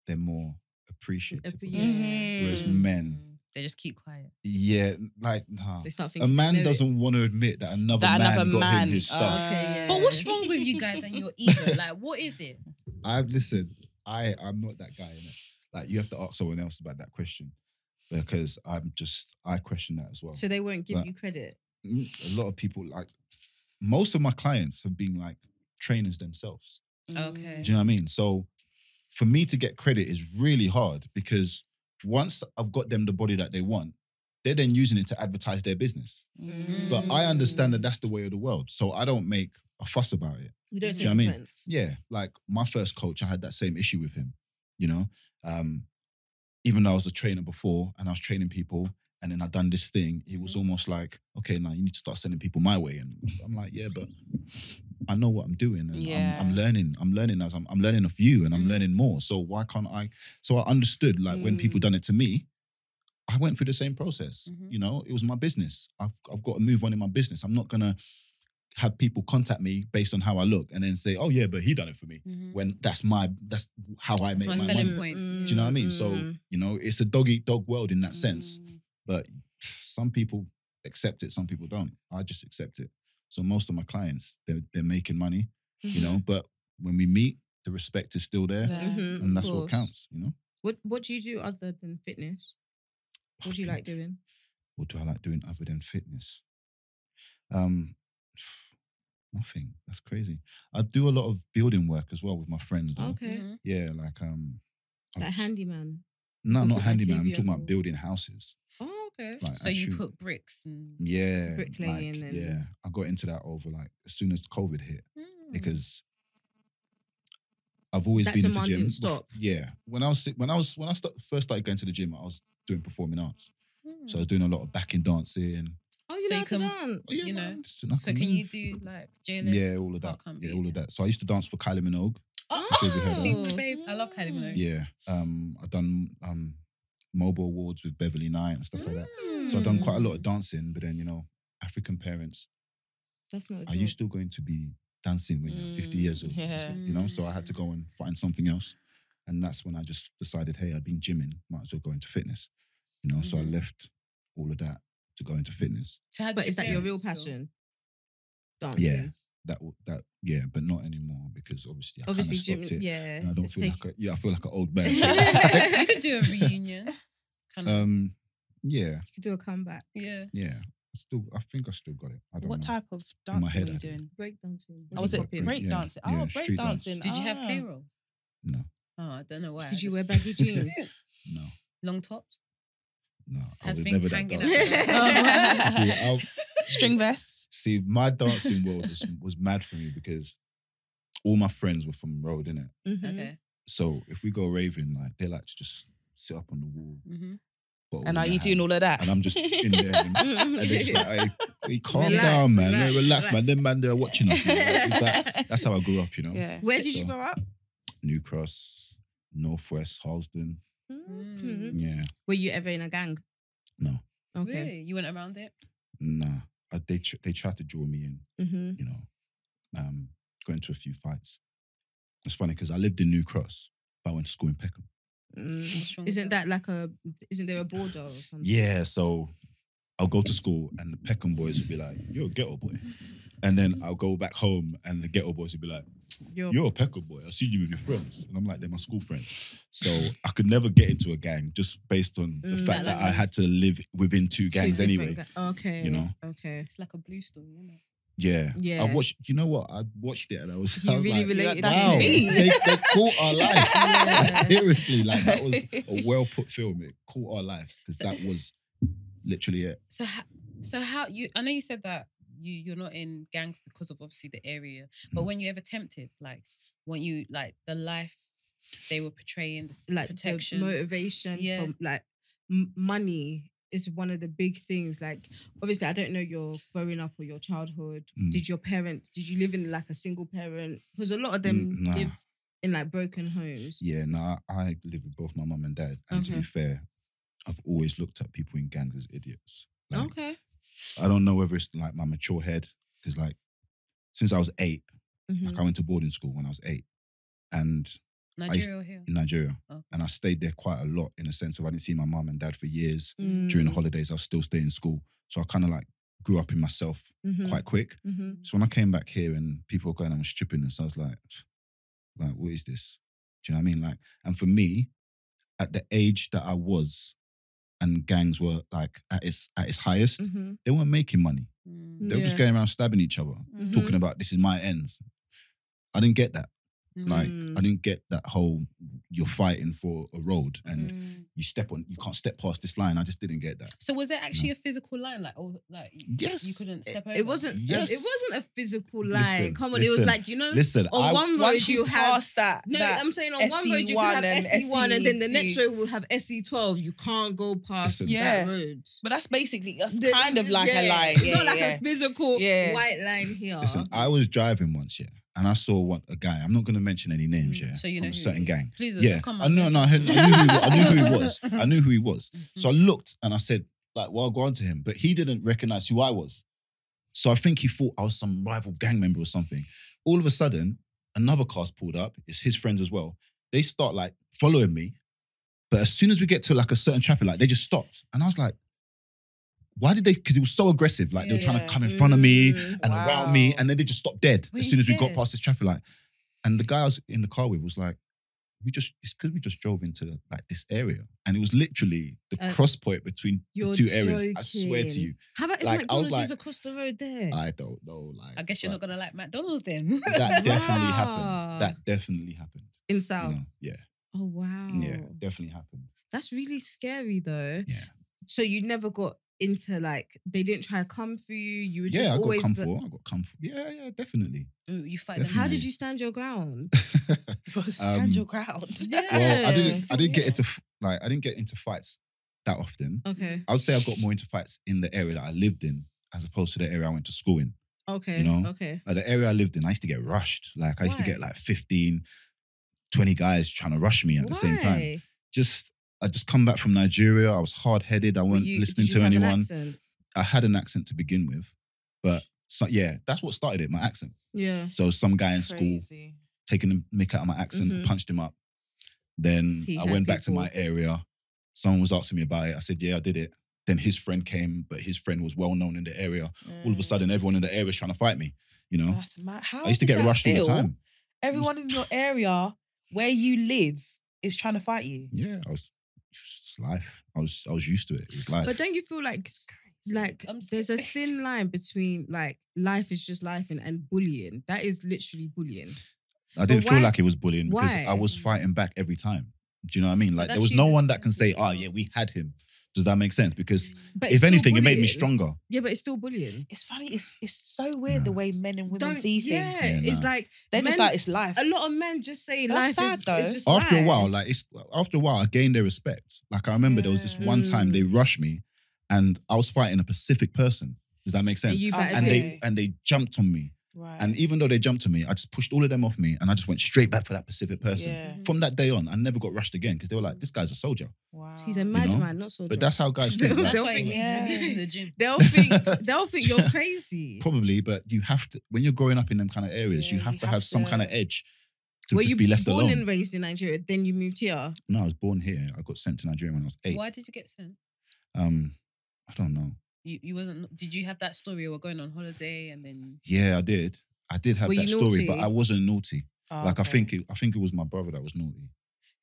Speaker 4: they're more appreciative. of it.
Speaker 3: Yeah.
Speaker 4: Whereas
Speaker 1: Mhm.
Speaker 4: men,
Speaker 2: Mm. They just keep quiet.
Speaker 4: yeah, like nah.
Speaker 3: They start
Speaker 4: a
Speaker 3: thinking.
Speaker 4: man
Speaker 3: no, it-
Speaker 4: doesn't want to admit that another
Speaker 1: That
Speaker 4: man
Speaker 1: another
Speaker 4: got
Speaker 1: man. uh,
Speaker 4: him his stuff.
Speaker 3: Okay,
Speaker 2: But what's
Speaker 3: Yeah.
Speaker 2: wrong with
Speaker 1: [LAUGHS]
Speaker 2: you guys and your
Speaker 4: [LAUGHS]
Speaker 2: ego? Like, what is it?
Speaker 4: I've listened. I I'm not that guy in it. Like you have to ask someone else about that question because I'm just I question that as well.
Speaker 3: So they won't give
Speaker 4: Right.
Speaker 3: you credit.
Speaker 4: Mm, a lot of people like most of my clients have been like trainers themselves.
Speaker 2: Okay.
Speaker 4: Do you know what I mean? So for me to get credit is really hard because once I've got them the body that they want, they're then using it to advertise their business.
Speaker 1: Mm.
Speaker 4: But I understand that that's the way of the world, so I don't make a fuss about it.
Speaker 3: You don't
Speaker 4: Do
Speaker 3: take
Speaker 4: you know what I mean?
Speaker 3: offense.
Speaker 4: Yeah, like my first coach, I had that same issue with him. You know, um, even though I was a trainer before and I was training people, and then I done this thing, it
Speaker 1: Mm-hmm.
Speaker 4: was almost like, okay, now you need to start sending people my
Speaker 1: [LAUGHS]
Speaker 4: way. And I'm like, yeah, but I know what I'm doing, and
Speaker 1: Yeah. Mm-hmm.
Speaker 4: I'm, I'm learning. I'm learning as I'm, I'm learning of you, and I'm
Speaker 2: Mm.
Speaker 4: learning more. So why can't I? So I understood, like when people
Speaker 1: Mm.
Speaker 4: done it to me. I went through the same process.
Speaker 3: Mm-hmm.
Speaker 2: Mhm.
Speaker 4: You know, it was my business. I've, I've got to move on in my business. I'm not gonna have people contact me based on how I look and then say, "Oh yeah, but he done it for
Speaker 3: Mm-hmm.
Speaker 4: me."
Speaker 2: Mhm.
Speaker 4: When that's my that's how I make
Speaker 2: my
Speaker 4: my
Speaker 2: selling
Speaker 4: money.
Speaker 2: point.
Speaker 4: Do you know what I mean? So
Speaker 3: Mm-hmm.
Speaker 4: you know, it's a dog eat dog world in that sense.
Speaker 2: Mm.
Speaker 4: But some people accept it, some people don't. I just accept it. So most of my clients, they're they're making money, you
Speaker 3: [SIGHS]
Speaker 4: know. But when we meet, the respect is still there,
Speaker 1: Yeah.
Speaker 3: Mhm,
Speaker 4: and
Speaker 3: of
Speaker 4: that's what
Speaker 3: course.
Speaker 4: counts. You know.
Speaker 3: What What do you do other than fitness? What do you like doing?
Speaker 4: What do I like doing other than fitness? Um, nothing. That's crazy. I do a lot of building work as well with my friends. Though.
Speaker 3: Okay,
Speaker 2: Mhm.
Speaker 4: Oh, Yeah, like um, I've-
Speaker 3: like handyman.
Speaker 4: No,
Speaker 3: Or
Speaker 4: not
Speaker 3: like
Speaker 4: handyman. I'm
Speaker 3: TV
Speaker 4: talking
Speaker 3: or-
Speaker 4: about building houses.
Speaker 3: Oh, okay.
Speaker 4: Like
Speaker 2: So you
Speaker 4: actual-
Speaker 2: put bricks and
Speaker 4: yeah,
Speaker 3: bricklaying
Speaker 4: like,
Speaker 3: and-
Speaker 4: yeah. I got into that over like as soon as COVID hit
Speaker 2: Mm.
Speaker 4: because I've always
Speaker 3: That
Speaker 4: been into
Speaker 3: demand
Speaker 4: gym.
Speaker 3: didn't
Speaker 4: bef-
Speaker 3: stop.
Speaker 4: Yeah, when I was si- when I was when I sta- first started going to the gym, I was doing performing arts,
Speaker 2: Mm.
Speaker 4: so I was doing a lot of backing dancing.
Speaker 3: Oh,
Speaker 2: So
Speaker 3: you
Speaker 2: you
Speaker 3: know how to
Speaker 2: can-
Speaker 3: dance.
Speaker 4: Oh, yeah,
Speaker 2: You
Speaker 4: man,
Speaker 2: know,
Speaker 4: just- and I
Speaker 2: So can you
Speaker 4: move.
Speaker 2: do like jealous?
Speaker 4: Yeah, all of that. Yeah, all of that. So I used to dance for Kylie Minogue.
Speaker 2: Oh,
Speaker 4: sure you heard of
Speaker 2: see,
Speaker 3: that.
Speaker 2: babes, I love Kylie Minogue.
Speaker 4: Yeah, um, I done um, mobile awards with Beverly Knight and stuff like that. So I've
Speaker 2: Mm.
Speaker 4: done quite a lot
Speaker 3: Mm.
Speaker 4: of dancing, but then you know, African parents,
Speaker 3: Mm, That's not. a
Speaker 4: are you
Speaker 3: job.
Speaker 4: still going to be dancing when you're 50
Speaker 1: Mm,
Speaker 4: years old?
Speaker 1: yeah.
Speaker 4: You know, so I
Speaker 3: Mm.
Speaker 4: had to go and find something else. And that's when I just decided, hey, I've been gymming, might as well go into fitness. You know, so I
Speaker 3: Mm-hmm.
Speaker 2: Mhm.
Speaker 4: left all of that to go into fitness.
Speaker 2: So how did
Speaker 3: But is that your real
Speaker 2: parents feel?
Speaker 3: passion? Dancing.
Speaker 4: That w- that yeah, but not anymore because obviously I
Speaker 3: Obviously,
Speaker 4: kind
Speaker 3: gym.
Speaker 4: of stopped it.
Speaker 3: Yeah.
Speaker 4: And I don't
Speaker 3: it's
Speaker 4: feel
Speaker 3: take-
Speaker 4: like a, yeah, I feel like an
Speaker 3: [LAUGHS]
Speaker 4: old
Speaker 2: [LAUGHS]
Speaker 4: man. [LAUGHS]
Speaker 2: You could do a reunion. Kind of.
Speaker 1: Mm.
Speaker 4: um, yeah,
Speaker 3: you could do a comeback.
Speaker 2: yeah.
Speaker 4: yeah. I still, I think I still got it. I don't
Speaker 1: What
Speaker 4: know.
Speaker 1: type of
Speaker 4: In my
Speaker 1: dancing were
Speaker 4: head,
Speaker 1: you
Speaker 4: I did.
Speaker 1: doing?
Speaker 3: Break dancing.
Speaker 1: Oh, was it
Speaker 4: Break-
Speaker 1: break
Speaker 4: yeah,
Speaker 1: dancing?
Speaker 4: yeah,
Speaker 1: Oh, break
Speaker 4: street dance.
Speaker 1: dancing.
Speaker 2: Did you have
Speaker 1: Ah.
Speaker 2: K rolls?
Speaker 4: No,
Speaker 2: Oh, I don't know why. I
Speaker 3: Did you
Speaker 2: just-
Speaker 3: wear baggy
Speaker 1: [LAUGHS]
Speaker 3: jeans?
Speaker 4: no,
Speaker 2: long tops?
Speaker 4: no. I
Speaker 2: Had
Speaker 4: was
Speaker 2: things
Speaker 4: never that
Speaker 2: hanging
Speaker 4: dancer. [LAUGHS]
Speaker 2: out. Oh,
Speaker 4: See,
Speaker 1: [LAUGHS]
Speaker 4: I've,
Speaker 1: String vest.
Speaker 4: See, my dancing world was, was mad for me because all my friends were from road, innit?
Speaker 3: [LAUGHS] Mhm.
Speaker 2: Okay.
Speaker 4: So if we go raving, like they like to just sit up on the wall.
Speaker 2: Mm-hmm.
Speaker 4: bottle
Speaker 1: And
Speaker 4: in
Speaker 1: are
Speaker 4: their
Speaker 1: you doing
Speaker 4: hand,
Speaker 1: all of that?
Speaker 4: And I'm just in there.
Speaker 1: [LAUGHS]
Speaker 3: [LAUGHS]
Speaker 4: And, and they're just like, "Oh, hey, hey, calm
Speaker 3: Relax,
Speaker 4: down, man.
Speaker 3: relax,
Speaker 4: Relax, man.
Speaker 1: [LAUGHS]
Speaker 3: relax.
Speaker 4: Them man, they're watching us. man. Like, it's like- that's how I grew up, you know?
Speaker 1: yeah.
Speaker 3: [LAUGHS] Where did
Speaker 4: So-
Speaker 3: you grow up?
Speaker 4: New Cross, Northwest, Halsden.
Speaker 2: Mm.
Speaker 4: Yeah,
Speaker 3: Were you ever in a gang?
Speaker 4: no,
Speaker 3: Okay.
Speaker 2: Really? You went around [LAUGHS] it?
Speaker 4: nah. I, they tr- they tried to draw me in.
Speaker 3: Mm-hmm.
Speaker 4: You know, um, got into a few fights. It's funny because I lived in New Cross, but I went to school in Peckham.
Speaker 2: What's wrong with
Speaker 3: Isn't that like a? Isn't there a border or something?
Speaker 4: Yeah, so I'll go to school and the Peckham boys will be like, "You're a ghetto boy," and then I'll go back home and the ghetto boys will be like,
Speaker 3: You're,
Speaker 4: "You're a Peckham boy. I see you with your friends," and I'm like, "They're my school friends." So I could never get into a gang just based on the
Speaker 3: Mm,
Speaker 4: fact
Speaker 2: that
Speaker 4: that I had to live within two
Speaker 3: two
Speaker 4: gangs
Speaker 3: different
Speaker 4: anyway.
Speaker 3: ga- okay.
Speaker 4: you know?
Speaker 3: Okay.
Speaker 2: It's like a blue story, isn't it?
Speaker 4: Yeah,
Speaker 3: Yeah.
Speaker 4: I watched. You know what? I watched it and I was, [LAUGHS]
Speaker 3: You
Speaker 4: I was
Speaker 3: really
Speaker 4: like,
Speaker 3: related.
Speaker 1: that's
Speaker 4: "Wow,
Speaker 3: to me.
Speaker 1: me.
Speaker 4: they, they caught our lives."
Speaker 3: Yeah.
Speaker 4: [LAUGHS] Seriously, like that was
Speaker 3: [LAUGHS]
Speaker 4: a well put film. It caught our lives because that was literally it.
Speaker 2: So, how, so how you? I know you said that you you're not in gangs because of obviously the area, but
Speaker 4: Mm.
Speaker 2: when you ever tempted, like when you like the life they were portraying, the s-
Speaker 3: [LAUGHS] like
Speaker 2: protection,
Speaker 3: the motivation
Speaker 2: Yeah.
Speaker 3: from like m- money is one of the big things like obviously i don't know your growing up or your childhood
Speaker 4: Mm.
Speaker 3: did your parents did you live in like a single parent because a lot of them
Speaker 4: Mm, nah.
Speaker 3: live in like broken homes
Speaker 4: Yeah, no, I, I live with both my mum and dad.
Speaker 3: Mm-hmm.
Speaker 4: And to be fair, I've always looked at people in gangs as idiots. Like,
Speaker 3: okay
Speaker 4: I don't know whether it's like my mature head, because like since I was 8
Speaker 3: Mhm.
Speaker 4: like I went to boarding school when I was eight and
Speaker 2: Nigeria or here.
Speaker 4: in Nigeria.
Speaker 2: Oh.
Speaker 4: And I stayed there quite a lot in the sense of I didn't see my mum and dad for years. During
Speaker 3: Mm-hmm.
Speaker 4: the holidays, I was still staying in school. So I kind of like grew up in myself
Speaker 3: Mhm.
Speaker 4: quite quick.
Speaker 3: Mhm.
Speaker 4: So when I came back here and people were going, I'm stripping this, I was like, like, what is this? Do you know what I mean? Like, and for me, at the age that I was, and gangs were like at its at its highest,
Speaker 3: Mhm.
Speaker 4: they weren't making money.
Speaker 2: Mm.
Speaker 4: They were just
Speaker 3: Yeah.
Speaker 4: going around stabbing each other,
Speaker 2: Mm-hmm.
Speaker 3: Mhm.
Speaker 4: talking about this is my ends. I didn't get that.
Speaker 2: Mm-hmm.
Speaker 4: Like,
Speaker 3: Mm.
Speaker 4: I didn't get that whole you're fighting for a road and
Speaker 3: Mm-hmm.
Speaker 2: Mm.
Speaker 4: you step on, you can't step past this line. I just didn't get that.
Speaker 2: So was there actually a physical line, like oh, like y-
Speaker 4: Yes.
Speaker 2: you couldn't step over?
Speaker 3: it wasn't
Speaker 4: Yes.
Speaker 3: it wasn't a physical line
Speaker 4: Listen,
Speaker 3: come on it was
Speaker 4: listen,
Speaker 3: like you know
Speaker 4: Listen,
Speaker 3: on
Speaker 4: I,
Speaker 3: one road
Speaker 1: Once
Speaker 3: you
Speaker 1: you um,
Speaker 3: have
Speaker 1: pass that,
Speaker 3: no,
Speaker 1: that
Speaker 3: I'm saying on one road
Speaker 4: E
Speaker 3: you
Speaker 1: SE1
Speaker 3: could have
Speaker 1: and
Speaker 3: SE1 and then the
Speaker 1: SE2.
Speaker 3: next road will have SE12. You can't go past
Speaker 4: Listen.
Speaker 1: Yeah.
Speaker 3: that road.
Speaker 1: but that's basically that's
Speaker 3: The-
Speaker 1: kind of like a
Speaker 3: yeah,
Speaker 1: lie.
Speaker 3: It's
Speaker 1: Yeah,
Speaker 3: not like
Speaker 1: yeah.
Speaker 3: a physical
Speaker 1: Yeah.
Speaker 3: white line here.
Speaker 4: Listen,
Speaker 2: Uh-huh.
Speaker 4: I was driving once, yeah, and I saw one a guy. I'm not going to mention any names, yeah,
Speaker 2: Mm. So you know
Speaker 4: from a
Speaker 2: who
Speaker 4: certain
Speaker 2: he-
Speaker 4: gang.
Speaker 2: Please, don't
Speaker 4: Yeah,
Speaker 2: come
Speaker 4: I
Speaker 2: on,
Speaker 4: know,
Speaker 2: please.
Speaker 4: no,
Speaker 2: [LAUGHS]
Speaker 4: I, had- I knew who, I knew who he was. I knew who he was.
Speaker 2: Mm-hmm.
Speaker 4: So I looked and I said, like, well, I'll go on to him, but he didn't recognize who I was. So I think he thought I was some rival gang member or something. All of a sudden, another car's pulled up. It's his friends as well. They start like following me, but as soon as we get to like a certain traffic light, they just stopped, and I was like. Why did they? Because it was so aggressive. Like they were trying
Speaker 1: Yeah.
Speaker 4: to come in front of me
Speaker 3: Mm.
Speaker 4: and around me,
Speaker 1: Wow. [LAUGHS]
Speaker 4: and then they just stopped dead
Speaker 2: Were
Speaker 4: as
Speaker 2: you
Speaker 4: soon as we got
Speaker 2: scared?
Speaker 4: past this traffic light. And the guy I was in the car with was like, "We just it's because we just drove into like this area, and it was literally the
Speaker 3: Uh,
Speaker 4: cross point between the
Speaker 3: you're
Speaker 4: two areas." I swear to
Speaker 3: joking.
Speaker 4: you,
Speaker 3: How about if
Speaker 4: like, I was
Speaker 3: McDonald's is
Speaker 4: like-
Speaker 3: across the road there?
Speaker 4: I don't know. Like,
Speaker 2: I guess you're not
Speaker 4: but
Speaker 2: gonna like McDonald's then.
Speaker 4: That definitely
Speaker 3: Wow.
Speaker 4: happened. That definitely happened.
Speaker 3: in
Speaker 4: You
Speaker 3: South.
Speaker 4: know? Yeah,
Speaker 3: Oh wow.
Speaker 4: yeah, definitely happened.
Speaker 3: That's really scary though.
Speaker 4: Yeah.
Speaker 3: So you never got into like they didn't try to come for you. You were just
Speaker 4: Yeah, I got
Speaker 3: always
Speaker 4: come
Speaker 3: the-
Speaker 4: for. I got come for. Yeah, yeah, definitely. [LAUGHS]
Speaker 3: [LAUGHS]
Speaker 2: Ooh, [LAUGHS] you fight
Speaker 4: Definitely.
Speaker 2: them.
Speaker 3: How did you stand your ground?
Speaker 1: Stand
Speaker 4: Um,
Speaker 1: your ground. [LAUGHS]
Speaker 4: Well, I didn't. I didn't
Speaker 2: Yeah.
Speaker 4: get into f- like I didn't get into fights that often.
Speaker 3: Okay.
Speaker 4: I would say I got more into fights in the area that I lived in as opposed to the area I went to school in.
Speaker 3: Okay.
Speaker 4: You know?
Speaker 3: Okay.
Speaker 4: Like the area I lived in, I used to get rushed. Like I used to
Speaker 2: Why?
Speaker 4: get like 15, 20 guys trying to rush me at the same time.
Speaker 3: Why?
Speaker 4: Just I just come back from Nigeria. I was hard headed. I
Speaker 3: Were
Speaker 4: wasn't
Speaker 3: you-
Speaker 4: listening
Speaker 3: did you
Speaker 4: to
Speaker 3: have an
Speaker 4: anyone.
Speaker 3: accent?
Speaker 4: I had an accent to begin with, but so, yeah, that's what started it. My accent.
Speaker 3: Yeah.
Speaker 4: So some guy in school
Speaker 1: Crazy.
Speaker 4: taking the mick out of my accent,
Speaker 3: Mhm.
Speaker 4: punched him up. Then
Speaker 3: He
Speaker 4: I
Speaker 3: had
Speaker 4: went back to
Speaker 3: people-
Speaker 4: my area. Someone was asking me about it. I said, "Yeah, I did it." Then his friend came, but his friend was well known in the area. All of a
Speaker 1: Mm.
Speaker 4: sudden, everyone in the area is trying to fight me. You know,
Speaker 1: That's mad. How
Speaker 4: I used to
Speaker 1: does
Speaker 4: get
Speaker 1: that
Speaker 4: rushed all
Speaker 1: feel?
Speaker 4: the time.
Speaker 1: Everyone in your area where you live is trying to fight you.
Speaker 4: Yeah, I was it's life. I was I was used to it. It was life.
Speaker 3: But don't you feel like like
Speaker 2: [LAUGHS] I'm
Speaker 3: there's a
Speaker 2: scared.
Speaker 3: thin line between like life is just life and, and bullying. That is literally bullying.
Speaker 4: I didn't
Speaker 3: but
Speaker 4: feel
Speaker 3: why-
Speaker 4: like it was bullying
Speaker 3: why?
Speaker 4: because I was fighting back every time. Do you know what I mean? Like there
Speaker 2: that's
Speaker 4: was
Speaker 2: you
Speaker 4: no
Speaker 2: then,
Speaker 4: one that can say,
Speaker 2: as
Speaker 4: "Oh
Speaker 2: well."
Speaker 4: yeah, we had him." Does that make sense? Because
Speaker 3: But it's
Speaker 4: if
Speaker 3: still
Speaker 4: anything, it made me
Speaker 3: bullying.
Speaker 4: stronger.
Speaker 3: Yeah, but it's still bullying.
Speaker 1: It's funny. It's it's so weird the
Speaker 4: Nah.
Speaker 1: way men and women
Speaker 3: Don't-
Speaker 1: see things.
Speaker 3: yeah,
Speaker 4: Yeah,
Speaker 3: it's
Speaker 4: nah.
Speaker 3: like
Speaker 1: They're just
Speaker 3: men-
Speaker 1: like it's life.
Speaker 3: a lot of men just say
Speaker 1: That's
Speaker 3: life is,
Speaker 1: sad, though.
Speaker 3: is just
Speaker 4: after a
Speaker 3: life.
Speaker 4: while, like it's after a while, I gained their respect. Like I remember there was this one time
Speaker 3: Mm.
Speaker 4: they rushed me, and I was fighting a Pacific person. Does that make
Speaker 3: and
Speaker 4: sense?
Speaker 3: you
Speaker 1: Oh,
Speaker 3: better
Speaker 4: and
Speaker 1: okay.
Speaker 3: get-
Speaker 4: they and they jumped on me,
Speaker 1: Right.
Speaker 4: And even though they jumped to me, I just pushed all of them off me and I just went straight back for that Pacific person.
Speaker 1: yeah.
Speaker 3: Mm.
Speaker 2: Mhm.
Speaker 4: From that day on, I never got rushed again because they were like, this guy's a soldier.
Speaker 1: Wow.
Speaker 3: He's a
Speaker 4: know?
Speaker 3: madman, not so.
Speaker 4: But that's how guys think.
Speaker 3: That's
Speaker 4: like,
Speaker 2: That's why
Speaker 3: think-
Speaker 2: he's
Speaker 1: Yeah.
Speaker 2: released in
Speaker 3: [LAUGHS]
Speaker 2: the gym.
Speaker 3: they'll think
Speaker 4: [LAUGHS]
Speaker 3: they'll think you're crazy.
Speaker 4: probably, but you have to, when you're growing up in them kind of areas,
Speaker 1: Yeah,
Speaker 4: you have
Speaker 1: you
Speaker 4: to
Speaker 1: have
Speaker 4: have some
Speaker 1: to-
Speaker 4: kind of edge to
Speaker 3: Were
Speaker 4: just
Speaker 3: you
Speaker 4: be left
Speaker 3: born
Speaker 4: alone.
Speaker 3: and raised in Nigeria? Then you moved here.
Speaker 4: No, I was born here. I got sent to Nigeria when I was eight.
Speaker 2: Why did you get sent?
Speaker 4: Um, I don't know.
Speaker 2: You, you wasn't. Did you have that story? You were going on holiday and then
Speaker 4: Yeah, I did. I did have
Speaker 3: Were you
Speaker 4: that story, but
Speaker 3: naughty?
Speaker 4: I wasn't naughty.
Speaker 1: Oh,
Speaker 4: like I
Speaker 1: okay.
Speaker 4: think it, I think it was my brother that was naughty.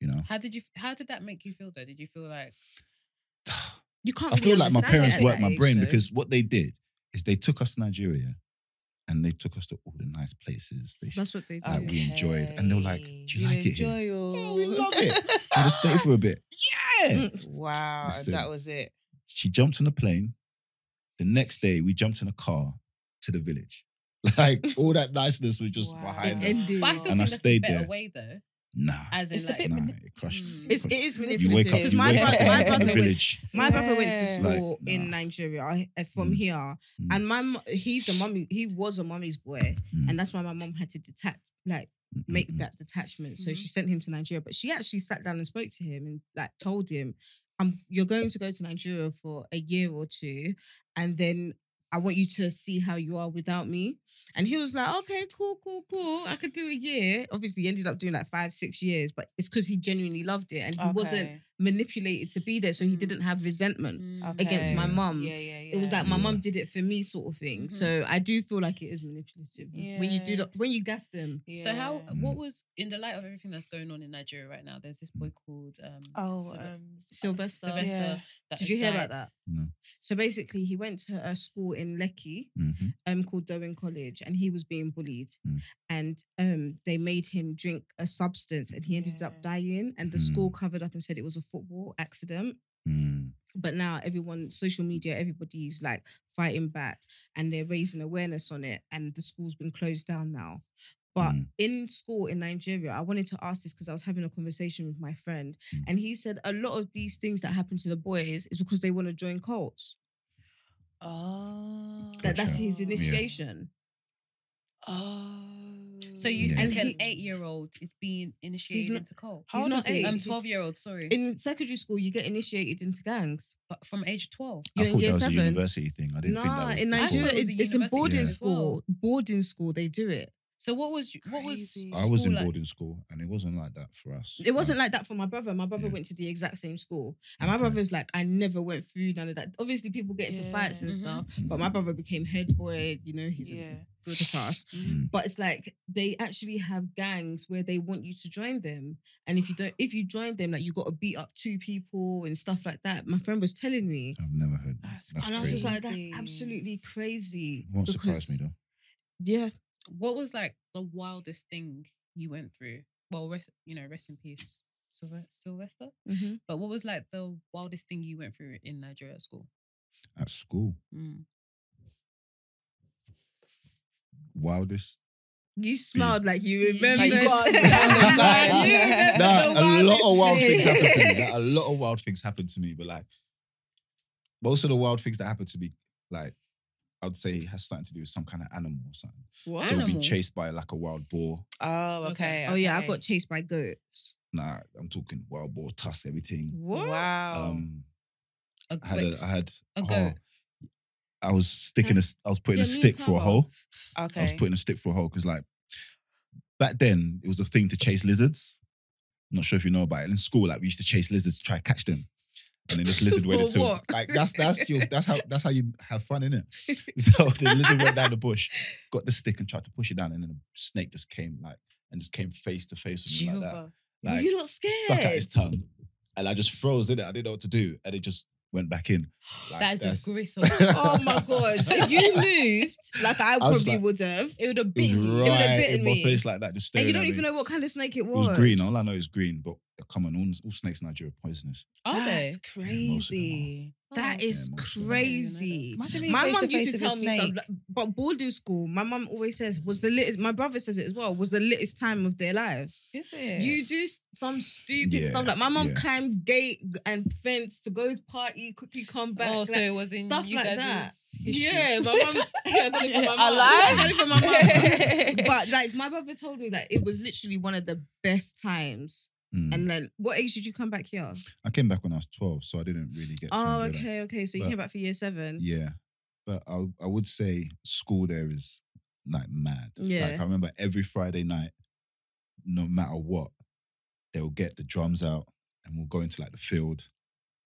Speaker 4: You know, [SIGHS]
Speaker 2: how did you? How did that make you feel though? Did you feel like
Speaker 3: You can't.
Speaker 4: I feel
Speaker 3: really
Speaker 4: like my
Speaker 3: understand it
Speaker 4: parents
Speaker 3: at
Speaker 4: worked
Speaker 3: that
Speaker 4: my
Speaker 3: age,
Speaker 4: brain
Speaker 3: though.
Speaker 4: because what they did is they took us to Nigeria, and they took us to all the nice places. They [LAUGHS]
Speaker 3: that's what they do.
Speaker 4: like we enjoyed, and they were like,
Speaker 1: Okay.
Speaker 4: "Do you like it here?
Speaker 1: enjoy your-
Speaker 4: Yeah, Oh, we love it.
Speaker 3: [LAUGHS]
Speaker 4: Do you want to stay for a bit?" Yeah.
Speaker 1: [LAUGHS] Wow, and
Speaker 4: Listen.
Speaker 1: that was it.
Speaker 4: she jumped on a plane. The next day, we jumped in a car to the village. [LAUGHS] Like
Speaker 3: [LAUGHS]
Speaker 4: all that niceness was just
Speaker 1: Wow.
Speaker 4: behind
Speaker 3: It
Speaker 4: us.
Speaker 3: ended.
Speaker 2: But I still
Speaker 4: And I
Speaker 2: think that's a
Speaker 4: stayed
Speaker 2: better
Speaker 4: there.
Speaker 2: way though.
Speaker 4: Nah,
Speaker 2: As in
Speaker 1: It's a
Speaker 2: like
Speaker 1: bit
Speaker 4: nah, it crushed.
Speaker 2: Mm.
Speaker 3: It's, it is
Speaker 4: you wake
Speaker 3: manipulative
Speaker 4: up,
Speaker 3: because
Speaker 4: you
Speaker 3: my,
Speaker 4: wake
Speaker 3: bro-
Speaker 4: up [LAUGHS]
Speaker 3: my
Speaker 4: in
Speaker 3: brother
Speaker 4: the
Speaker 3: went
Speaker 4: village.
Speaker 3: My brother went to
Speaker 1: Yeah.
Speaker 3: school
Speaker 4: Like,
Speaker 3: in
Speaker 4: nah.
Speaker 3: Nigeria I- uh, from
Speaker 4: Mm.
Speaker 3: here,
Speaker 4: Mm.
Speaker 3: and my mu- he's a mummy. He was a mummy's boy,
Speaker 4: Mm.
Speaker 3: and that's why my mum had to detach, like make
Speaker 1: Mm-hmm.
Speaker 3: that detachment. So
Speaker 2: Mhm.
Speaker 3: she sent him to Nigeria, but she actually sat down and spoke to him and like told him, "I'm you're going to go to Nigeria for a year or two, and then." I want you to see how you are without me. And he was like, okay, cool, cool, cool. I could do a year. Obviously, he ended up doing like five, six years, but it's because he genuinely loved it and he wasn't
Speaker 1: Okay. Mm-hmm.
Speaker 3: manipulated to be there. So he
Speaker 2: Mm.
Speaker 3: didn't have resentment
Speaker 2: Mm.
Speaker 3: against my
Speaker 4: Okay.
Speaker 3: mum.
Speaker 1: Yeah, yeah, yeah.
Speaker 3: um,
Speaker 1: Mm-hmm.
Speaker 3: It was like my
Speaker 4: Yeah.
Speaker 3: mum did it for me, sort of thing.
Speaker 2: Mhm.
Speaker 3: So I do feel like it is manipulative when you do that.
Speaker 1: Yes.
Speaker 3: When you gas them,
Speaker 2: So how?
Speaker 1: Yeah.
Speaker 4: Mm.
Speaker 2: What was in the light of everything that's going on in Nigeria right now? There's this boy called um,
Speaker 1: Oh,
Speaker 2: Sylve-
Speaker 1: um,
Speaker 3: Sylvester.
Speaker 2: Sylvester.
Speaker 1: yeah.
Speaker 2: that
Speaker 3: uh, Did
Speaker 2: has
Speaker 3: you hear about
Speaker 2: died.
Speaker 3: that?
Speaker 4: No.
Speaker 3: So basically, he went to a school in Lekki
Speaker 4: Mhm.
Speaker 3: um, called Dowen College, and he was being bullied,
Speaker 4: Mm.
Speaker 3: and um, they made him drink a substance, and he ended
Speaker 1: Yeah.
Speaker 3: up dying. And the
Speaker 4: Mm.
Speaker 3: school covered up and said it was a football accident.
Speaker 4: Mm.
Speaker 3: but now everyone social media everybody's like fighting back and they're raising awareness on it and the school's been closed down now but
Speaker 4: Mm.
Speaker 3: in school in Nigeria, I wanted to ask this because I was having a conversation with my friend,
Speaker 4: Mm.
Speaker 3: and he said a lot of these things that happen to the boys is because they want to join cults.
Speaker 1: Oh.
Speaker 3: That that's
Speaker 4: Gotcha.
Speaker 3: his initiation.
Speaker 1: Oh.
Speaker 2: So you
Speaker 4: Yeah.
Speaker 2: think an
Speaker 3: And he-
Speaker 2: eight-year-old is being initiated
Speaker 3: not-
Speaker 2: into cult? Um,
Speaker 1: How
Speaker 3: he's
Speaker 1: old
Speaker 3: not
Speaker 1: was he?
Speaker 3: eight.
Speaker 2: I'm
Speaker 3: he's-
Speaker 2: twelve-year-old. Sorry,
Speaker 3: In secondary school, you get initiated into gangs.
Speaker 2: but from age twelve.
Speaker 4: I
Speaker 3: You're in
Speaker 4: thought
Speaker 3: year
Speaker 4: that was a
Speaker 3: seven.
Speaker 4: university thing. I didn't think that
Speaker 3: Nah,
Speaker 4: was
Speaker 3: in
Speaker 2: I thought
Speaker 3: Nigeria,
Speaker 2: it was
Speaker 3: it's,
Speaker 2: a
Speaker 3: it's in
Speaker 2: university
Speaker 3: boarding
Speaker 4: as
Speaker 3: school.
Speaker 2: well.
Speaker 3: Boarding school, they do it.
Speaker 2: So what was you- what was?
Speaker 1: Crazy.
Speaker 4: I was
Speaker 2: school
Speaker 4: in
Speaker 2: like?
Speaker 4: boarding school, and it wasn't like that for us.
Speaker 3: It
Speaker 1: Mm.
Speaker 3: wasn't like that for my brother. My brother
Speaker 4: Yeah.
Speaker 3: went to the exact same school. And my
Speaker 4: Okay.
Speaker 3: brother's like, I never went through none of that. Obviously, people get into
Speaker 1: Yeah. mm-hmm,
Speaker 3: fights and
Speaker 2: Mhm.
Speaker 3: stuff,
Speaker 4: Mm.
Speaker 3: but my brother became head boy, you know, he's
Speaker 1: yeah.
Speaker 3: a good ass.
Speaker 4: Mm.
Speaker 3: But it's like they actually have gangs where they want you to join them. And if you don't, if you join them, like you got to beat up two people and stuff like that. My friend was telling me.
Speaker 4: I've never heard. that.
Speaker 1: That's
Speaker 4: That's
Speaker 3: and I was just like, that's
Speaker 1: crazy.
Speaker 3: absolutely crazy.
Speaker 4: Won't
Speaker 3: because-
Speaker 4: surprise me though.
Speaker 3: Yeah.
Speaker 2: What was like the wildest thing you went through? Well, rest, you know, rest in peace, Sylve- Sylvester.
Speaker 3: Mhm.
Speaker 2: But what was like the wildest thing you went through in Nigeria at school?
Speaker 4: At school,
Speaker 2: Mm.
Speaker 4: wildest.
Speaker 3: You smiled like you
Speaker 2: Like,
Speaker 3: remember. [LAUGHS]
Speaker 1: you got
Speaker 3: You
Speaker 1: us down the line.
Speaker 3: remember
Speaker 4: Nah,
Speaker 3: [LAUGHS] the
Speaker 4: a lot
Speaker 3: wildest
Speaker 4: of wild
Speaker 3: thing.
Speaker 4: things
Speaker 3: [LAUGHS]
Speaker 4: happened to me. Like, a lot of wild things happened to me, but like most of the wild things that happened to me, like I would say, has something to do with some kind of animal or something.
Speaker 3: What?
Speaker 4: So I've been
Speaker 2: Animal?
Speaker 4: chased by like a wild boar.
Speaker 1: Oh, okay.
Speaker 2: Okay.
Speaker 3: Oh yeah, I
Speaker 1: okay.
Speaker 3: got chased by goats.
Speaker 4: Nah, I'm talking wild boar, tusk, everything.
Speaker 1: Wow.
Speaker 4: Um,
Speaker 2: A
Speaker 4: I had, a,
Speaker 2: quick-
Speaker 4: I had.
Speaker 2: a
Speaker 4: oh,
Speaker 2: goat.
Speaker 4: I was sticking a. s- I was putting
Speaker 3: Mm. Yeah,
Speaker 4: a
Speaker 3: me and
Speaker 4: stick for a
Speaker 3: Tara.
Speaker 4: hole.
Speaker 1: okay.
Speaker 4: I was putting a stick for a hole because like back then it was a thing to chase lizards. I'm not sure if you know about it. In school, like we used to chase lizards to try to catch them. And then this
Speaker 3: [LAUGHS]
Speaker 4: lizard went
Speaker 3: For
Speaker 4: into
Speaker 3: what?
Speaker 4: like that's that's your that's how that's how you have fun in it. [LAUGHS] So the lizard went down the bush, got the stick and tried to push it down, and then the snake just came like and just came face to face with me like that.
Speaker 2: Jehovah.
Speaker 3: Were
Speaker 4: Like
Speaker 3: you not scared?
Speaker 4: stuck out his tongue. And I just froze in it. I didn't know what to do. And it just went
Speaker 3: [GASPS]
Speaker 4: back in. Like,
Speaker 2: that is
Speaker 4: that's-
Speaker 2: disgraceful.
Speaker 4: [LAUGHS]
Speaker 3: oh my god! If you moved, like I,
Speaker 4: I was
Speaker 3: probably
Speaker 4: like-
Speaker 3: would have.
Speaker 2: it would have
Speaker 4: it
Speaker 2: been.
Speaker 4: was
Speaker 3: would've
Speaker 4: right
Speaker 3: bitten
Speaker 4: in my
Speaker 3: me.
Speaker 4: face like that, just staring
Speaker 3: And you don't
Speaker 4: at me.
Speaker 3: even know what kind of snake it
Speaker 4: It
Speaker 3: was.
Speaker 4: was green. oh, All I know is green, but come on, all, all snakes in Nigeria are poisonous.
Speaker 2: Are they?
Speaker 1: That's
Speaker 4: Yeah, most of them
Speaker 1: crazy.
Speaker 3: That is
Speaker 4: Yeah, most of them.
Speaker 3: crazy.
Speaker 1: Imagine being
Speaker 3: My
Speaker 1: face
Speaker 3: mum
Speaker 1: to
Speaker 3: used
Speaker 1: face
Speaker 3: to
Speaker 1: with a
Speaker 3: tell me stuff,
Speaker 1: snake.
Speaker 3: like- but boarding school, my mum always says was the latest. My brother says it as well. Was the latest time of their lives.
Speaker 1: Is it? [LAUGHS]
Speaker 3: You do s- some stupid
Speaker 4: Yeah,
Speaker 3: stuff like my mum
Speaker 4: yeah.
Speaker 3: climbed gate and fence to go to party, quickly come back.
Speaker 2: oh,
Speaker 3: like-
Speaker 2: so it was in
Speaker 3: stuff
Speaker 2: you
Speaker 3: like
Speaker 2: guys'
Speaker 3: that.
Speaker 2: history.
Speaker 3: yeah,
Speaker 4: [LAUGHS]
Speaker 3: my mum. Yeah, I got it from my mum.
Speaker 1: Alive?
Speaker 3: I got it from my mum.
Speaker 4: [LAUGHS]
Speaker 3: but like my brother told me that it was literally one of the best times.
Speaker 4: Mm.
Speaker 3: And then, what age did you come back here?
Speaker 4: I came back when I was 12, so I didn't really get.
Speaker 3: Oh,
Speaker 4: familiar.
Speaker 3: okay, okay. So you
Speaker 4: But-
Speaker 3: came back for year seven.
Speaker 4: Yeah, but I I would say school there is like mad.
Speaker 3: Yeah.
Speaker 4: like I remember every Friday night, no matter what, they'll get the drums out and we'll go into like the field.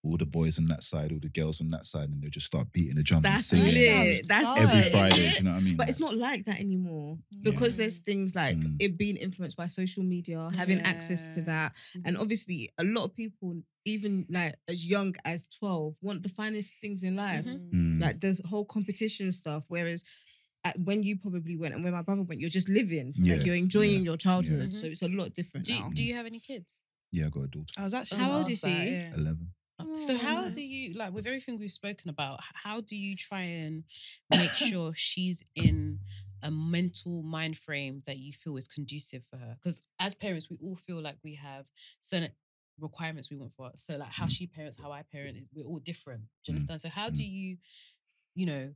Speaker 4: All the boys on that side, all the girls on that side, and they'll just start beating the drums
Speaker 3: That's
Speaker 4: and singing
Speaker 3: lit. That's
Speaker 4: every
Speaker 3: lit.
Speaker 4: Friday. Do you know what I mean?
Speaker 3: But it's not like that anymore because there's things like
Speaker 4: Mm.
Speaker 3: it being influenced by social media, having access to
Speaker 1: Yeah.
Speaker 3: that. And obviously, a lot of people, even like as young as 12, want the finest things in life,
Speaker 2: Mhm.
Speaker 4: Mm.
Speaker 3: like the whole competition stuff. Whereas at, when you probably went and when my brother went, you're just living,
Speaker 4: Yeah.
Speaker 3: like you're enjoying
Speaker 4: Yeah.
Speaker 3: your childhood.
Speaker 2: Yeah.
Speaker 3: So it's a lot different
Speaker 2: Mm-hmm. Do,
Speaker 3: now.
Speaker 2: do you have any kids?
Speaker 4: yeah, I got a daughter.
Speaker 1: I was actually
Speaker 3: How
Speaker 1: gonna
Speaker 3: old
Speaker 1: ask
Speaker 3: is
Speaker 1: that,
Speaker 3: he?
Speaker 1: yeah.
Speaker 4: eleven.
Speaker 2: So
Speaker 3: Oh,
Speaker 2: how
Speaker 3: nice.
Speaker 2: do you like with everything we've spoken about? h- How do you try and make sure she's in a mental mind frame that you feel is conducive for her? Because as parents, we all feel like we have certain requirements we want for us. So like how she parents, how I parent, it- we're all different. Do you
Speaker 4: Mm.
Speaker 2: understand? So how do you, you know,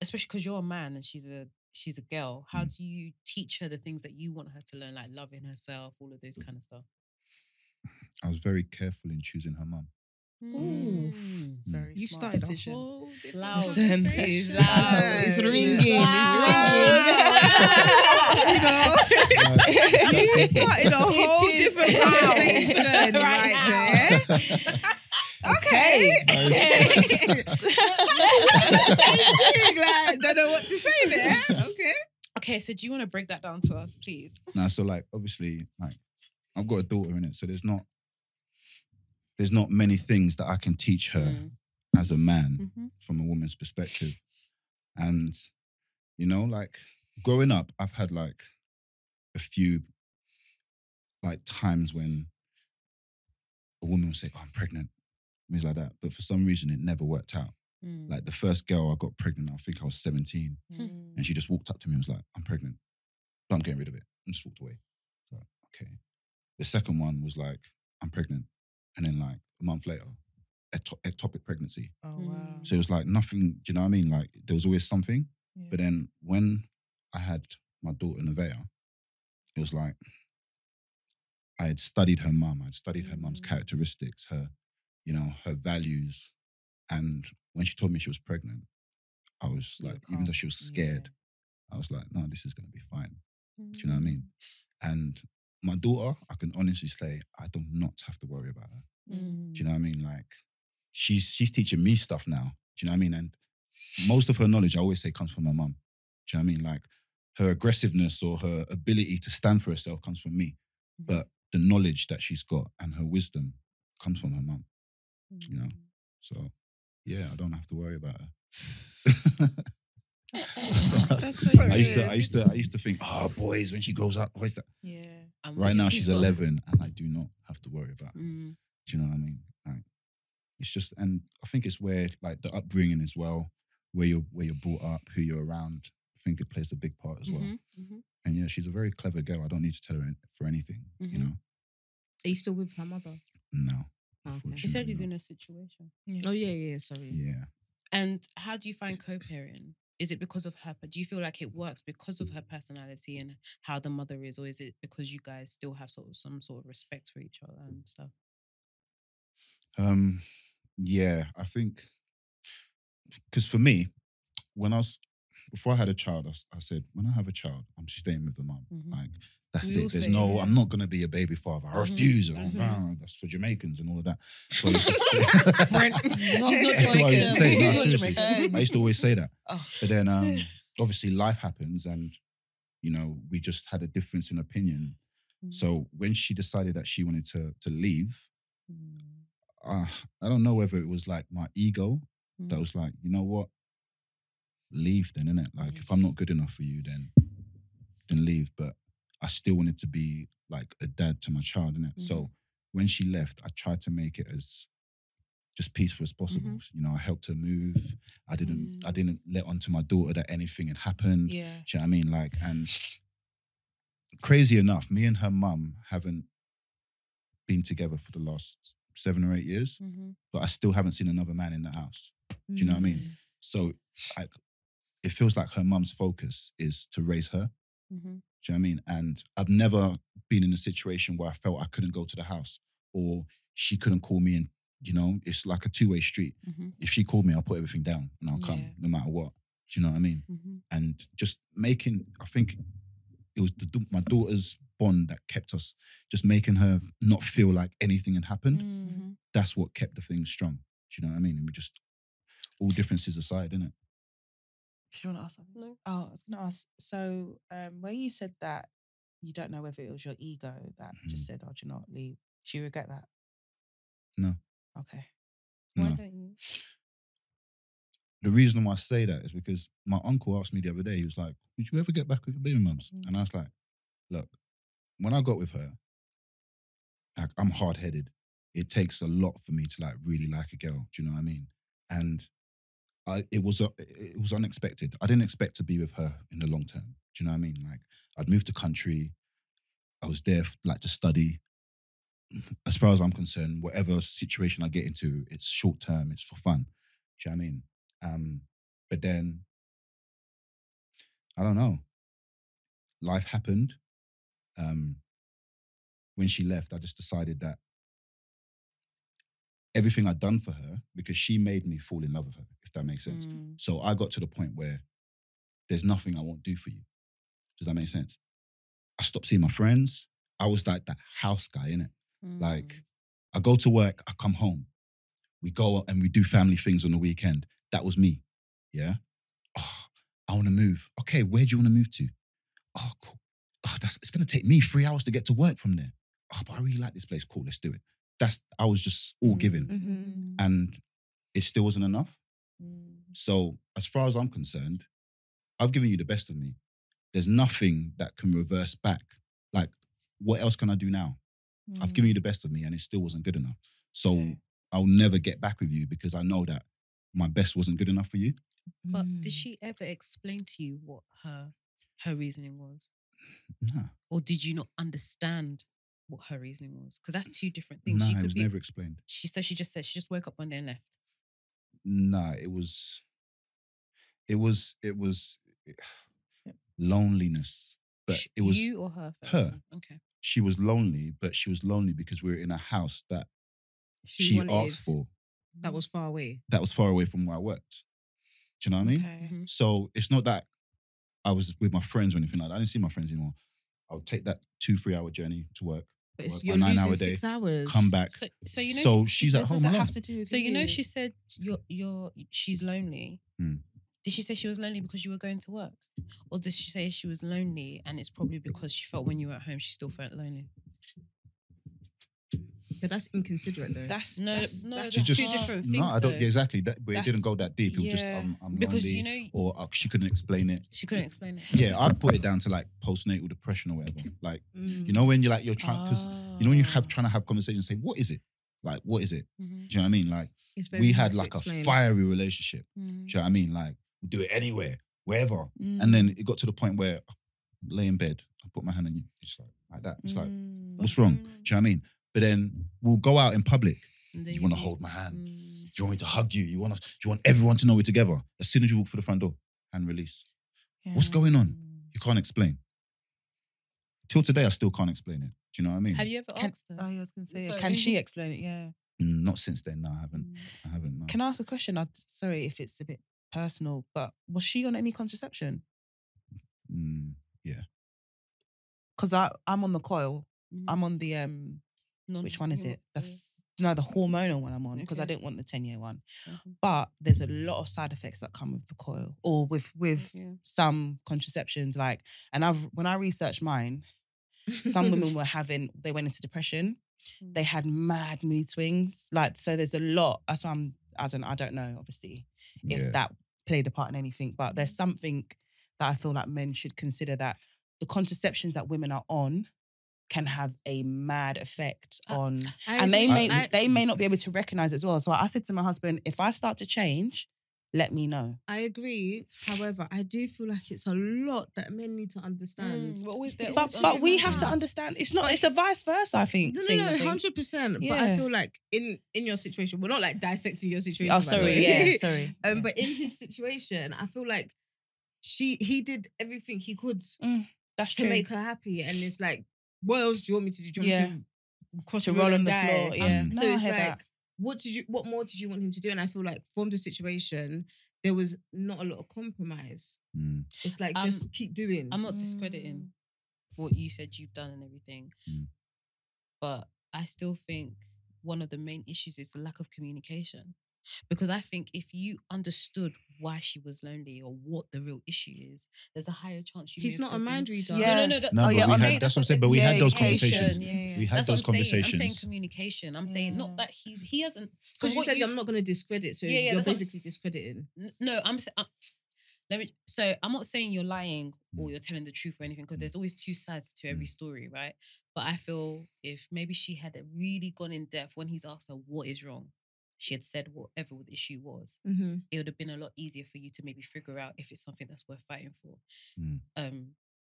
Speaker 2: especially because you're a man and she's a she's a girl. How
Speaker 3: Mm.
Speaker 2: do you teach her the things that you want her to learn, like loving herself, all of those kind of stuff?
Speaker 4: I was very careful in choosing her mum.
Speaker 3: Oof. [LAUGHS]
Speaker 2: Mm.
Speaker 1: Very
Speaker 3: You
Speaker 1: smart
Speaker 3: started
Speaker 1: decision.
Speaker 3: a
Speaker 4: [LAUGHS]
Speaker 3: whole
Speaker 2: It's
Speaker 3: different
Speaker 2: loud.
Speaker 1: Listen,
Speaker 3: conversation.
Speaker 1: it's
Speaker 2: loud.
Speaker 1: It's
Speaker 3: Yeah.
Speaker 1: ringing.
Speaker 2: Wow.
Speaker 1: It's ringing.
Speaker 3: you know? [LAUGHS] You
Speaker 1: [LAUGHS]
Speaker 2: [LAUGHS]
Speaker 3: started a
Speaker 2: It
Speaker 3: whole
Speaker 2: is
Speaker 3: different
Speaker 2: loud.
Speaker 3: conversation right,
Speaker 2: [LAUGHS] Right now. [LAUGHS]
Speaker 3: there. [LAUGHS]
Speaker 4: [LAUGHS]
Speaker 3: Okay. [LAUGHS] Big, like, don't know what to
Speaker 4: [LAUGHS]
Speaker 3: say there. Okay.
Speaker 2: Okay, so do you want to break that down to us, please?
Speaker 4: Now, so like obviously, like I've got a daughter in it, so there's not there's not many things that I can teach her
Speaker 2: Mm.
Speaker 4: as a man
Speaker 2: Mhm.
Speaker 4: from a woman's perspective. And you know, like growing up, I've had like a few like times when a woman would say, oh, "I'm pregnant," things like that. But for some reason, it never worked out.
Speaker 2: Mm.
Speaker 4: Like the first girl I got pregnant, I think I was 17.
Speaker 2: Mm.
Speaker 4: And she just walked up to me and was like, I'm pregnant, but I'm getting rid of it. And just walked away. It's Like, okay. The second one was like, I'm pregnant. And then like a month later, eto- ectopic pregnancy.
Speaker 1: Oh
Speaker 2: wow.
Speaker 4: So it was like nothing, do you know what I mean? Like there was always something. But then when I had my daughter Nevaeh, it was like I had studied her mum. I'd studied her mum's
Speaker 1: Mm.
Speaker 4: characteristics, her, you know, her values. And when she told me she was pregnant, I was
Speaker 1: You
Speaker 4: like,
Speaker 1: were
Speaker 4: even though
Speaker 1: calm.
Speaker 4: she was
Speaker 1: Yeah.
Speaker 4: scared, I was like, no, this is gonna be fine. Do you know what I mean?
Speaker 1: Mm.
Speaker 4: And my daughter, I can honestly say, I do not have to worry about her.
Speaker 2: Mm.
Speaker 4: Do you know what I mean? Like she's she's teaching me stuff now. Do you know what I mean? And most of her knowledge, I always say, comes from her mum. Do you know what I mean? Like her aggressiveness or her ability to stand for herself comes from me.
Speaker 2: Mhm.
Speaker 1: Mm-hmm.
Speaker 4: But the knowledge that she's got and her wisdom comes from her mum. you know.
Speaker 1: Mm-hmm.
Speaker 4: So yeah, I don't have to worry about her.
Speaker 1: [LAUGHS]
Speaker 3: [LAUGHS]
Speaker 1: That's
Speaker 4: [LAUGHS]
Speaker 1: so
Speaker 4: I used to, I
Speaker 1: good.
Speaker 4: used to, I used to think, oh, boys, when she grows up, where's that?
Speaker 1: Yeah.
Speaker 2: And
Speaker 4: Right now,
Speaker 2: what
Speaker 4: Um, she's
Speaker 2: got-
Speaker 4: eleven, and I do not have to worry about. her.
Speaker 2: Mm.
Speaker 4: Do you know what I mean? Like, it's just, and I think it's where like the upbringing as well, where you're where you're brought up, who you're around. I think it plays a big part as
Speaker 1: Mm-hmm.
Speaker 4: well.
Speaker 2: Mhm.
Speaker 4: And yeah, she's a very clever girl. I don't need to tell her an- for anything. You
Speaker 1: Mm-hmm.
Speaker 2: Mhm.
Speaker 4: know,
Speaker 3: Are you still with her mother?
Speaker 4: no.
Speaker 2: She said you're
Speaker 4: unfortunately
Speaker 2: in a situation.
Speaker 3: Oh yeah, yeah. Sorry.
Speaker 4: not. Yeah.
Speaker 2: And how do you find co-parenting? Is it because of her? Do you feel like it works because of her personality and how the mother is, or is it because you guys still have sort of some sort of respect for each other and stuff?
Speaker 4: Um, yeah, I think because for me, when I was before I had a child, I, s- I said when I have a child, I'm staying with the mum.
Speaker 2: Mhm. [LAUGHS]
Speaker 4: Like that's
Speaker 1: Mm-hmm. We all
Speaker 4: it. There's
Speaker 1: say
Speaker 4: no,
Speaker 1: that.
Speaker 4: I'm not gonna be a baby father. I
Speaker 2: Mhm.
Speaker 4: refuse.
Speaker 1: Mhm.
Speaker 4: mm That's for Jamaicans and all of
Speaker 1: [LAUGHS]
Speaker 4: that. So I used to- [LAUGHS] That's what I used to say. No,
Speaker 1: He's not
Speaker 4: seriously.
Speaker 1: Jamaican.
Speaker 4: [LAUGHS] I used to always say that.
Speaker 1: Oh.
Speaker 4: But then um, obviously life happens and you know, we just had a difference in opinion.
Speaker 2: Mm.
Speaker 4: So when she decided that she wanted to to leave, uh, I don't know whether it was like my ego that was like, you know what? Leave then, innit? Like if I'm not good enough for you, then then leave. But I still wanted to be like a dad to my child, innit? So when she left, I tried to make it as just peaceful as possible. You know, I helped her move. I didn't I didn't let onto my daughter that anything had happened.
Speaker 1: Yeah.
Speaker 4: Do you know what I mean? Like, and crazy enough, me and her mum haven't been together for the last seven or eight years,
Speaker 2: Mm-hmm.
Speaker 4: but I still haven't seen another man in the house. Do you know what I
Speaker 2: Mm-hmm.
Speaker 4: mean? So, like, it feels like her mum's focus is to raise her.
Speaker 2: Mm-hmm.
Speaker 4: Do you know what I mean? And I've never been in a situation where I felt I couldn't go to the house or she couldn't call me. And, you know, it's like a two way street.
Speaker 2: Mm-hmm.
Speaker 4: If she called me, I'll put everything down and I'll come
Speaker 1: Yeah.
Speaker 4: no matter what. Do you know what I mean?
Speaker 2: Mm-hmm.
Speaker 4: and just making i think it was the, my daughter's bond that kept us just making her not feel like anything had happened
Speaker 1: Mm.
Speaker 2: Mm-hmm.
Speaker 4: that's what kept the thing strong do you know what i mean and we just all differences aside innit?
Speaker 1: Do you want to ask something?
Speaker 2: No.
Speaker 1: Oh, I was going to ask. So, um, when you said that you don't know whether it was your ego that
Speaker 4: Mm-hmm.
Speaker 1: just said, "Oh, do you not leave?" Do you regret that?
Speaker 4: No.
Speaker 1: Okay.
Speaker 4: no.
Speaker 2: don't you?
Speaker 4: the reason why i say that is because my uncle asked me the other day he was like would you ever get back with your baby mums
Speaker 1: Mm.
Speaker 4: and i was like look when i got with her like i'm hard-headed it takes a lot for me to like really like a girl do you know what i mean and I it was uh, it was unexpected. I didn't expect to be with her in the long term. Do you know what I mean? Like I'd moved to country, I was there f- like to study. As far as I'm concerned, whatever situation I get into, it's short term. It's for fun. Do you know what I mean? Um, but then I don't know. Life happened. Um, when she left, I just decided that everything I'd done for her, because she made me fall in love with her, if that makes sense.
Speaker 2: Mm.
Speaker 4: So I got to the point where there's nothing I won't do for you. Does that make sense? I stopped seeing my friends. I was like that house guy, innit?
Speaker 2: Mm-hmm. Mm.
Speaker 4: Like, I go to work, I come home. We go out and we do family things on the weekend. That was me. Yeah. Oh, I want to move. Okay, where do you want to move to? Oh, cool. Oh, that's it's gonna take me three hours to get to work from there. Oh, but I really like this place. Cool, let's do it. That's I was just all given.
Speaker 1: Mm-hmm.
Speaker 2: Mm.
Speaker 4: And it still wasn't enough.
Speaker 1: Mm.
Speaker 4: So, as far as I'm concerned, I've given you the best of me. There's nothing that can reverse back. Like, what else can I do now? I've given you
Speaker 2: Mm.
Speaker 4: the best of me and it still wasn't good enough. So,
Speaker 1: Okay.
Speaker 4: I'll never get back with you because I know that my best wasn't good enough for you.
Speaker 2: But
Speaker 4: Mm.
Speaker 2: did she ever explain to you what her her reasoning was,
Speaker 4: Nah,
Speaker 2: or did you not understand what her reasoning was? Because that's two different things.
Speaker 4: nah,
Speaker 2: she
Speaker 4: it
Speaker 2: could
Speaker 4: was
Speaker 2: be-
Speaker 4: never explained.
Speaker 2: She so she just said she just woke up one day and left.
Speaker 4: Nah, it was, it was, it was loneliness. But
Speaker 2: Sh-
Speaker 4: it was
Speaker 2: you or her. first
Speaker 4: her.
Speaker 2: one? Okay.
Speaker 4: she was lonely, but she was lonely because we were in a house that
Speaker 3: She
Speaker 4: she
Speaker 3: wanted
Speaker 4: asked for.
Speaker 3: that was far away.
Speaker 4: that was far away from where I worked. Do you know what I mean?
Speaker 1: Okay.
Speaker 2: Mhm.
Speaker 4: So it's not that I was with my friends or anything like that. I didn't see my friends anymore. I would take that two, three hour journey to work,
Speaker 3: But it's,
Speaker 4: Work
Speaker 3: you're
Speaker 4: a nine
Speaker 3: losing
Speaker 4: hour day,
Speaker 3: six hours.
Speaker 4: come back.
Speaker 2: So so you know.
Speaker 4: So she's
Speaker 1: So
Speaker 4: at
Speaker 1: does
Speaker 4: home
Speaker 1: that
Speaker 4: alone.
Speaker 1: have to do with
Speaker 2: So you know,
Speaker 1: you?
Speaker 2: she said you're you're she's lonely.
Speaker 4: Hmm.
Speaker 2: Did she say she was lonely because you were going to work, or did she say she was lonely and it's probably because she felt when you were at home she still felt lonely?
Speaker 3: But that's inconsiderate though.
Speaker 1: that's
Speaker 2: No,
Speaker 1: that's,
Speaker 2: no,
Speaker 1: that's
Speaker 4: She
Speaker 2: there's
Speaker 4: just
Speaker 2: two different
Speaker 4: no, I
Speaker 2: things,
Speaker 4: don't
Speaker 2: though.
Speaker 4: yeah, exactly. That, but it
Speaker 1: That's-
Speaker 4: didn't go that deep. It was just
Speaker 1: yeah.
Speaker 4: um, I'm
Speaker 2: Because
Speaker 4: lonely,
Speaker 2: you know
Speaker 4: or uh, she couldn't explain it.
Speaker 2: she couldn't explain it.
Speaker 4: Yeah, I'd put it down to like postnatal depression or whatever. Like
Speaker 3: Mm,
Speaker 4: you
Speaker 2: Mm.
Speaker 4: know when you're like you're trying because you know when you
Speaker 2: Oh. Ah,
Speaker 4: have trying to have conversations, say what is it? Like what is it?
Speaker 2: mm-hmm,
Speaker 4: Do you know what I mean? Like
Speaker 3: It's very
Speaker 4: we
Speaker 3: hard
Speaker 4: had
Speaker 3: to
Speaker 4: like a
Speaker 3: explain.
Speaker 4: fiery relationship.
Speaker 2: mm-hmm.
Speaker 4: Do you know what I mean? Like we do it anywhere, wherever.
Speaker 1: mm,
Speaker 4: And then it got to the point where I lay in bed, I put my hand on you, it's like like that. It's
Speaker 1: Mm.
Speaker 4: like, what's wrong? Do you know what I mean? But then we'll go out in public. You want to hold my hand.
Speaker 2: Mm.
Speaker 4: You want me to hug you. You want to, you want everyone to know we're together. As soon as you walk through the front door, hand release. What's going on? You can't explain. Till today, I still can't explain it. Do you know what I mean?
Speaker 2: Have you ever
Speaker 1: Can,
Speaker 2: asked her?
Speaker 1: oh, yeah, I was going to say,
Speaker 2: Sorry.
Speaker 1: can
Speaker 4: [LAUGHS]
Speaker 1: she explain it? Yeah.
Speaker 4: Mm, Not since then. No, I haven't. I haven't. No.
Speaker 1: Can I ask a question? I'm sorry if it's a bit personal, but was she on any contraception?
Speaker 4: Mm,
Speaker 1: Because I I'm on the coil.
Speaker 4: Mm-hmm.
Speaker 1: I'm on the um which one is it? The f- no, the hormonal one I'm on because I
Speaker 2: Mm-hmm. Okay.
Speaker 1: didn't want the 10 year one.
Speaker 2: Mhm.
Speaker 1: But there's a lot of side effects that come with the coil or with with
Speaker 2: Yeah.
Speaker 1: some contraceptions. Like, and I've when I researched mine, some women were having they went into depression. They had mad mood swings. Like, so there's a lot. That's why I'm I don't I don't know obviously if
Speaker 4: yeah.
Speaker 1: that played a part in anything. But there's
Speaker 3: Mm.
Speaker 1: something that I feel like men should consider that the contraceptions that women are on can have a mad effect
Speaker 2: Uh,
Speaker 1: on
Speaker 3: I
Speaker 1: and they
Speaker 3: agree.
Speaker 1: may
Speaker 3: I,
Speaker 1: they may not be able to recognize it as well. So I said to my husband, if I start to change, let me know.
Speaker 3: I agree. However, I do feel like it's a lot that men need to
Speaker 1: Mm,
Speaker 3: understand.
Speaker 2: Mm, But always there,
Speaker 3: It's
Speaker 1: But
Speaker 2: always
Speaker 1: but we
Speaker 2: understand.
Speaker 1: have to understand it's not it's a vice versa, I think.
Speaker 3: No, no,
Speaker 1: thing, I
Speaker 3: no,
Speaker 1: think.
Speaker 3: hundred percent. But I
Speaker 1: Yeah.
Speaker 3: feel like in in your situation, we're not like dissecting your situation.
Speaker 1: Oh
Speaker 3: by the
Speaker 4: [LAUGHS]
Speaker 1: sorry,
Speaker 3: way. [LAUGHS]
Speaker 1: yeah, sorry.
Speaker 3: um, but in his situation, I feel like she he did everything he could
Speaker 1: That's
Speaker 3: to
Speaker 1: true.
Speaker 3: make her happy, and it's like, what else do you want me to do? Do you want me to cross
Speaker 1: to
Speaker 3: the road
Speaker 1: roll on
Speaker 3: and
Speaker 1: the
Speaker 3: die?
Speaker 1: floor. Yeah.
Speaker 4: Um,
Speaker 1: No,
Speaker 3: So
Speaker 1: I
Speaker 3: it's
Speaker 1: hear
Speaker 3: like,
Speaker 1: that.
Speaker 3: what did you? What more did you want him to do? And I feel like from the situation, there was not a lot of compromise.
Speaker 4: Mm.
Speaker 3: It's like
Speaker 2: Um,
Speaker 3: just keep doing.
Speaker 2: [LAUGHS] I'm not
Speaker 3: Mm.
Speaker 2: discrediting what you said you've done and everything,
Speaker 4: Mm.
Speaker 2: but I still think one of the main issues is the lack of communication. Because I think if you understood why she was lonely or what the real issue is, there's a higher chance you. may
Speaker 3: He's
Speaker 2: have
Speaker 3: not a
Speaker 2: still been-
Speaker 3: mind reader.
Speaker 1: Yeah.
Speaker 2: No, no, no. that-
Speaker 4: No,
Speaker 1: Oh,
Speaker 4: but
Speaker 1: yeah,
Speaker 4: we
Speaker 1: I'm
Speaker 4: had,
Speaker 1: saying
Speaker 4: that's what I'm saying. But we
Speaker 1: yeah,
Speaker 4: had those
Speaker 1: education,
Speaker 4: conversations.
Speaker 2: yeah.
Speaker 4: We had
Speaker 2: That's
Speaker 4: those
Speaker 2: what I'm saying. I'm saying
Speaker 4: conversations.
Speaker 2: communication. I'm saying
Speaker 1: Yeah.
Speaker 2: not that he's he hasn't
Speaker 3: Because you
Speaker 2: what
Speaker 3: said
Speaker 2: you've-
Speaker 3: I'm not going to discredit, so
Speaker 2: Yeah, yeah,
Speaker 3: you're
Speaker 2: that's what I'm-
Speaker 3: basically discrediting.
Speaker 2: N- no, I'm. s- I'm- Let me. So I'm not saying you're lying
Speaker 4: Mm.
Speaker 2: or you're telling the truth or anything, because there's always two sides to every story, right? But I feel if maybe she had really gone in depth when he's asked her what is wrong, she had said whatever the issue was.
Speaker 3: Mm-hmm.
Speaker 2: It would have been a lot easier for you to maybe figure out if it's something that's worth fighting for.
Speaker 4: Mm.
Speaker 2: Um,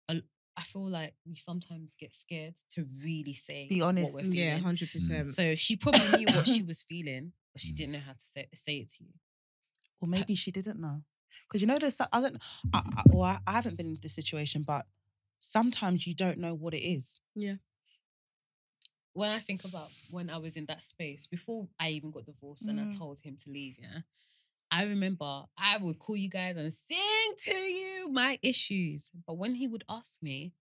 Speaker 2: I, I feel like we sometimes get scared to really say
Speaker 1: Be
Speaker 2: what we're
Speaker 1: honest.
Speaker 3: Yeah,
Speaker 2: feeling.
Speaker 3: hundred percent.
Speaker 2: So she probably knew what she was feeling, but she
Speaker 4: Mm.
Speaker 2: didn't know how to say, say it to you.
Speaker 4: Uh,
Speaker 1: Or maybe she didn't know. Because you know, there's so- I don't, I, I,
Speaker 4: Mm.
Speaker 1: well, I, I haven't been in this situation, but sometimes you don't know what it is.
Speaker 2: when I think about when I was in that space before I even got divorced and I
Speaker 1: Mm.
Speaker 2: told him to leave, yeah, I remember I would call you guys and sing to you my issues. But when he would ask me,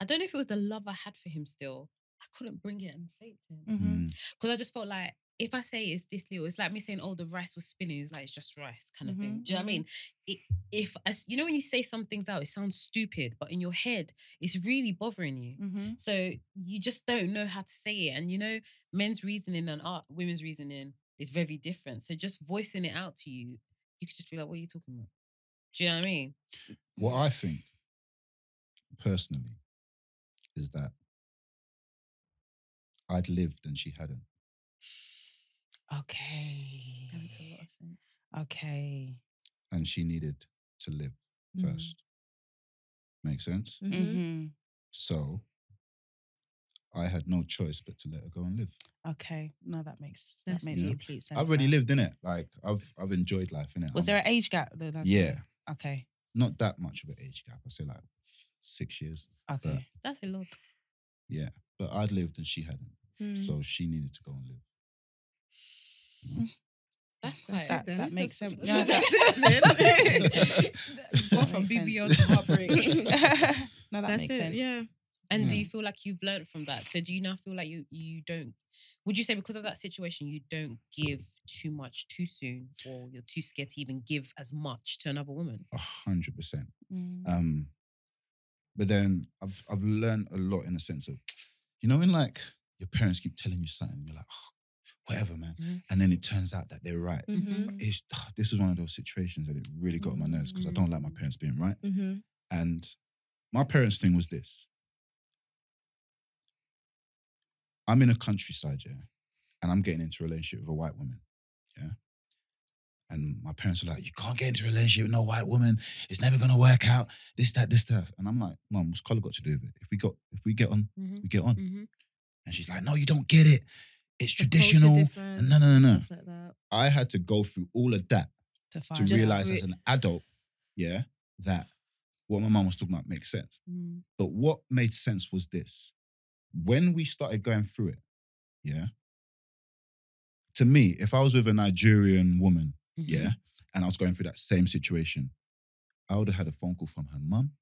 Speaker 2: I don't know if it was the love I had for him still, I couldn't bring it and say it to him
Speaker 4: Mm.
Speaker 2: because I just felt like if I say it's this little, it's like me saying, "Oh, the rice was spinning." It's like it's just rice, kind of thing.
Speaker 1: Mhm,
Speaker 2: Do you know what I mean? It, if as you know when you say some things out, it sounds stupid, but in your head, it's really bothering you.
Speaker 1: Mm-hmm.
Speaker 2: So you just don't know how to say it. And you know, men's reasoning and art, women's reasoning is very different. So just voicing it out to you, you could just be like, what are you talking about? Do you know what I mean?
Speaker 4: What I think, personally, is that I'd lived and she hadn't.
Speaker 2: That makes a lot
Speaker 1: Okay.
Speaker 2: of sense.
Speaker 1: Okay.
Speaker 4: And she needed to live
Speaker 3: Mm-hmm.
Speaker 2: Mm-hmm.
Speaker 4: first. Make sense?
Speaker 2: Mm.
Speaker 1: hmm
Speaker 4: So I had no choice but to let her go and live.
Speaker 1: Okay. No, that makes
Speaker 3: That's
Speaker 1: that makes
Speaker 4: deep.
Speaker 1: complete sense.
Speaker 4: I've already
Speaker 1: now.
Speaker 4: lived in it. Like I've I've enjoyed life in it.
Speaker 1: Was there an age gap? though, like-
Speaker 4: Yeah.
Speaker 1: Okay.
Speaker 4: Not that much of an age gap. I say like six years.
Speaker 1: Okay.
Speaker 2: That's a lot.
Speaker 4: Yeah. But I'd lived and she hadn't.
Speaker 3: Mm-hmm.
Speaker 4: So she needed to go and live.
Speaker 2: That's quite.
Speaker 3: That's
Speaker 2: [LAUGHS]
Speaker 1: that,
Speaker 3: then.
Speaker 1: that makes sense.
Speaker 3: [LAUGHS] That's-
Speaker 1: [LAUGHS]
Speaker 3: that's [LAUGHS]
Speaker 4: it,
Speaker 1: That
Speaker 3: Gone from
Speaker 1: makes
Speaker 3: BBL
Speaker 1: sense.
Speaker 3: to
Speaker 1: [LAUGHS]
Speaker 3: heartbreak.
Speaker 2: [LAUGHS]
Speaker 1: no, that
Speaker 3: That's
Speaker 1: makes
Speaker 3: it.
Speaker 1: sense.
Speaker 3: Yeah.
Speaker 2: And do
Speaker 4: Yeah.
Speaker 2: you feel like you've learned from that? So do you now feel like you you don't? Would you say because of that situation you don't give too much too soon, or you're too scared to even give as much to another woman?
Speaker 4: A hundred percent.
Speaker 1: Mm.
Speaker 4: Um, but then I've I've learned a lot in the sense of, you know, when like your parents keep telling you something, you're like, "Oh, whatever, man,
Speaker 2: Mhm.
Speaker 4: and then it turns out that they're right.
Speaker 3: Mm-hmm.
Speaker 4: It's ah, this is one of those situations that it really got on my nerves because I don't like my parents being right.
Speaker 3: Mm-hmm.
Speaker 4: And my parents' thing was this: I'm in a countryside, yeah, and I'm getting into a relationship with a white woman, yeah. And my parents are like, "You can't get into a relationship with no white woman. It's never gonna work out. This, that, this, that." And I'm like, "Mom, what's color got to do with it? If we got, if we get on,
Speaker 2: Mm-hmm.
Speaker 4: we get on."
Speaker 2: Mm-hmm.
Speaker 4: And she's like, "No, you don't get it. It's traditional." No, no, no, no.
Speaker 3: Like that.
Speaker 4: I had to go through all of that
Speaker 1: To
Speaker 4: to
Speaker 1: find
Speaker 3: Just
Speaker 4: realize
Speaker 3: re-
Speaker 4: as an adult, yeah, that what my mom was talking about makes sense.
Speaker 2: Mm-hmm.
Speaker 4: But what made sense was this. When we started going through it, yeah, to me, if I was with a Nigerian woman,
Speaker 2: Mm-hmm.
Speaker 4: yeah, and I was going through that same situation, I would have had a phone call from her mum,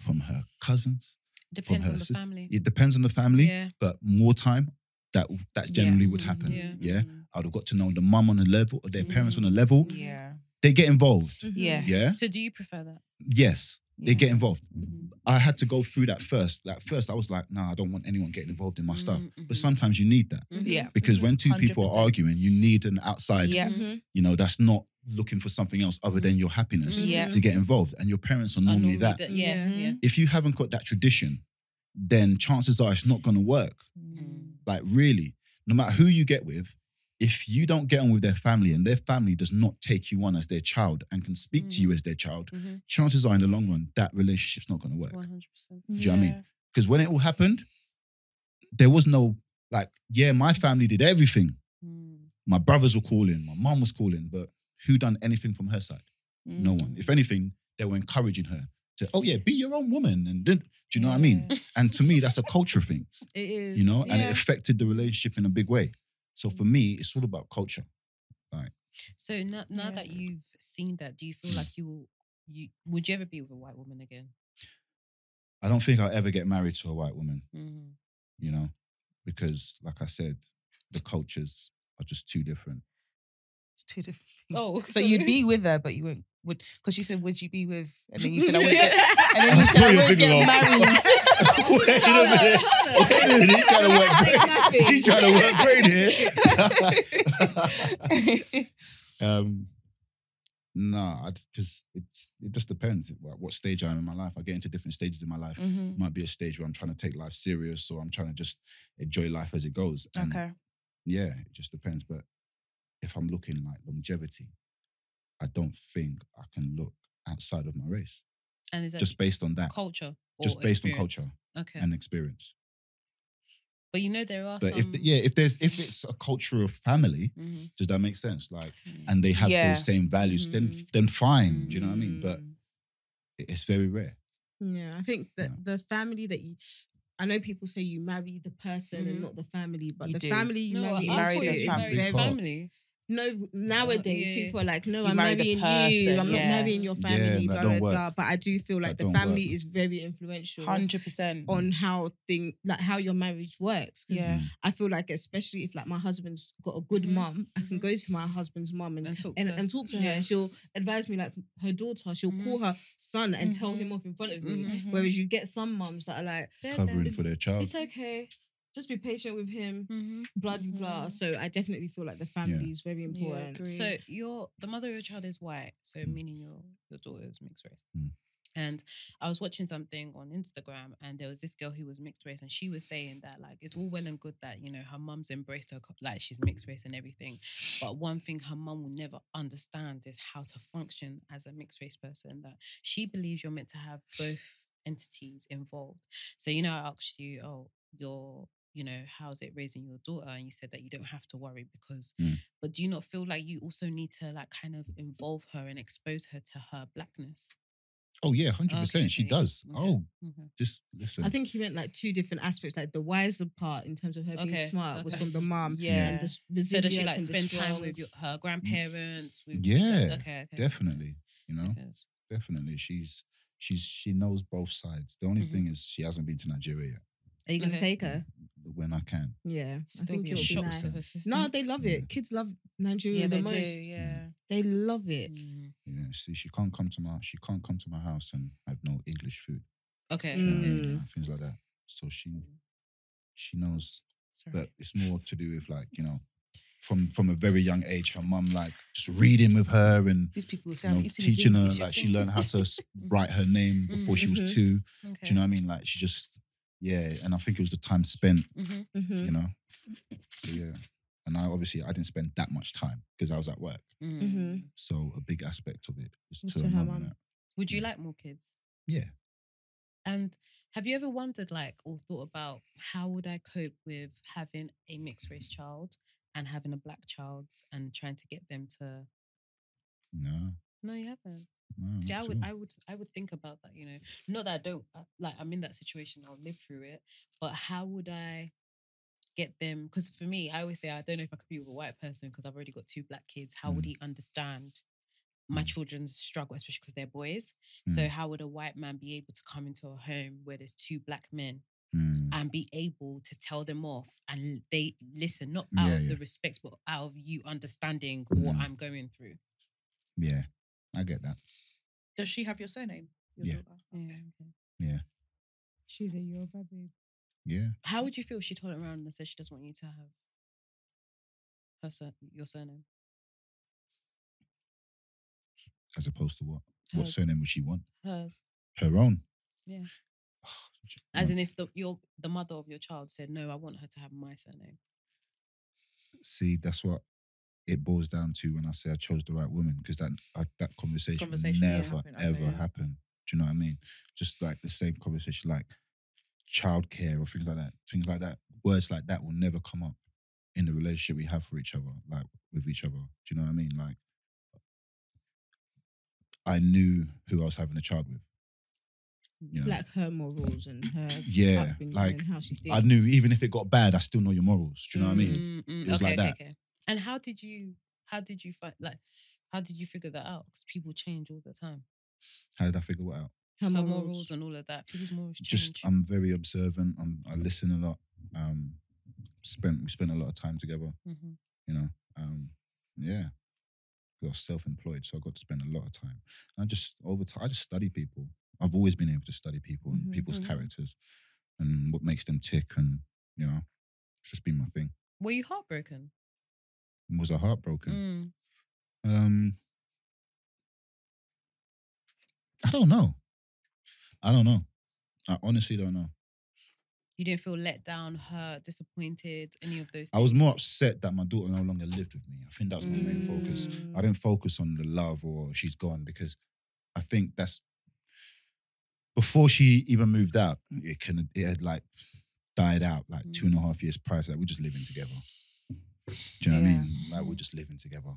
Speaker 4: from her cousins.
Speaker 2: Depends
Speaker 4: her
Speaker 2: on the
Speaker 4: sis-
Speaker 2: family.
Speaker 4: It depends on the family,
Speaker 2: Mm-hmm. Yeah.
Speaker 4: but more time, that that
Speaker 1: Yeah.
Speaker 4: generally would
Speaker 2: Mhm.
Speaker 4: happen.
Speaker 2: Yeah. Mm-hmm.
Speaker 4: yeah.
Speaker 1: Mm-hmm.
Speaker 4: I would have got to know the mum on a level, or their parents on a level.
Speaker 1: Yeah.
Speaker 4: They get involved.
Speaker 3: Mhm.
Speaker 1: Yeah.
Speaker 4: Yeah.
Speaker 2: So do you prefer that?
Speaker 4: Yes, they
Speaker 1: Yeah.
Speaker 4: get involved.
Speaker 1: Mhm.
Speaker 4: I had to go through that first. At first, I was like, nah, I don't want anyone getting involved in my stuff.
Speaker 2: Mm,
Speaker 4: But
Speaker 2: mhm.
Speaker 4: sometimes you need that
Speaker 3: Mm-hmm.
Speaker 1: Yeah.
Speaker 4: because when two people are
Speaker 1: 100%.
Speaker 4: arguing, you need an outside,
Speaker 1: Yeah.
Speaker 3: Mhm.
Speaker 4: you know, that's not looking for something else other than your happiness
Speaker 1: Yeah.
Speaker 3: Mm-hmm.
Speaker 4: to get involved. And your parents
Speaker 2: I
Speaker 4: are normally
Speaker 2: normally
Speaker 4: that.
Speaker 2: do- Yeah, Mm-hmm.
Speaker 3: Mhm.
Speaker 2: yeah.
Speaker 4: If you haven't got that tradition, then chances are it's not going to work.
Speaker 3: Mm-hmm.
Speaker 2: Mm.
Speaker 4: Like, really, no matter who you get with, if you don't get on with their family and their family does not take you on as their child and can speak to you as their child,
Speaker 2: Mhm.
Speaker 4: chances are in the long run, that relationship's not going to work.
Speaker 2: 100%.
Speaker 4: Do you know what I mean? Because when it all happened, there was no, like, yeah, my family did everything.
Speaker 2: Mm.
Speaker 4: My brothers were calling, my mom was calling, but who done anything from her side? No
Speaker 1: Mm.
Speaker 4: one.
Speaker 3: Mm.
Speaker 4: If anything, they were encouraging her to, oh yeah, be your own woman. And then, do you know what I mean? And to me, that's a culture thing,
Speaker 3: It is.
Speaker 4: you know, and
Speaker 3: Yeah.
Speaker 4: it affected the relationship in a big way. So for me, it's all about culture.
Speaker 2: So now, now
Speaker 1: Yeah.
Speaker 2: that you've seen that, do you
Speaker 4: Mm.
Speaker 2: feel like you will, you would you ever be with a white woman again?
Speaker 4: I don't think I'll ever get married to a white woman,
Speaker 2: Mm.
Speaker 4: you know, because like I said, the cultures are just too different.
Speaker 1: [LAUGHS] It's two different things.
Speaker 2: Oh,
Speaker 1: so you'd
Speaker 2: sorry.
Speaker 1: be with her, but you wouldn't. Would because you said, "Would you be with?" And then you said, "I
Speaker 3: [LAUGHS]
Speaker 1: wouldn't get." And
Speaker 4: [LAUGHS]
Speaker 1: then you said, "I
Speaker 4: You're
Speaker 1: wouldn't get married."
Speaker 4: thinking about- [LAUGHS]
Speaker 1: [LAUGHS]
Speaker 4: Wait a minute. Wait a minute. He trying to work great. [LAUGHS] He trying to work great here. um, nah, because it's it just depends at what what stage I'm in my life. I get into different stages in my life.
Speaker 1: Mhm.
Speaker 4: It might be a stage where I'm trying to take life serious, or I'm trying to just enjoy life as it goes. And
Speaker 1: mm-hmm. Okay.
Speaker 4: yeah, it just depends. But if I'm looking like longevity, I don't think I can look outside of my race
Speaker 2: And is that
Speaker 4: just based on that,
Speaker 2: culture? or
Speaker 4: just based on
Speaker 2: experience?
Speaker 4: culture
Speaker 2: Okay.
Speaker 4: and experience.
Speaker 2: but you know there are
Speaker 4: But
Speaker 2: some.
Speaker 4: if yeah, if there's if it's a culture of family,
Speaker 2: Mhm.
Speaker 4: does that make sense? Like, and they have
Speaker 1: Yeah.
Speaker 4: those same values, then
Speaker 2: Mhm.
Speaker 4: then fine. Do you know what I mean? But
Speaker 1: Mm-hmm.
Speaker 4: it- it's very rare.
Speaker 3: Yeah, I think that
Speaker 4: Yeah.
Speaker 3: the family that you. I know people say you marry the person
Speaker 2: Mhm.
Speaker 3: and not the family, but
Speaker 1: You
Speaker 3: the
Speaker 1: do.
Speaker 3: family you
Speaker 2: no,
Speaker 3: marry
Speaker 2: I
Speaker 1: married
Speaker 2: thought
Speaker 3: into
Speaker 1: the
Speaker 3: is
Speaker 2: you
Speaker 4: family.
Speaker 2: married
Speaker 3: very
Speaker 4: Big part.
Speaker 2: family.
Speaker 3: no. Nowadays,
Speaker 2: yeah.
Speaker 3: people are like, "No,
Speaker 1: You
Speaker 3: I'm
Speaker 1: marry the
Speaker 3: marrying you. I'm
Speaker 1: person, yeah.
Speaker 3: not marrying your family."
Speaker 4: that
Speaker 3: blah
Speaker 4: don't
Speaker 3: blah
Speaker 4: work.
Speaker 3: blah. But I do feel like
Speaker 4: That
Speaker 3: the
Speaker 4: don't
Speaker 3: family
Speaker 4: work.
Speaker 3: is very influential
Speaker 1: Hundred percent.
Speaker 3: on how thing like how your marriage works. 'Cause
Speaker 4: Mm,
Speaker 1: Yeah.
Speaker 3: I feel like especially if like my husband's got a good
Speaker 2: Mhm.
Speaker 3: mum, I can
Speaker 2: Mhm.
Speaker 3: go to my husband's mum and
Speaker 2: And talk to
Speaker 3: and,
Speaker 2: her.
Speaker 3: and talk to her.
Speaker 2: Yeah. Mm-hmm.
Speaker 3: And she'll advise me like her daughter. She'll call her son and tell him off in front of me.
Speaker 1: Mhm.
Speaker 3: Whereas you get some mums that are like,
Speaker 4: Covering for their
Speaker 2: Oh.
Speaker 4: child.
Speaker 3: it's okay, just be patient with him.
Speaker 2: Mhm.
Speaker 3: Blah blah blah.
Speaker 1: Mhm.
Speaker 3: So I definitely feel like the family is very important.
Speaker 1: agree.
Speaker 2: So your the mother of your child is white, so meaning your your daughter is mixed race.
Speaker 4: Mm.
Speaker 2: And I was watching something on Instagram, and there was this girl who was mixed race, and she was saying that like it's all well and good that you know her mum's embraced her co- like she's mixed race and everything, but one thing her mum will never understand is how to function as a mixed race person. That she believes you're meant to have both entities involved. So you know, I asked you, oh, your you know, how's it raising your daughter? And you said that you don't have to worry because but do you not feel like you also need to like kind of involve her and expose her to her blackness? Mm-hmm.
Speaker 4: Oh yeah, hundred
Speaker 2: Okay,
Speaker 4: percent. She
Speaker 2: okay.
Speaker 4: does.
Speaker 2: Okay.
Speaker 4: Oh,
Speaker 2: Okay.
Speaker 4: just listen.
Speaker 3: I think he meant like two different aspects. Like the wiser part in terms of her being
Speaker 2: Okay,
Speaker 3: smart was
Speaker 2: okay.
Speaker 3: from the mum.
Speaker 1: Yeah.
Speaker 3: And the s-
Speaker 2: So does
Speaker 3: resilience
Speaker 2: she like
Speaker 3: and the
Speaker 2: spend
Speaker 3: strong-
Speaker 2: time with your, her grandparents? With,
Speaker 4: Yeah,
Speaker 2: okay, okay.
Speaker 4: definitely. You know,
Speaker 2: Okay.
Speaker 4: definitely. She's she's she knows both sides. The only
Speaker 2: Mhm.
Speaker 4: thing is she hasn't been to Nigeria
Speaker 3: Are you gonna
Speaker 2: Okay.
Speaker 3: take her?
Speaker 4: yet. When I can.
Speaker 3: Yeah, I
Speaker 2: Don't
Speaker 3: think
Speaker 2: be
Speaker 3: it would be
Speaker 2: shocked
Speaker 3: nice.
Speaker 2: to her sister.
Speaker 3: No, they love it.
Speaker 4: Yeah.
Speaker 3: Kids love Nigeria
Speaker 1: yeah,
Speaker 3: the
Speaker 1: they
Speaker 3: most.
Speaker 1: do. Yeah.
Speaker 3: They love it.
Speaker 2: Mm.
Speaker 4: Yeah. See, she can't come to my she can't come to my house and have no English food.
Speaker 2: Okay.
Speaker 4: do you know what I
Speaker 2: okay.
Speaker 4: mean?
Speaker 3: Mm.
Speaker 4: And Things like that. So she she knows
Speaker 1: Sorry.
Speaker 4: but it's more to do with like you know from from a very young age her mum like just reading with her and
Speaker 1: These people
Speaker 4: you
Speaker 1: say,
Speaker 4: know,
Speaker 1: "I'm eating
Speaker 4: teaching
Speaker 1: again,
Speaker 4: her
Speaker 1: it's your
Speaker 4: like
Speaker 1: fault."
Speaker 4: she learned how to s- write her name before she was
Speaker 3: Mhm.
Speaker 4: 2
Speaker 2: Okay.
Speaker 4: do you know what i mean like she just yeah and i think it was the time spent
Speaker 2: Mhm.
Speaker 3: Mhm.
Speaker 4: you know so yeah and i obviously i didn't spend that much time because i was at work
Speaker 2: Mm.
Speaker 3: Mhm.
Speaker 4: so a big aspect of it is
Speaker 3: Was
Speaker 4: to her mum and that.
Speaker 2: Would you like more kids?
Speaker 4: Yeah.
Speaker 2: And have you ever wondered, like, or thought about how would I cope with having a mixed race child and having a black child and trying to get them to?
Speaker 4: no
Speaker 2: No, you haven't.
Speaker 4: no
Speaker 2: See, I
Speaker 4: not at
Speaker 2: would,
Speaker 4: all.
Speaker 2: I would, I would think about that. You know, not that I don't uh, like. I'm in that situation. I'll live through it. But how would I get them? Because for me, I always say I don't know if I could be with a white person because I've already got two black kids. How would
Speaker 4: Mm.
Speaker 2: he understand my
Speaker 4: Mm.
Speaker 2: children's struggle, especially because they're boys? So
Speaker 4: Mm.
Speaker 2: how would a white man be able to come into a home where there's two black men
Speaker 4: Mm,
Speaker 2: and be able to tell them off and they listen, not out
Speaker 4: Yeah,
Speaker 2: of
Speaker 4: yeah.
Speaker 2: the respect, but out of you understanding what
Speaker 4: Mm.
Speaker 2: I'm going through?
Speaker 4: yeah i get that
Speaker 1: Does she have your surname? Your
Speaker 4: Yeah.
Speaker 1: daughter? Okay.
Speaker 3: She's a Yoruba babe.
Speaker 4: yeah
Speaker 2: How would you feel if she turned around and said she doesn't want you to have her sur- your surname?
Speaker 4: as opposed to what what
Speaker 2: Hers.
Speaker 4: surname would she want
Speaker 2: Hers.
Speaker 4: her own. [SIGHS]
Speaker 2: Yeah. As in, if the your the mother of your child said, "No, I want her to have my surname."
Speaker 4: see, that's what it boils down to when I say I chose the right woman because that uh, that conversation, would
Speaker 1: Conversation didn't
Speaker 4: never
Speaker 1: happen, okay,
Speaker 4: ever
Speaker 1: yeah.
Speaker 4: happened. Do you know what I mean? Just like the same conversation, like childcare or things like that, things like that, words like that will never come up in the relationship we have for each other, like with each other. Do you know what I mean? Like, I knew who I was having a child with. You know?
Speaker 3: like her morals and her
Speaker 4: Yeah,
Speaker 3: upbringing
Speaker 4: like,
Speaker 3: and how she thinks.
Speaker 4: I knew even if it got bad, I still know your morals. Do you know what I mean?
Speaker 2: Mm, mm,
Speaker 4: It was
Speaker 2: okay,
Speaker 4: like
Speaker 2: okay,
Speaker 4: that.
Speaker 2: okay. And how did you? How did you find? Like, how did you figure that out? Because people change all the time.
Speaker 4: How did I figure it out?
Speaker 3: her
Speaker 2: Her
Speaker 3: morals.
Speaker 2: morals and all of that. People's morals change.
Speaker 4: just um, I'm very observant. I'm, I listen a lot. Um, spent we spent a lot of time together.
Speaker 2: Mhm.
Speaker 4: You know, um, yeah. I was self-employed, so I got to spend a lot of time. And I just over time, I just study people. I've always been able to study people and
Speaker 3: Mhm,
Speaker 4: people's
Speaker 1: mhm.
Speaker 4: characters and what makes them tick. And you know, it's just been my thing.
Speaker 2: Were you heartbroken?
Speaker 4: Was I heartbroken?
Speaker 2: Mm.
Speaker 4: Um, I don't know. I don't know. I honestly don't know.
Speaker 2: You didn't feel let down, hurt, disappointed, any of those.
Speaker 4: I was
Speaker 2: things?
Speaker 4: more upset that my daughter no longer lived with me. I think that was my main focus.
Speaker 3: Mm.
Speaker 4: I didn't focus on the love or she's gone because I think that's before she even moved out, it can it had like died out like two and a half years prior to that. We're just living together. Do you know what I
Speaker 1: Yeah.
Speaker 4: mean? Like we're just living together,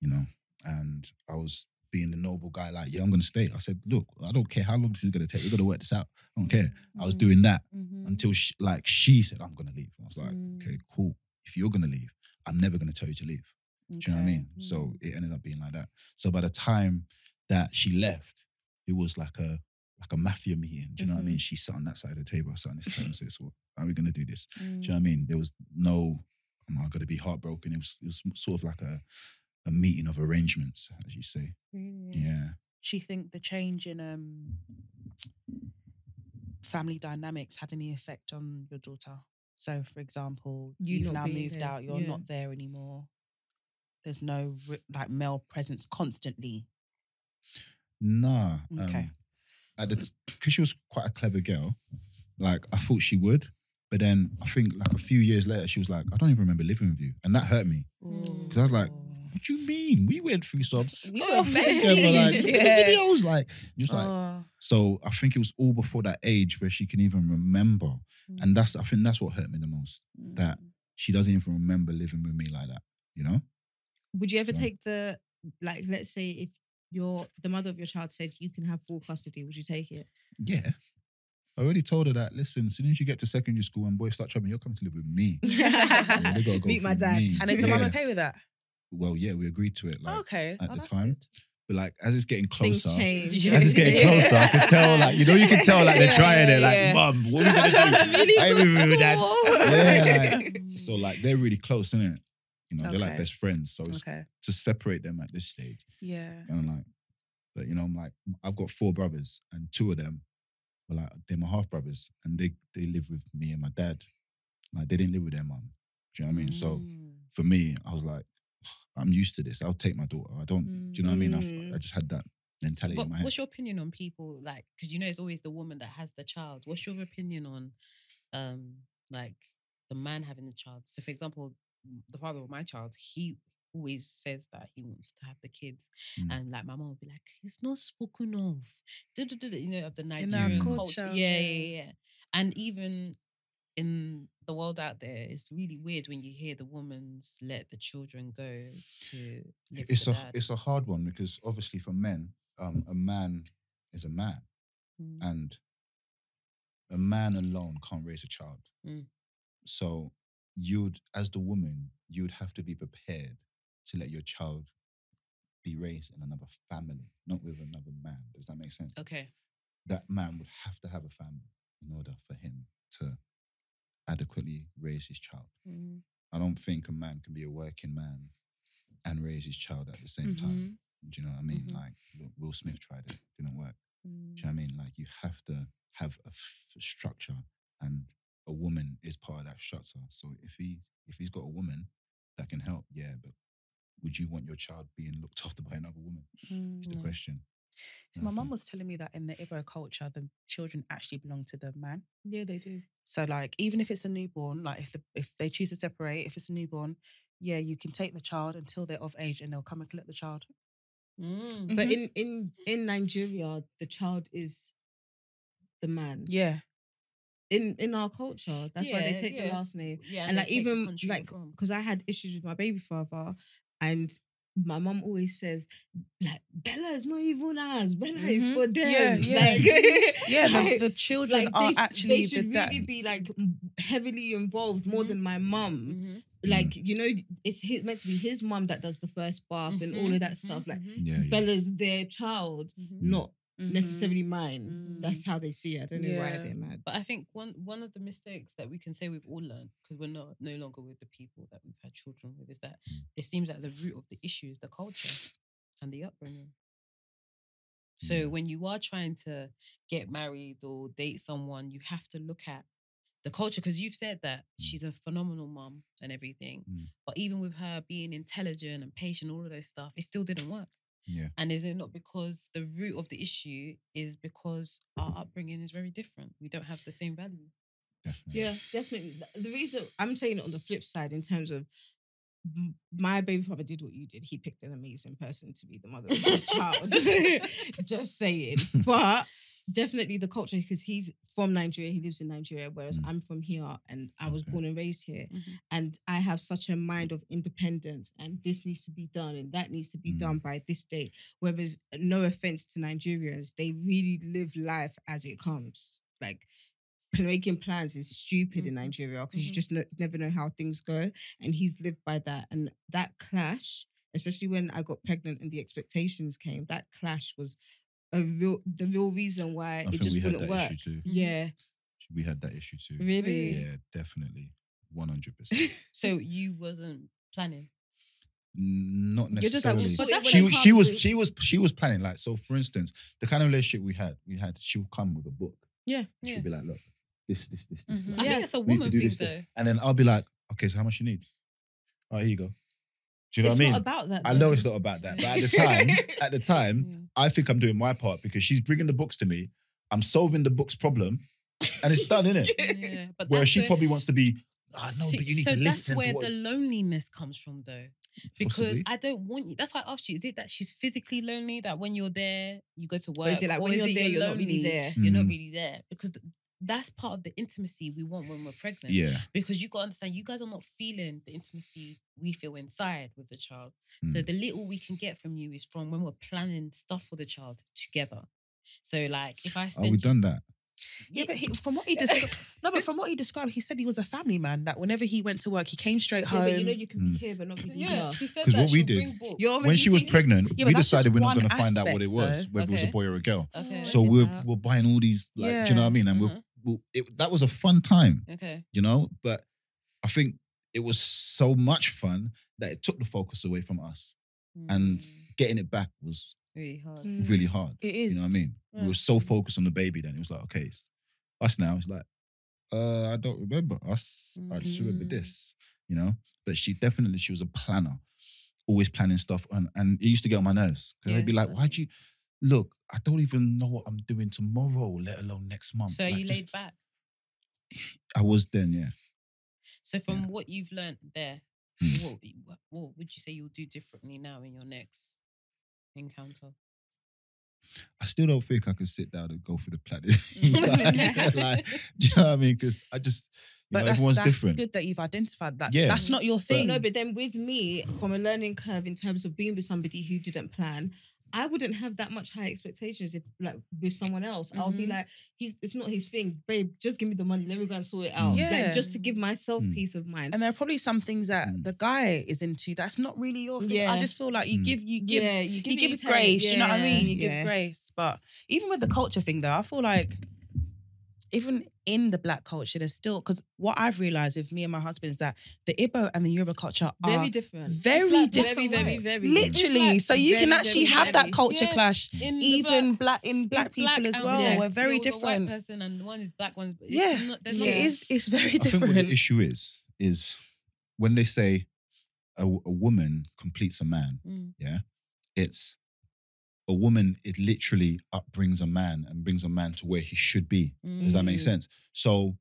Speaker 4: you know. And I was being the noble guy, like, yeah, I'm gonna stay. I said, look, I don't care how long this is gonna take. We're gonna work this out. I don't care. I was doing that until she, like she said, I'm gonna leave. I was like,
Speaker 1: Mm.
Speaker 4: okay, cool. If you're gonna leave, I'm never gonna tell you to leave. Do you know what I mean? So it ended up being like that. So by the time that she left, it was like a like a mafia meeting. Do you know what I mean? She sat on that side of the table, I sat on this table, and said, so how are we gonna do this? Do you know what I mean? There was no, am I gonna be heartbroken? It was it was sort of like a a meeting of arrangements, as you say.
Speaker 2: Really?
Speaker 4: Yeah.
Speaker 1: She think the change in um family dynamics had any effect on your daughter? So, for example,
Speaker 3: You
Speaker 1: you have
Speaker 3: not
Speaker 1: now
Speaker 3: being
Speaker 1: moved
Speaker 3: there,
Speaker 1: out. You're
Speaker 3: yeah.
Speaker 1: not there anymore. There's no re- like male presence constantly.
Speaker 4: Nah.
Speaker 1: Okay.
Speaker 4: Um, because she was quite a clever girl, like I thought she would, but then I think like a few years later, she was like, I don't even remember living with you, and that hurt me.
Speaker 2: Mm.
Speaker 4: 'Cause I was like,
Speaker 1: Oh. [LAUGHS]
Speaker 4: What do you mean? We went through some
Speaker 1: We were
Speaker 4: stuff together,
Speaker 1: besties, [LAUGHS]
Speaker 4: like look at
Speaker 1: yeah.
Speaker 4: the videos, like just like
Speaker 1: Oh,
Speaker 4: so. I think it was all before that age where she can even remember,
Speaker 1: Mm.
Speaker 4: and that's I think that's what hurt me the most. That she doesn't even remember living with me like that. You know?
Speaker 3: Would you ever
Speaker 4: Yeah.
Speaker 3: take the like? Let's say if your the mother of your child said you can have full custody, would you take it? [LAUGHS]
Speaker 4: Yeah. I already told her that. Listen, as soon as you get to secondary school and boys start troubling, you're coming to live with me. Yeah, they gotta go
Speaker 3: Meet my
Speaker 4: through
Speaker 3: dad.
Speaker 4: me.
Speaker 1: and is the
Speaker 4: yeah.
Speaker 1: mum okay with that?
Speaker 4: Well, yeah, we agreed to it. Like,
Speaker 1: okay.
Speaker 4: at
Speaker 1: Oh,
Speaker 4: the
Speaker 1: that's
Speaker 4: time,
Speaker 1: good. [LAUGHS]
Speaker 4: but like as it's getting closer,
Speaker 3: Things change.
Speaker 4: as it's getting closer,
Speaker 3: [LAUGHS]
Speaker 4: I could tell, like, you know, you can tell, like, they're
Speaker 1: Yeah,
Speaker 4: trying it,
Speaker 1: yeah,
Speaker 4: like,
Speaker 1: yeah.
Speaker 4: mum, what are we gonna
Speaker 1: [LAUGHS]
Speaker 4: do? I ain't moving with that. Yeah, [LAUGHS] like,
Speaker 2: Mm.
Speaker 4: so like they're really close, innit? You know, they're like
Speaker 1: Okay.
Speaker 4: best friends. So it's
Speaker 1: Okay.
Speaker 4: to separate them at this stage,
Speaker 1: Yeah.
Speaker 4: and I'm like, but you know, I'm like, I've got four brothers, and two of them were like they're my half brothers, and they they live with me and my dad. Like they didn't live with their mum. Do you know what I mean? So
Speaker 2: Mm.
Speaker 4: for me, I was like, I'm used to this. I'll take my daughter. I don't. Do you know what I mean? I've,
Speaker 3: Mm.
Speaker 4: I just had that mentality
Speaker 2: But
Speaker 4: in my head.
Speaker 2: what's your opinion on people like? Because you know, it's always the woman that has the child. What's your opinion on, um, like the man having the child? So, for example, the father of my child, he always says that he wants to have the kids,
Speaker 4: Mm.
Speaker 2: and like my mom would be like, "It's not spoken of." Du-du-du-du, You know, of the
Speaker 1: our
Speaker 2: Nigerian culture.
Speaker 1: culture,
Speaker 2: Yeah, yeah,
Speaker 1: yeah.
Speaker 2: yeah. And even in the world out there, it's really weird when you hear the woman's let the children go to. Live
Speaker 4: it's
Speaker 2: with
Speaker 4: a
Speaker 2: the dad.
Speaker 4: it's a hard one because obviously for men, um, a man is a man,
Speaker 2: Mm.
Speaker 4: and a man alone can't raise a child.
Speaker 2: Mm.
Speaker 4: So you'd, as the woman, you'd have to be prepared to let your child be raised in another family, not with another man. Does that make sense?
Speaker 2: okay.
Speaker 4: That man would have to have a family in order for him to adequately raise his child.
Speaker 2: Mm.
Speaker 4: I don't think a man can be a working man and raise his child at the same time. Do you know what I mean?
Speaker 2: Mhm.
Speaker 4: Like look, Will Smith tried it, didn't work.
Speaker 2: Mm.
Speaker 4: Do you know what I mean? Like you have to have a f- structure, and a woman is part of that structure. So if he if he's got a woman that [LAUGHS] can help, yeah, but would you want your child being looked after by another woman? Is the
Speaker 1: Mm-hmm.
Speaker 2: No.
Speaker 4: question.
Speaker 1: So my
Speaker 3: Mm-hmm.
Speaker 1: mum was telling me that in the Igbo culture, the children actually belong to the man.
Speaker 3: Yeah, they do.
Speaker 1: So like even if it's a newborn, like if the, if they choose to separate, if it's a newborn, yeah, you can take the child until they're of age and they'll come and collect the child. Mm-hmm.
Speaker 2: Mm.
Speaker 3: But in in in Nigeria, the child is the man.
Speaker 1: Yeah.
Speaker 3: In in our culture, that's why they
Speaker 2: Yeah,
Speaker 3: take the
Speaker 2: yeah.
Speaker 3: last name.
Speaker 2: Yeah,
Speaker 3: and
Speaker 2: they
Speaker 3: like
Speaker 2: take the
Speaker 3: even
Speaker 2: country
Speaker 3: like
Speaker 2: from.
Speaker 3: because I had issues with my baby father, and my mum always says like Bella is not even ours. Bella is
Speaker 1: Mhm.
Speaker 3: for them.
Speaker 1: Yeah, yeah. [LAUGHS]
Speaker 3: Like, [LAUGHS]
Speaker 1: Yeah, the,
Speaker 3: Like-
Speaker 1: the children
Speaker 3: like,
Speaker 1: are
Speaker 3: they, s-
Speaker 1: actually
Speaker 3: they
Speaker 1: the
Speaker 3: should
Speaker 1: dad. Mm-hmm.
Speaker 3: really be like m- heavily involved more
Speaker 2: Mhm.
Speaker 3: than my mum.
Speaker 2: Mhm,
Speaker 3: Like you know, it's hi- meant to be his mum that does the first bath and
Speaker 1: Mm-hmm.
Speaker 3: all of that
Speaker 2: mhm,
Speaker 3: stuff. Like Mm.
Speaker 2: mhm,
Speaker 4: Yeah, yeah.
Speaker 3: Bella's their child,
Speaker 2: mhm.
Speaker 3: not
Speaker 1: Mhm.
Speaker 3: necessarily mine.
Speaker 1: Mm.
Speaker 3: That's how they see it. I don't know why
Speaker 1: Yeah.
Speaker 3: they're mad.
Speaker 2: But I think one one of the mistakes that we can say we've all learned because we're not no longer with the people that we've had children with is that
Speaker 3: Mm.
Speaker 2: it seems like the root of the issue is the culture and the upbringing. So
Speaker 4: Yeah.
Speaker 2: when you are trying to get married or date someone, you have to look at the culture because you've said that she's a phenomenal mum and everything,
Speaker 4: Mm.
Speaker 2: but even with her being intelligent and patient, all of those stuff, it still didn't work.
Speaker 4: Yeah.
Speaker 2: And is it not because the root of the issue is because our upbringing is very different? We don't have the same value.
Speaker 4: Definitely.
Speaker 3: Yeah, definitely. Th- The reason I'm saying it on the flip side in terms of m- my baby father did what you did. He picked an amazing person to be the mother of his child. [LAUGHS] Just
Speaker 4: [LAUGHS]
Speaker 3: saying. But definitely the culture, because he's from Nigeria, he lives in Nigeria, whereas
Speaker 4: Mm.
Speaker 3: I'm from here and I was
Speaker 4: Okay.
Speaker 3: born and raised here.
Speaker 4: Mm-hmm.
Speaker 2: Mhm.
Speaker 3: And I have such a mind of independence and this needs to be done and that needs to be
Speaker 4: Mm.
Speaker 3: done by this date. Whereas, no offense to Nigerians, they really live life as it comes. Like, making plans is stupid in
Speaker 4: Mm-hmm.
Speaker 2: Mhm.
Speaker 3: Nigeria because you
Speaker 2: Mhm.
Speaker 3: just know, never know how things go. And he's lived by that. And that clash, especially when I got pregnant and the expectations came, that clash was a real the real reason
Speaker 4: I
Speaker 3: why it
Speaker 4: think
Speaker 3: just
Speaker 4: we had
Speaker 3: wouldn't
Speaker 4: that
Speaker 3: work.
Speaker 4: issue too.
Speaker 2: Mhm.
Speaker 3: Yeah,
Speaker 4: We had that issue too.
Speaker 3: really.
Speaker 2: Really?
Speaker 4: Yeah, definitely. 100%.
Speaker 2: [LAUGHS] So you wasn't planning.
Speaker 4: Not necessarily.
Speaker 3: You're just like, we'll
Speaker 2: But
Speaker 3: sort it
Speaker 2: that's
Speaker 3: when
Speaker 2: like
Speaker 3: it
Speaker 4: she, she
Speaker 3: comes.
Speaker 4: was she was she was planning like so for instance the kind of relationship we had we had she would come with a book
Speaker 3: Yeah.
Speaker 2: Yeah.
Speaker 4: she'd be like look this this this this,
Speaker 1: Mhm.
Speaker 4: this.
Speaker 2: I
Speaker 3: Yeah.
Speaker 2: think that's a
Speaker 4: We need to
Speaker 2: woman
Speaker 4: do
Speaker 2: thing,
Speaker 4: this
Speaker 2: though.
Speaker 4: thing. and then I'll be like okay so how much you need all right here you go do you know
Speaker 3: it's
Speaker 4: what I mean
Speaker 3: not about that.
Speaker 4: I
Speaker 3: though.
Speaker 4: know it's not about that but
Speaker 2: [LAUGHS]
Speaker 4: at the time at the time
Speaker 2: Mm.
Speaker 4: I think I'm doing my part because she's bringing the books to me I'm solving the book's problem and it's
Speaker 2: [LAUGHS]
Speaker 4: done innit?
Speaker 2: Yeah. But
Speaker 4: whereas
Speaker 2: that's
Speaker 4: she
Speaker 2: where-
Speaker 4: probably wants to be I know
Speaker 2: See,
Speaker 4: but you need
Speaker 2: so
Speaker 4: to listen
Speaker 2: that's where
Speaker 4: to what
Speaker 2: the loneliness comes from, though, because
Speaker 4: Possibly.
Speaker 2: I don't want you. That's why I asked you: Is it that she's physically lonely? That when you're there, you go to work,
Speaker 3: Or is it like when
Speaker 2: is
Speaker 3: you're
Speaker 2: it
Speaker 3: there, you're not really there?
Speaker 2: You're not
Speaker 4: Mhm.
Speaker 2: really there because th- that's part of the intimacy we want when we're pregnant.
Speaker 4: Mm, yeah
Speaker 2: because you got to understand you guys are not feeling the intimacy we feel inside with the child so
Speaker 4: Mm.
Speaker 2: the little we can get from you is from when we're planning stuff for the child together so like if i send
Speaker 4: oh we done
Speaker 2: you-
Speaker 4: that
Speaker 1: Yeah, but he, from what he described, no, but from what he described, he said he was a family man. That whenever he went to work, he came straight
Speaker 3: Yeah,
Speaker 1: home.
Speaker 3: but you know you can
Speaker 4: Mm.
Speaker 3: be here but not really
Speaker 2: yeah
Speaker 3: here.
Speaker 2: she said
Speaker 4: 'Cause
Speaker 2: that
Speaker 4: what we
Speaker 2: she'll
Speaker 4: did-
Speaker 2: bring books
Speaker 3: You're already
Speaker 4: when she was
Speaker 3: thinking-
Speaker 4: pregnant,
Speaker 1: Yeah, but
Speaker 4: we
Speaker 1: that's
Speaker 4: decided
Speaker 1: just
Speaker 4: we're not
Speaker 1: one
Speaker 4: going to find out what it
Speaker 1: aspect,
Speaker 4: was,
Speaker 1: though.
Speaker 4: whether it was
Speaker 2: Okay.
Speaker 4: a boy or a girl.
Speaker 2: okay
Speaker 3: I
Speaker 4: So
Speaker 3: did
Speaker 4: we're
Speaker 3: that.
Speaker 4: we're buying all these, like, do you know what I mean? And
Speaker 2: Mhm.
Speaker 4: we're, we it, that was a fun time,
Speaker 2: okay
Speaker 4: you know. But I think it was so much fun that it took the focus away from us. And-
Speaker 2: Mm,
Speaker 4: Getting it back was
Speaker 2: really hard
Speaker 3: Mm.
Speaker 4: really hard.
Speaker 1: it is.
Speaker 4: You know what I mean?
Speaker 1: Yeah.
Speaker 4: We were so focused on the baby then. It was like, okay, it's us now. It's like, uh, I don't remember us. I just remember
Speaker 2: Mm.
Speaker 4: this, you know? But she definitely, she was a planner, always planning stuff. And, and it used to get on my nerves. Because I'd be
Speaker 2: Yeah,
Speaker 4: like, why'd
Speaker 2: exactly.
Speaker 4: you, look, I don't even know what I'm doing tomorrow, let alone next month.
Speaker 2: so are
Speaker 4: Like,
Speaker 2: you
Speaker 4: just-
Speaker 2: laid back
Speaker 4: I was then, yeah.
Speaker 2: so from what you've learned there
Speaker 4: Mm.
Speaker 2: what, what- what would you say you'll do differently now in your next encounter [LAUGHS]
Speaker 4: I still don't think I could sit down and go through the planet. [LAUGHS] [LAUGHS] like, like, do you know what I mean? Because I just, you
Speaker 1: but
Speaker 4: know,
Speaker 1: that's,
Speaker 4: everyone's
Speaker 1: that's
Speaker 4: different.
Speaker 1: good that you've identified that.
Speaker 4: Yeah.
Speaker 1: That's not your thing.
Speaker 3: No, but then with me, from a learning curve in terms of being with somebody who didn't plan, I wouldn't have that much high expectations if like with someone else. I'll be
Speaker 1: Mhm.
Speaker 3: like, he's it's not his thing, babe. Just give me the money. Let me go and sort it out.
Speaker 1: Yeah.
Speaker 3: Like just to give myself
Speaker 4: Mm.
Speaker 3: peace of mind.
Speaker 1: and there are probably some things that
Speaker 4: Mm.
Speaker 1: the guy is into that's not really your thing. I
Speaker 3: Yeah.
Speaker 1: just feel like you
Speaker 4: Mm.
Speaker 1: give you give
Speaker 3: you
Speaker 1: you
Speaker 3: it
Speaker 1: give
Speaker 3: your
Speaker 1: it
Speaker 3: time.
Speaker 1: grace. You know what I
Speaker 3: Yeah,
Speaker 1: mean? You give
Speaker 3: yeah.
Speaker 1: grace. But even with the culture thing, though, I feel like even in the black culture, there's still because what I've realized with me and my husband is that the Igbo and the Yoruba culture
Speaker 3: Very
Speaker 4: Uh,
Speaker 1: are
Speaker 3: different.
Speaker 1: very
Speaker 2: It's like
Speaker 1: different.
Speaker 3: Very, very,
Speaker 2: way.
Speaker 3: very.
Speaker 1: Literally,
Speaker 3: It's
Speaker 1: so
Speaker 3: like
Speaker 1: you can
Speaker 3: very,
Speaker 1: actually
Speaker 3: very,
Speaker 1: have that
Speaker 3: very-
Speaker 1: culture
Speaker 2: Yeah.
Speaker 1: clash.
Speaker 2: in the
Speaker 1: Even
Speaker 2: black-
Speaker 1: black in black
Speaker 2: It's
Speaker 1: people as
Speaker 2: and
Speaker 1: well.
Speaker 2: black.
Speaker 1: We're very
Speaker 2: You're the
Speaker 1: different.
Speaker 2: White person and one is black, one's it's
Speaker 1: Yeah.
Speaker 2: Not, there's
Speaker 3: Yeah.
Speaker 2: not-
Speaker 1: It is. It's very
Speaker 4: I think
Speaker 1: different.
Speaker 4: what the issue is is when they say a, a woman completes a man,
Speaker 2: Mm.
Speaker 4: it's a woman it literally upbrings a man and brings a man to where he should be. Does that make
Speaker 2: Mm.
Speaker 4: sense? So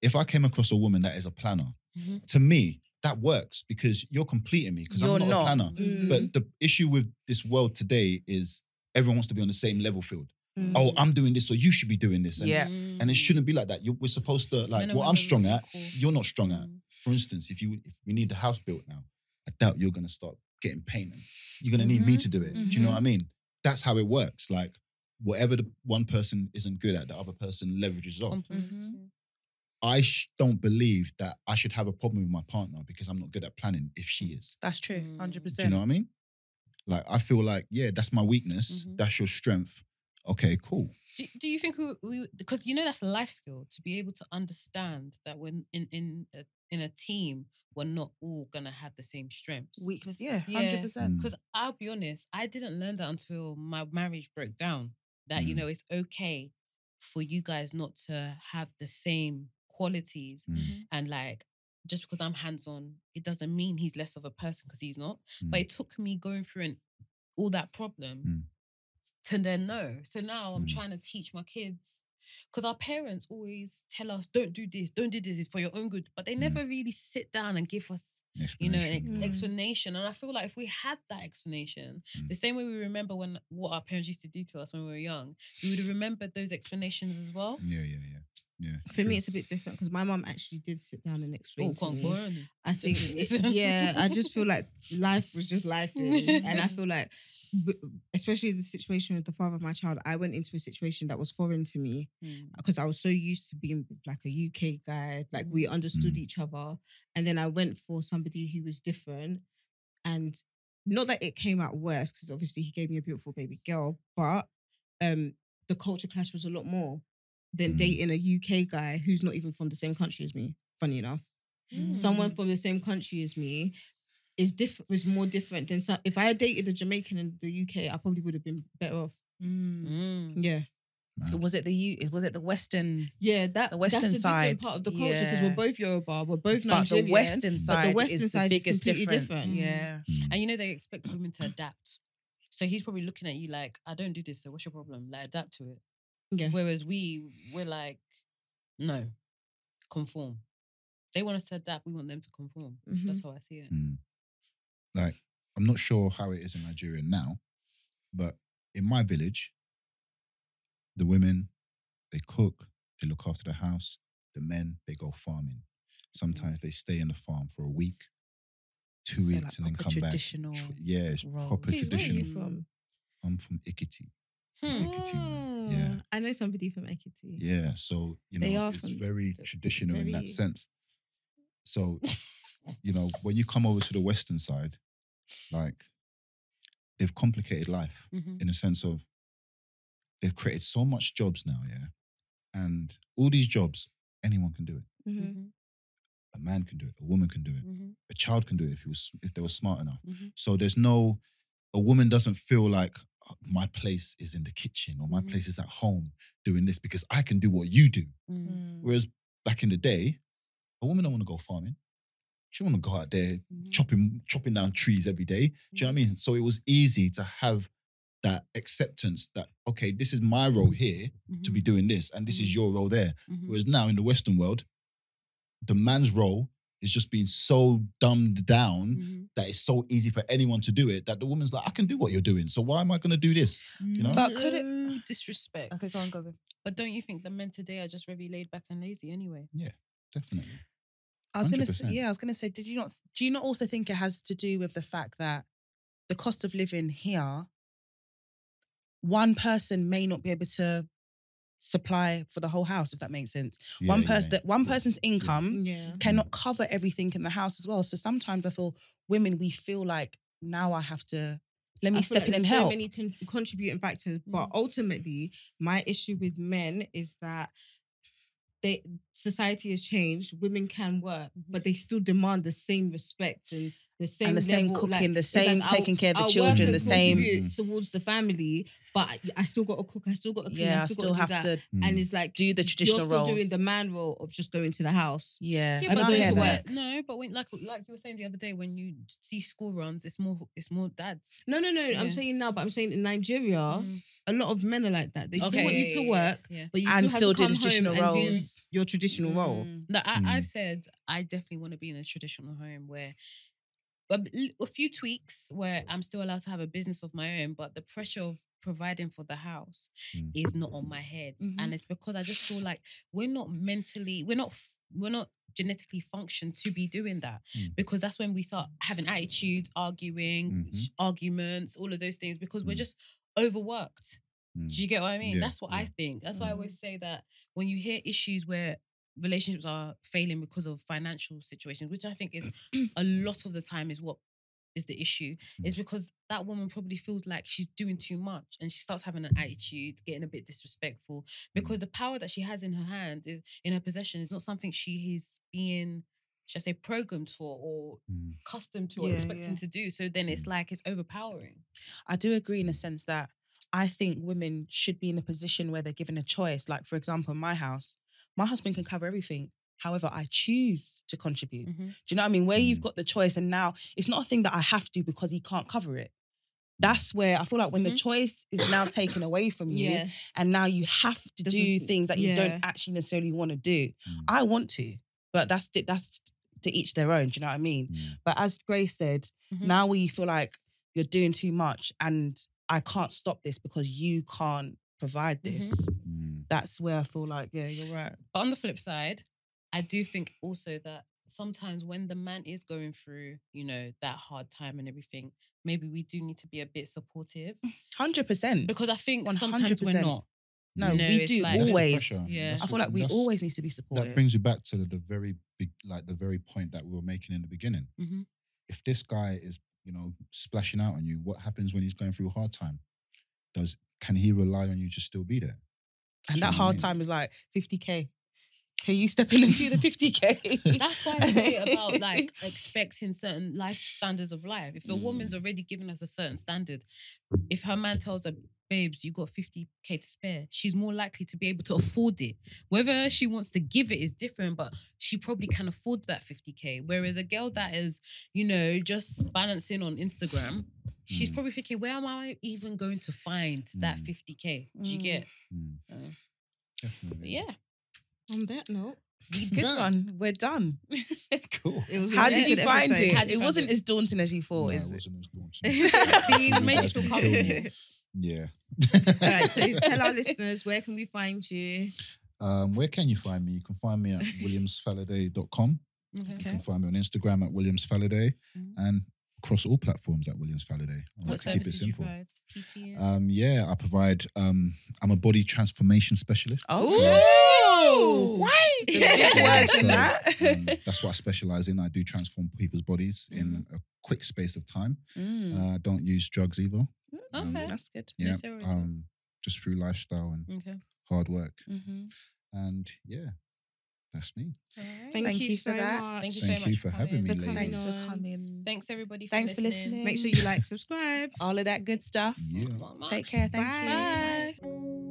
Speaker 4: if I came across a woman that is a planner,
Speaker 2: Mhm.
Speaker 4: to me, that works because you're completing me because I'm
Speaker 1: You're
Speaker 4: not, a
Speaker 1: not.
Speaker 4: planner.
Speaker 3: Mm.
Speaker 4: But the issue with this world today is everyone wants to be on the same level field.
Speaker 3: Mm.
Speaker 4: Oh, I'm doing this, so you should be doing this. And,
Speaker 1: Yeah.
Speaker 4: and
Speaker 2: mm-hmm,
Speaker 4: it shouldn't be like that. You're, we're supposed to, like,
Speaker 2: Men and
Speaker 4: what I'm
Speaker 2: women
Speaker 4: strong
Speaker 2: are
Speaker 4: at,
Speaker 2: equal.
Speaker 4: you're not strong at.
Speaker 2: Mm.
Speaker 4: For instance, if you if we need the house built now, I doubt you're gonna start getting painting. You're gonna need me
Speaker 2: Mhm.
Speaker 4: to do it. Do you know
Speaker 3: Mhm.
Speaker 4: what I mean? That's how it works. Like whatever the one person isn't good at, the other person leverages off.
Speaker 1: Mm-hmm.
Speaker 2: Compliments,
Speaker 3: Mhm.
Speaker 4: I sh- don't believe that I should have a problem with my partner because I'm not good at planning if she is.
Speaker 1: That's true.
Speaker 2: Mm.
Speaker 1: Hundred
Speaker 4: Do you know
Speaker 1: percent.
Speaker 4: what I mean? Like I feel like yeah, that's my weakness.
Speaker 2: Mhm.
Speaker 4: That's your strength. Okay, cool.
Speaker 2: Do, do you think we- we because you know that's a life skill to be able to understand that when in in a, in a team we're not all gonna have the same strengths.
Speaker 1: Weakness. Yeah.
Speaker 2: Yeah.
Speaker 1: Hundred percent.
Speaker 4: Mm,
Speaker 2: because I'll be honest, I didn't learn that until my marriage broke down. That you
Speaker 4: Mm.
Speaker 2: know it's okay for you guys not to have the same qualities
Speaker 4: Mm.
Speaker 2: and like just because I'm hands on, it doesn't mean he's less of a person because he's not. But
Speaker 4: Mm.
Speaker 2: it took me going through and all that problem
Speaker 4: Mm.
Speaker 2: to then know. So now I'm
Speaker 4: Mm.
Speaker 2: trying to teach my kids because our parents always tell us, "Don't do this, don't do this. It's for your own good," but they
Speaker 4: Mm.
Speaker 2: never really sit down and give us, you know, an ex-
Speaker 4: Explanation.
Speaker 3: Mm.
Speaker 2: explanation. And I feel like if we had that explanation, the
Speaker 4: Mm.
Speaker 2: same way we remember when what our parents used to do to us when we were young, we would
Speaker 4: [SIGHS]
Speaker 2: have remembered those explanations as well.
Speaker 4: Yeah, yeah, yeah, yeah.
Speaker 3: For
Speaker 4: true.
Speaker 3: me, it's a bit different because my mum actually did sit down and explain
Speaker 2: Oh,
Speaker 3: to me.
Speaker 2: Kwangwarani.
Speaker 3: I think,
Speaker 2: Listen.
Speaker 3: [LAUGHS] yeah, I just feel like life was just life, really. and I feel like, b- especially the situation with the father of my child, I went into a situation that was foreign to me
Speaker 2: Mm.
Speaker 3: because I was so used to being with like a UK guy, like we understood
Speaker 4: Mm.
Speaker 3: each other, and then I went for somebody who was different, and not that it came out worse because obviously he gave me a beautiful baby girl, but um, the culture clash was a lot more than
Speaker 4: Mm.
Speaker 3: dating a UK guy who's not even from the same country as me. Funny enough
Speaker 2: Mm.
Speaker 3: someone from the same country as me is different was more different than some if I had dated a Jamaican in the UK, I probably would have been better off.
Speaker 1: Mm.
Speaker 2: Mm.
Speaker 3: Yeah.
Speaker 4: Mm.
Speaker 1: Was it the U? Was it the Western?
Speaker 3: Yeah, that
Speaker 1: The Western
Speaker 3: that's a different
Speaker 1: side,
Speaker 3: part of the culture because
Speaker 1: yeah.
Speaker 3: we're both Yoruba, we're both
Speaker 1: But
Speaker 3: Nigerian.
Speaker 1: the Western side.
Speaker 3: but the Western
Speaker 1: is
Speaker 3: side
Speaker 1: the
Speaker 3: is
Speaker 1: biggest
Speaker 3: completely
Speaker 1: difference.
Speaker 3: different.
Speaker 1: Yeah.
Speaker 4: Mm.
Speaker 2: And you know they expect women to adapt. So he's probably looking at you like, I don't do this, so what's your problem? Like adapt to it.
Speaker 3: Yeah.
Speaker 2: Whereas we we're like, no, conform. They want us to adapt, we want them to conform.
Speaker 3: Mhm.
Speaker 2: That's how I see it.
Speaker 4: Mm. Like, I'm not sure how it is in Nigeria now, but in my village, the women, they cook, they look after the house. The men, they go farming.
Speaker 1: Mm.
Speaker 4: Sometimes they stay in the farm for a week,
Speaker 1: So,
Speaker 4: two
Speaker 1: like,
Speaker 4: weeks, and then
Speaker 1: proper
Speaker 4: come back.
Speaker 1: traditional
Speaker 4: Tr- Yeah, it's proper
Speaker 1: roles.
Speaker 3: Please, where are you
Speaker 4: traditional.
Speaker 3: from?
Speaker 4: I'm from Ikiti.
Speaker 2: Hmm.
Speaker 4: Mm. Ekiti, man.
Speaker 3: Ah,
Speaker 4: Yeah.
Speaker 3: I know somebody from Ekiti.
Speaker 4: Yeah, so you know,
Speaker 3: They are
Speaker 4: it's
Speaker 3: from
Speaker 4: very
Speaker 3: the-
Speaker 4: traditional in
Speaker 3: very-
Speaker 4: that sense. So,
Speaker 3: [LAUGHS]
Speaker 4: you know, when you come over to the western side, like they've complicated life
Speaker 2: Mhm.
Speaker 4: in the sense of they've created so much jobs now, yeah, and all these jobs anyone can do it.
Speaker 3: Mhm.
Speaker 2: Mhm.
Speaker 4: A man can do it. A woman can do it.
Speaker 3: Mm.
Speaker 2: Mhm.
Speaker 4: A child can do it if he was if they were smart enough.
Speaker 3: Mm-hmm.
Speaker 2: Mhm.
Speaker 4: So there's no a woman doesn't feel like "Oh, my place is in the kitchen or my
Speaker 3: Mm-hmm.
Speaker 2: Mhm.
Speaker 4: place is at home doing this because I can do what you do.
Speaker 1: Mm.
Speaker 2: Mhm.
Speaker 4: Whereas back in the day, a woman don't want to go farming. She want to go out there
Speaker 2: Mhm.
Speaker 4: chopping chopping down trees every day. Do you know what I mean? So it was easy to have that acceptance that okay, this is my role here to be
Speaker 2: Mhm.
Speaker 4: doing this, and this
Speaker 2: Mhm.
Speaker 4: is your role there.
Speaker 2: Mhm.
Speaker 4: Whereas now in the Western world, the man's role is just being so dumbed down
Speaker 2: Mhm.
Speaker 4: that it's so easy for anyone to do it that the woman's like, I can do what you're doing, so why am I going to do this? You
Speaker 3: Mm.
Speaker 4: know?
Speaker 1: But could it-
Speaker 2: No disrespect?
Speaker 1: go.
Speaker 2: Mm-hmm. But don't you think the men today are just very laid back and lazy anyway?
Speaker 4: Definitely.
Speaker 1: I was going to say,
Speaker 4: 100%.
Speaker 1: yeah, I was going to say, did you not, do you not also think it has to do with the fact that the cost of living here, one person may not be able to supply for the whole house, if that makes sense. one person, that one person's income
Speaker 3: Yeah.
Speaker 1: cannot cover everything in the house as well. So sometimes I feel women, we feel like now I have to, let me
Speaker 3: I feel
Speaker 1: step
Speaker 3: like
Speaker 1: in
Speaker 3: there's
Speaker 1: and
Speaker 3: so
Speaker 1: help. Mm.
Speaker 3: many con- contributing factors, but ultimately, my issue with men is that they society has changed. Women can work, but they still demand the same respect and
Speaker 5: the same
Speaker 1: and the same
Speaker 5: level,
Speaker 1: cooking,
Speaker 5: like,
Speaker 1: the
Speaker 5: it's like
Speaker 1: same
Speaker 5: I'll-
Speaker 1: taking care of the
Speaker 5: I'll work
Speaker 1: children,
Speaker 5: and
Speaker 1: the same.
Speaker 5: contribute towards the family, but I still got to cook. I still got to clean.
Speaker 1: Yeah, I
Speaker 5: still,
Speaker 1: still
Speaker 5: got
Speaker 1: have
Speaker 5: to do that.
Speaker 1: to.
Speaker 5: And
Speaker 4: Mm.
Speaker 5: it's like
Speaker 1: do the traditional
Speaker 5: You're still doing
Speaker 1: roles.
Speaker 5: the man role of just going to the house.
Speaker 1: Yeah,
Speaker 2: Yeah,
Speaker 5: I
Speaker 2: but
Speaker 5: don't
Speaker 2: going
Speaker 5: hear
Speaker 2: to
Speaker 5: that.
Speaker 2: work. No, but when, like like you were saying the other day, when you see school runs, it's more it's more dads.
Speaker 5: No, no, no.
Speaker 2: Yeah.
Speaker 5: I'm saying now, but I'm saying in Nigeria,
Speaker 2: Mm.
Speaker 5: a lot of men are like that. They still want you to work,
Speaker 2: Yeah.
Speaker 5: but you
Speaker 1: And
Speaker 5: still,
Speaker 1: still
Speaker 5: have to
Speaker 1: do
Speaker 5: come
Speaker 1: the traditional
Speaker 5: home and do
Speaker 1: roles.
Speaker 5: your traditional role.
Speaker 1: Mm.
Speaker 2: No, I,
Speaker 4: Mm.
Speaker 2: I've said I definitely want to be in a traditional home where a, b- a few tweaks where I'm still allowed to have a business of my own, but the pressure of providing for the house
Speaker 4: Mm. Mm-hmm.
Speaker 2: is not on my head, and
Speaker 5: Mhm.
Speaker 2: it's because I just feel like we're not mentally, we're not, f- we're not genetically functioned to be doing that
Speaker 4: Mm.
Speaker 2: because that's when we start having attitudes, arguing,
Speaker 4: Mhm.
Speaker 2: arguments, all of those things because we're
Speaker 4: Mm.
Speaker 2: just overworked. Do you get what I mean?
Speaker 4: Yeah,
Speaker 2: That's what I
Speaker 4: yeah.
Speaker 2: think. That's why I
Speaker 5: Mm.
Speaker 2: always say that when you hear issues where relationships are failing because of financial situations, which I think is a lot of the time is what is the issue, is because that woman probably feels like she's doing too much and she starts having an attitude, getting a bit disrespectful because the power that she has in her hand is in her possession is not something she is being, should I say, programmed for or
Speaker 4: Mm.
Speaker 2: accustomed to or
Speaker 1: Yeah,
Speaker 2: expecting
Speaker 1: yeah.
Speaker 2: to do. So then it's
Speaker 4: Mm.
Speaker 2: like it's overpowering.
Speaker 1: I do agree in the sense that I think women should be in a position where they're given a choice. Like, for example, in my house, my husband can cover everything. However, I choose to contribute.
Speaker 2: Mhm.
Speaker 1: Do you know what I mean? Where you've
Speaker 4: Mm.
Speaker 1: got the choice, and now it's not a thing that I have to because he can't cover it. That's where I feel like
Speaker 4: Mm-hmm.
Speaker 1: when the choice is now taken away from you,
Speaker 5: Yeah,
Speaker 1: and now you have to
Speaker 5: This
Speaker 1: do
Speaker 5: is-
Speaker 1: things that you
Speaker 5: yeah.
Speaker 1: don't actually necessarily want to do.
Speaker 4: Mm.
Speaker 1: I want to, but that's t- that's to each their own. Do you know what I mean?
Speaker 4: Mm.
Speaker 1: But as Grace said,
Speaker 4: Mm-hmm.
Speaker 2: Mhm.
Speaker 1: now where you feel like you're doing too much and I can't stop this because you can't provide this,
Speaker 4: Mm.
Speaker 1: that's where I feel like, yeah, you're right.
Speaker 2: But on the flip side, I do think also that sometimes when the man is going through, you know, that hard time and everything, maybe we do need to be a bit supportive
Speaker 1: 100%.
Speaker 2: because I think sometimes we're
Speaker 1: 100%.
Speaker 2: not.
Speaker 1: no,
Speaker 4: mm.
Speaker 2: you know,
Speaker 1: we
Speaker 2: it's
Speaker 1: do
Speaker 2: like-
Speaker 4: That's the
Speaker 1: always.
Speaker 4: pressure.
Speaker 2: yeah.
Speaker 4: That's
Speaker 1: I feel
Speaker 4: what-
Speaker 1: like we
Speaker 4: that's-
Speaker 1: always need to be
Speaker 4: That
Speaker 1: supported.
Speaker 4: brings you back to the, the very big, like the very point that we were making in the beginning.
Speaker 2: Mhm.
Speaker 4: If this guy is, you know, splashing out on you, what happens when he's going through a hard time? Does can he rely on you to still be
Speaker 1: and
Speaker 4: there? Do
Speaker 1: that
Speaker 4: you know what I
Speaker 1: hard
Speaker 4: mean?
Speaker 1: time is like 50K. Can you step in and do the 50K?
Speaker 2: That's why I say about like expecting certain life standards of life. If a woman's already given us a certain standard, if her man tells her, babes, you got 50k to spare, she's more likely to be able to afford it. Whether she wants to give it is different, but she probably can afford that 50k. Whereas a girl that is, you know, just balancing on Instagram, she's
Speaker 4: Mm.
Speaker 2: probably thinking, where am I even going to find that
Speaker 4: Mm.
Speaker 2: 50k? Do you
Speaker 1: Mm.
Speaker 2: get?
Speaker 4: Mm.
Speaker 2: So, but
Speaker 4: Definitely.
Speaker 2: yeah.
Speaker 5: on that note,
Speaker 1: [LAUGHS] Good one. We're done.
Speaker 4: [LAUGHS] Cool.
Speaker 3: It was a
Speaker 1: How
Speaker 3: very
Speaker 1: did you
Speaker 3: good
Speaker 1: find
Speaker 3: episode.
Speaker 1: it?
Speaker 5: [LAUGHS]
Speaker 2: How did you
Speaker 1: it
Speaker 2: find
Speaker 1: wasn't
Speaker 2: it?
Speaker 1: as daunting as you
Speaker 4: No,
Speaker 1: thought,
Speaker 4: it
Speaker 1: is it?
Speaker 4: wasn't as
Speaker 2: [LAUGHS]
Speaker 4: daunting.
Speaker 2: See, you made us feel
Speaker 5: [LAUGHS]
Speaker 2: comfortable.
Speaker 4: Definitely. Yeah.
Speaker 2: [LAUGHS]
Speaker 4: [LAUGHS]
Speaker 3: All right, so tell our listeners where can we find you?
Speaker 4: Um, where can you find me? You can find me at williamsfaladay.com.
Speaker 2: Okay.
Speaker 4: You can find me on Instagram at williamsfaladay
Speaker 2: Mhm.
Speaker 4: and across all platforms at williamsfaladay. I
Speaker 2: What
Speaker 4: like to keep it
Speaker 2: services do you
Speaker 4: simple.
Speaker 2: provide? PTA?
Speaker 4: Um, yeah, I provide. Um, I'm a body transformation specialist.
Speaker 1: [LAUGHS] Oh,
Speaker 2: Ooh. [LAUGHS]
Speaker 1: Big words in
Speaker 4: So,
Speaker 1: that.
Speaker 4: um, that's what I specialize in. I do transform people's bodies in a quick space of time.
Speaker 1: Mm-hmm. Mm,
Speaker 4: Uh, don't use drugs either. um,
Speaker 2: Okay.
Speaker 1: that's good.
Speaker 2: No
Speaker 4: Yeah,
Speaker 2: steroids, right?
Speaker 4: um, just through lifestyle
Speaker 1: Mm.
Speaker 4: and
Speaker 2: okay.
Speaker 4: hard work.
Speaker 1: Mm-hmm.
Speaker 4: And yeah, that's me.
Speaker 5: thank,
Speaker 1: Thank
Speaker 5: you,
Speaker 1: you
Speaker 5: so
Speaker 1: for that.
Speaker 5: much.
Speaker 2: Thank you
Speaker 4: Thank
Speaker 2: so
Speaker 4: you
Speaker 2: much
Speaker 4: for having
Speaker 2: coming.
Speaker 4: me,
Speaker 5: coming
Speaker 1: Thanks
Speaker 4: ladies.
Speaker 5: on.
Speaker 1: for coming.
Speaker 2: Thanks everybody. For
Speaker 1: Thanks for
Speaker 2: listening.
Speaker 1: listening.
Speaker 3: Make sure you like, subscribe.
Speaker 1: All of that good stuff.
Speaker 4: Yeah.
Speaker 2: Mwah, mwah.
Speaker 1: Take care. Thank you.
Speaker 3: Bye.
Speaker 2: Bye.